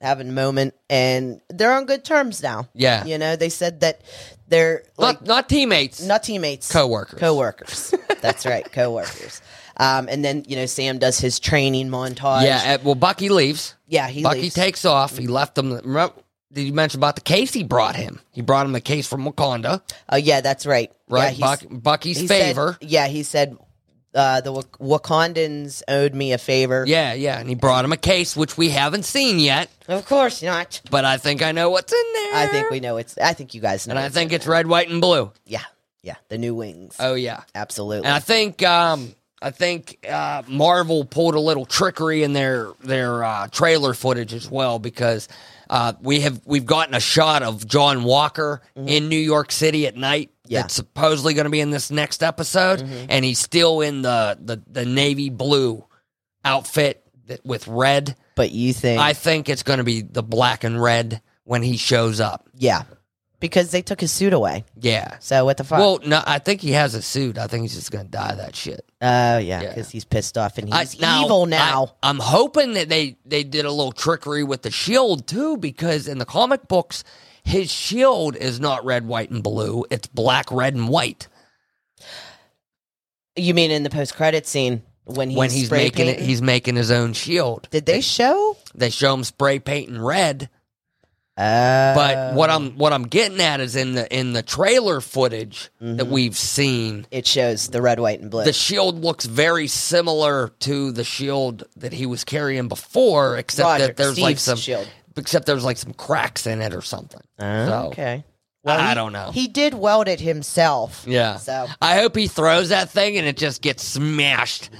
Speaker 4: having a moment and they're on good terms now.
Speaker 1: Yeah.
Speaker 4: You know, they said that they're like
Speaker 1: not not teammates.
Speaker 4: not teammates,
Speaker 1: coworkers.
Speaker 4: coworkers. That's right, coworkers. Um, and then you know Sam does his training montage.
Speaker 1: yeah. uh, well, Bucky leaves.
Speaker 4: yeah. He
Speaker 1: Bucky
Speaker 4: leaves. Mm-hmm.
Speaker 1: takes off. He left them. remember- Did you mention about the case he brought him? He brought him the case from Wakanda,
Speaker 4: oh yeah, that's right. Yeah,
Speaker 1: right?
Speaker 4: he's-
Speaker 1: Buck, Bucky's
Speaker 4: he said-
Speaker 1: favor.
Speaker 4: yeah, he said uh, the Wak- Wakandans owed me a favor.
Speaker 1: yeah, yeah. And he brought him a case, which we haven't seen yet,
Speaker 4: Of course not.
Speaker 1: but I think I know what's in there.
Speaker 4: I think we know it's. I think you guys know.
Speaker 1: And I
Speaker 4: it's-
Speaker 1: think it's red, white, and blue.
Speaker 4: yeah, yeah, the new wings.
Speaker 1: Oh yeah.
Speaker 4: Absolutely.
Speaker 1: And I think um, I think uh, Marvel pulled a little trickery in their their uh, trailer footage as well because uh, we have we've gotten a shot of John Walker in New York City at night.
Speaker 4: Yeah.
Speaker 1: That's supposedly going to be in this next episode, and he's still in the the, the navy blue outfit that, with red.
Speaker 4: but you think?
Speaker 1: I think it's going to be the black and red when he shows up.
Speaker 4: yeah, because they took his suit away.
Speaker 1: Yeah.
Speaker 4: So what the fuck?
Speaker 1: Well, no, I think he has a suit. I think he's just going to dye that shit.
Speaker 4: oh yeah,
Speaker 1: yeah.
Speaker 4: because he's pissed off and
Speaker 1: I-
Speaker 4: he's evil now.
Speaker 1: I, am hoping that they they did a little trickery with the shield too, because in the comic books, his shield is not red, white, and blue. It's black, red, and white.
Speaker 4: You mean in the post credit scene when he's,
Speaker 1: when he's
Speaker 4: spray
Speaker 1: making it,
Speaker 4: painting?
Speaker 1: he's making his own shield.
Speaker 4: Did they show?
Speaker 1: They show him spray painting red,
Speaker 4: Uh,
Speaker 1: but what I'm what I'm getting at is in the in the trailer footage that
Speaker 4: Mm-hmm.
Speaker 1: we've seen.
Speaker 4: it shows the red, white, and blue.
Speaker 1: The shield looks very similar to the shield that he was carrying before, except
Speaker 4: Roger,
Speaker 1: that there's like
Speaker 4: Steve's
Speaker 1: some
Speaker 4: shield.
Speaker 1: except there's like some cracks in it or something. so,
Speaker 4: okay.
Speaker 1: I
Speaker 4: he-
Speaker 1: don't know.
Speaker 4: He did weld it himself.
Speaker 1: Yeah.
Speaker 4: So
Speaker 1: I hope he throws that thing and it just gets smashed.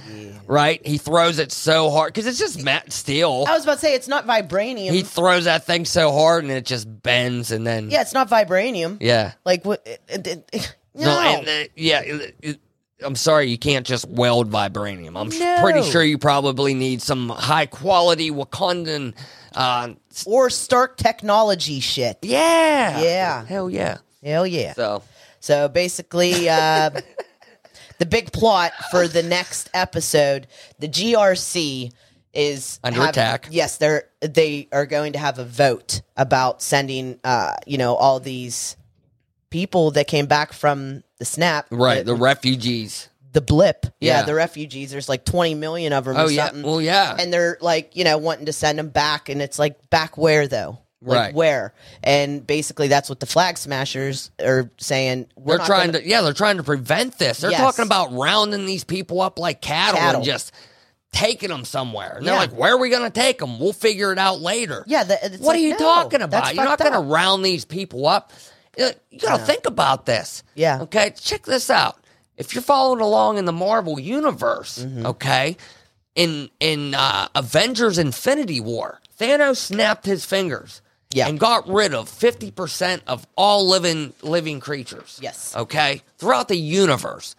Speaker 1: Right? He throws it so hard because it's just ma- steel.
Speaker 4: I was about to say it's not vibranium.
Speaker 1: He throws that thing so hard and it just bends and then
Speaker 4: yeah, it's not vibranium.
Speaker 1: yeah.
Speaker 4: Like what? It, it, it, no.
Speaker 1: and, uh, yeah. it- it- I'm sorry, you can't just weld vibranium. I'm
Speaker 4: No.
Speaker 1: pretty sure you probably need some high quality Wakandan. Uh, s-
Speaker 4: or Stark technology shit.
Speaker 1: yeah,
Speaker 4: Yeah.
Speaker 1: hell yeah.
Speaker 4: Hell yeah. So,
Speaker 1: So
Speaker 4: basically, uh, the big plot for the next episode, the GRC is
Speaker 1: Under
Speaker 4: having-
Speaker 1: attack.
Speaker 4: Yes, they're they are going to have a vote about sending uh, you know, all these people that came back from the snap.
Speaker 1: Right,
Speaker 4: The,
Speaker 1: the refugees.
Speaker 4: the blip. Yeah.
Speaker 1: Yeah.
Speaker 4: the refugees. There's like twenty million of them
Speaker 1: Oh
Speaker 4: or
Speaker 1: yeah.
Speaker 4: something.
Speaker 1: Well, yeah.
Speaker 4: and they're like, you know, wanting to send them back and it's like back where though? Like
Speaker 1: Right.
Speaker 4: where? And basically that's what the flag smashers are saying. We're
Speaker 1: They're
Speaker 4: not
Speaker 1: trying
Speaker 4: gonna-
Speaker 1: to yeah, they're trying to prevent this. They're
Speaker 4: Yes.
Speaker 1: talking about rounding these people up like cattle,
Speaker 4: Cattle.
Speaker 1: and just taking them somewhere. And
Speaker 4: Yeah.
Speaker 1: they're like, "Where are we going to take them? We'll figure it out later."
Speaker 4: Yeah, the, it's
Speaker 1: what
Speaker 4: like,
Speaker 1: are you
Speaker 4: no,
Speaker 1: talking about?
Speaker 4: that's
Speaker 1: You're not
Speaker 4: fucked
Speaker 1: going to
Speaker 4: up.
Speaker 1: round these people up. Uh, You got to think about this.
Speaker 4: Yeah.
Speaker 1: Okay, check this out. If you're following along in the Marvel universe,
Speaker 4: Mm-hmm.
Speaker 1: okay, in in uh, Avengers: Infinity War, Thanos snapped his fingers,
Speaker 4: Yeah.
Speaker 1: and got rid of fifty percent of all living living creatures.
Speaker 4: Yes.
Speaker 1: okay, throughout the universe.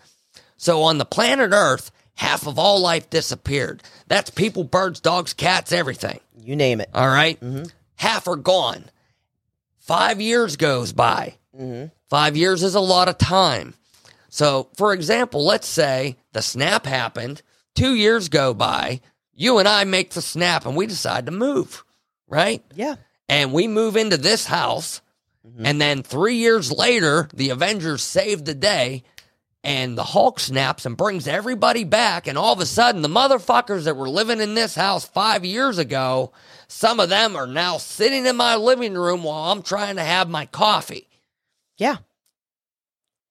Speaker 1: So on the planet Earth, half of all life disappeared. That's people, birds, dogs, cats, everything.
Speaker 4: You name it.
Speaker 1: All right? Half are gone. Five years goes by. Five years is a lot of time. So, for example, let's say the snap happened, two years go by, you and I make the snap and we decide to move, right?
Speaker 4: Yeah.
Speaker 1: And we move into this house.
Speaker 4: Mm-hmm.
Speaker 1: And then three years later, the Avengers save the day and the Hulk snaps and brings everybody back. And all of a sudden, the motherfuckers that were living in this house five years ago, some of them are now sitting in my living room while I'm trying to have my coffee.
Speaker 4: Yeah.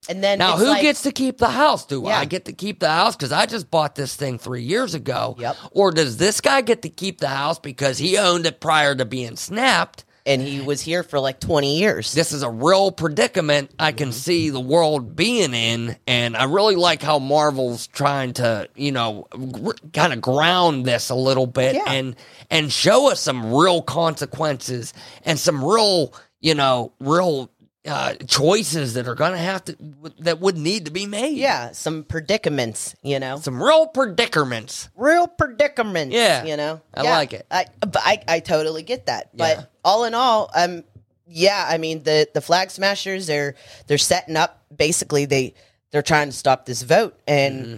Speaker 4: And then
Speaker 1: now,
Speaker 4: it's
Speaker 1: who
Speaker 4: like-
Speaker 1: gets to keep the house? Do
Speaker 4: Yeah.
Speaker 1: I get to keep the house because I just bought this thing three years ago?
Speaker 4: Yep.
Speaker 1: Or does this guy get to keep the house because he owned it prior to being snapped?
Speaker 4: and he was here for like twenty years.
Speaker 1: this is a real predicament I
Speaker 4: Mm-hmm.
Speaker 1: can see the world being in, and I really like how Marvel's trying to, you know, gr- kind of ground this a little bit
Speaker 4: Yeah.
Speaker 1: and and show us some real consequences and some real, you know, real uh, choices that are going to have to that would need to be made.
Speaker 4: yeah, some predicaments, you know,
Speaker 1: some real predicaments.
Speaker 4: real predicaments.
Speaker 1: Yeah.
Speaker 4: you know,
Speaker 1: I
Speaker 4: Yeah.
Speaker 1: like it.
Speaker 4: I, but I I totally get that. But
Speaker 1: Yeah.
Speaker 4: all in all, um, yeah, I mean the the flag smashers they're they're setting up basically they they're trying to stop this vote, and
Speaker 1: Mm-hmm.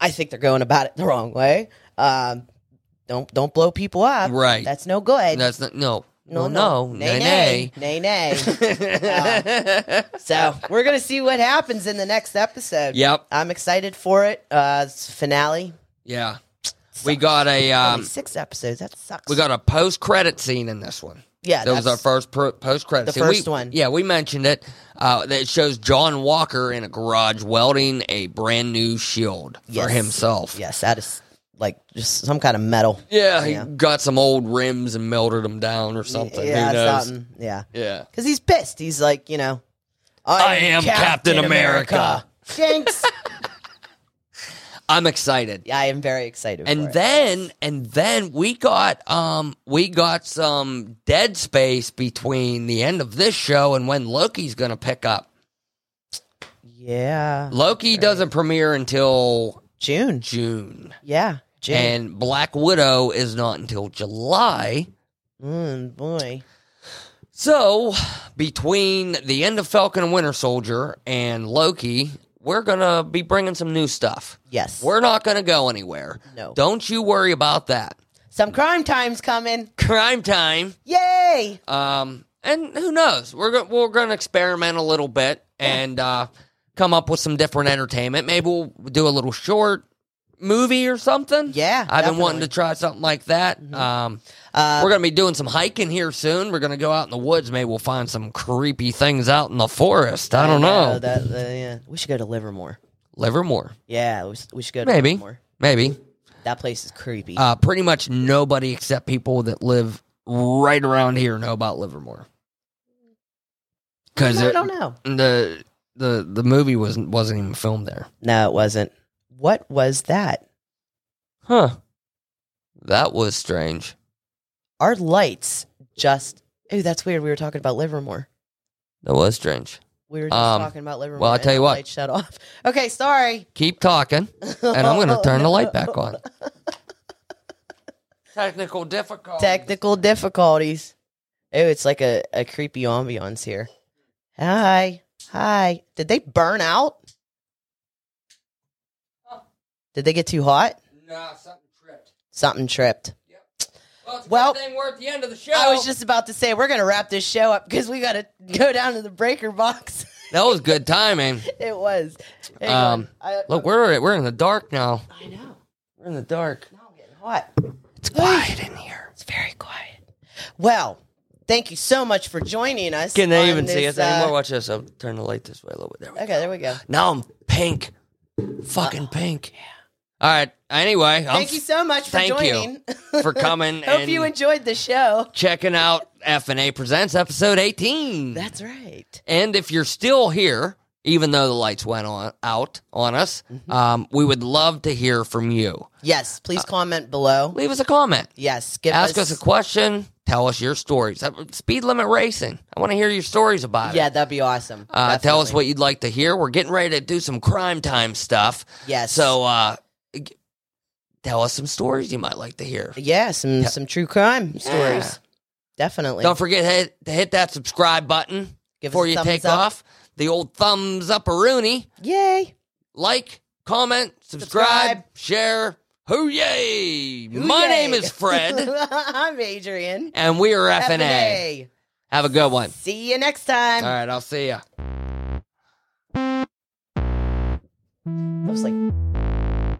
Speaker 4: I think they're going about it the wrong way. Um, don't don't blow people up.
Speaker 1: Right.
Speaker 4: That's no good.
Speaker 1: That's not no,
Speaker 4: no,
Speaker 1: no, no,
Speaker 4: nay, nay, nay, nay. Uh. So we're gonna see what happens in the next episode.
Speaker 1: Yep.
Speaker 4: I'm excited for it. Uh, it's finale.
Speaker 1: yeah. We got a
Speaker 4: Only
Speaker 1: um,
Speaker 4: six episodes. That sucks.
Speaker 1: we got a post credit scene in this one.
Speaker 4: yeah.
Speaker 1: that was our
Speaker 4: that's-
Speaker 1: first pro- post credit.
Speaker 4: the first one.
Speaker 1: Yeah, we mentioned it. Uh, that shows John Walker in a garage welding a brand new shield for
Speaker 4: Yes.
Speaker 1: himself.
Speaker 4: Yes, that is like just some kind of metal.
Speaker 1: Yeah, he
Speaker 4: Yeah.
Speaker 1: got some old rims and melted them down or something.
Speaker 4: Yeah,
Speaker 1: Who knows?
Speaker 4: something. Yeah,
Speaker 1: Yeah.
Speaker 4: because he's pissed. He's like, you know, I,
Speaker 1: I am Captain America.
Speaker 4: Jinx.
Speaker 1: I'm excited.
Speaker 4: yeah, I am very excited. for
Speaker 1: And
Speaker 4: it.
Speaker 1: then and then we got um we got some dead space between the end of this show and when Loki's going to pick up.
Speaker 4: yeah,
Speaker 1: Loki doesn't premiere until
Speaker 4: June.
Speaker 1: June.
Speaker 4: Yeah, June.
Speaker 1: And Black Widow is not until July.
Speaker 4: Mm, boy,
Speaker 1: So, between the end of Falcon and Winter Soldier and Loki, we're going to be bringing some new stuff.
Speaker 4: yes.
Speaker 1: We're not going to go anywhere.
Speaker 4: No.
Speaker 1: Don't you worry about that.
Speaker 4: some crime time's coming.
Speaker 1: Crime time.
Speaker 4: Yay!
Speaker 1: Um, and who knows? We're go- we're going to experiment a little bit and uh, come up with some different entertainment. Maybe we'll do a little short movie or something.
Speaker 4: Yeah,
Speaker 1: I've been wanting to try something like that. Um,
Speaker 4: Uh,
Speaker 1: we're going to be doing some hiking here soon. We're going to go out in the woods. Maybe we'll find some creepy things out in the forest. I don't know.
Speaker 4: that, uh, yeah. We should go to Livermore.
Speaker 1: Livermore,
Speaker 4: Yeah, we, s- we should go to
Speaker 1: maybe,
Speaker 4: Livermore.
Speaker 1: maybe.
Speaker 4: That place is creepy.
Speaker 1: Uh, pretty much nobody except people that live right around here know about Livermore. Because
Speaker 4: I don't know.
Speaker 1: the the the movie wasn't wasn't even filmed there.
Speaker 4: No, it wasn't. What was that?
Speaker 1: Huh. That was strange.
Speaker 4: Our lights just. Ooh, that's weird. We were talking about Livermore.
Speaker 1: That was strange.
Speaker 4: We were just
Speaker 1: Um,
Speaker 4: talking about Livermore.
Speaker 1: well, I'll
Speaker 4: and
Speaker 1: tell you
Speaker 4: the
Speaker 1: what.
Speaker 4: light shut off. Okay, sorry.
Speaker 1: Keep talking, and I'm going to turn the light back on. Technical difficulty.
Speaker 4: Technical difficulties. Ooh, it's like a, a creepy ambiance here. Hi. Hi. Did they burn out? Did they get too hot?
Speaker 1: Nah, something tripped.
Speaker 4: Something tripped.
Speaker 1: Well, it's a
Speaker 4: Well-
Speaker 1: good thing we're at the end of the show.
Speaker 4: I was just about to say we're gonna wrap this show up because we gotta go down to the breaker box.
Speaker 1: that was good timing.
Speaker 4: it was. Hang
Speaker 1: Um,
Speaker 4: on. I,
Speaker 1: Look, we're we're in the dark now.
Speaker 4: I know.
Speaker 1: We're in the dark.
Speaker 4: Now I'm getting hot.
Speaker 1: It's quiet in here.
Speaker 4: It's very quiet. Well, thank you so much for joining us.
Speaker 1: Can they
Speaker 4: on
Speaker 1: even see us
Speaker 4: this,
Speaker 1: anymore?
Speaker 4: uh,
Speaker 1: Watch this. I'll turn the light this way a little bit. There we go.
Speaker 4: Okay, there we go.
Speaker 1: Now I'm pink. Fucking pink. All right. Anyway, I'm
Speaker 4: Thank you so much for
Speaker 1: thank you
Speaker 4: joining.
Speaker 1: f- for coming
Speaker 4: Hope
Speaker 1: and
Speaker 4: you enjoyed the show.
Speaker 1: checking out F and A Presents episode 18.
Speaker 4: That's right.
Speaker 1: And if you're still here, even though the lights went on out on us,
Speaker 4: Mm-hmm.
Speaker 1: um, we would love to hear from you.
Speaker 4: Yes, please comment below.
Speaker 1: Leave us a comment.
Speaker 4: Yes, give
Speaker 1: Uh, Ask us a question. Tell us your stories. Uh, Speed limit racing. I want to hear your stories about
Speaker 4: Yeah,
Speaker 1: it.
Speaker 4: that'd be awesome.
Speaker 1: Uh, tell us
Speaker 4: Definitely.
Speaker 1: what you'd like to hear. We're getting ready to do some crime time stuff.
Speaker 4: Yes.
Speaker 1: So uh, g- tell us some stories you might like to hear.
Speaker 4: yeah, some
Speaker 1: Yeah.
Speaker 4: some true crime
Speaker 1: Yeah.
Speaker 4: stories. Definitely.
Speaker 1: Don't forget hit, to hit that subscribe button
Speaker 4: Give us
Speaker 1: before
Speaker 4: a
Speaker 1: you
Speaker 4: thumbs
Speaker 1: take
Speaker 4: up.
Speaker 1: off. The old thumbs up a rooney.
Speaker 4: Yay.
Speaker 1: Like, comment, subscribe, share. Hoo yay! My
Speaker 4: Yay.
Speaker 1: name is Fred,
Speaker 4: I'm Adrian.
Speaker 1: and we are F and A.
Speaker 4: F&A.
Speaker 1: Have a good one.
Speaker 4: See you next time.
Speaker 1: All right, I'll see ya.
Speaker 4: I was like,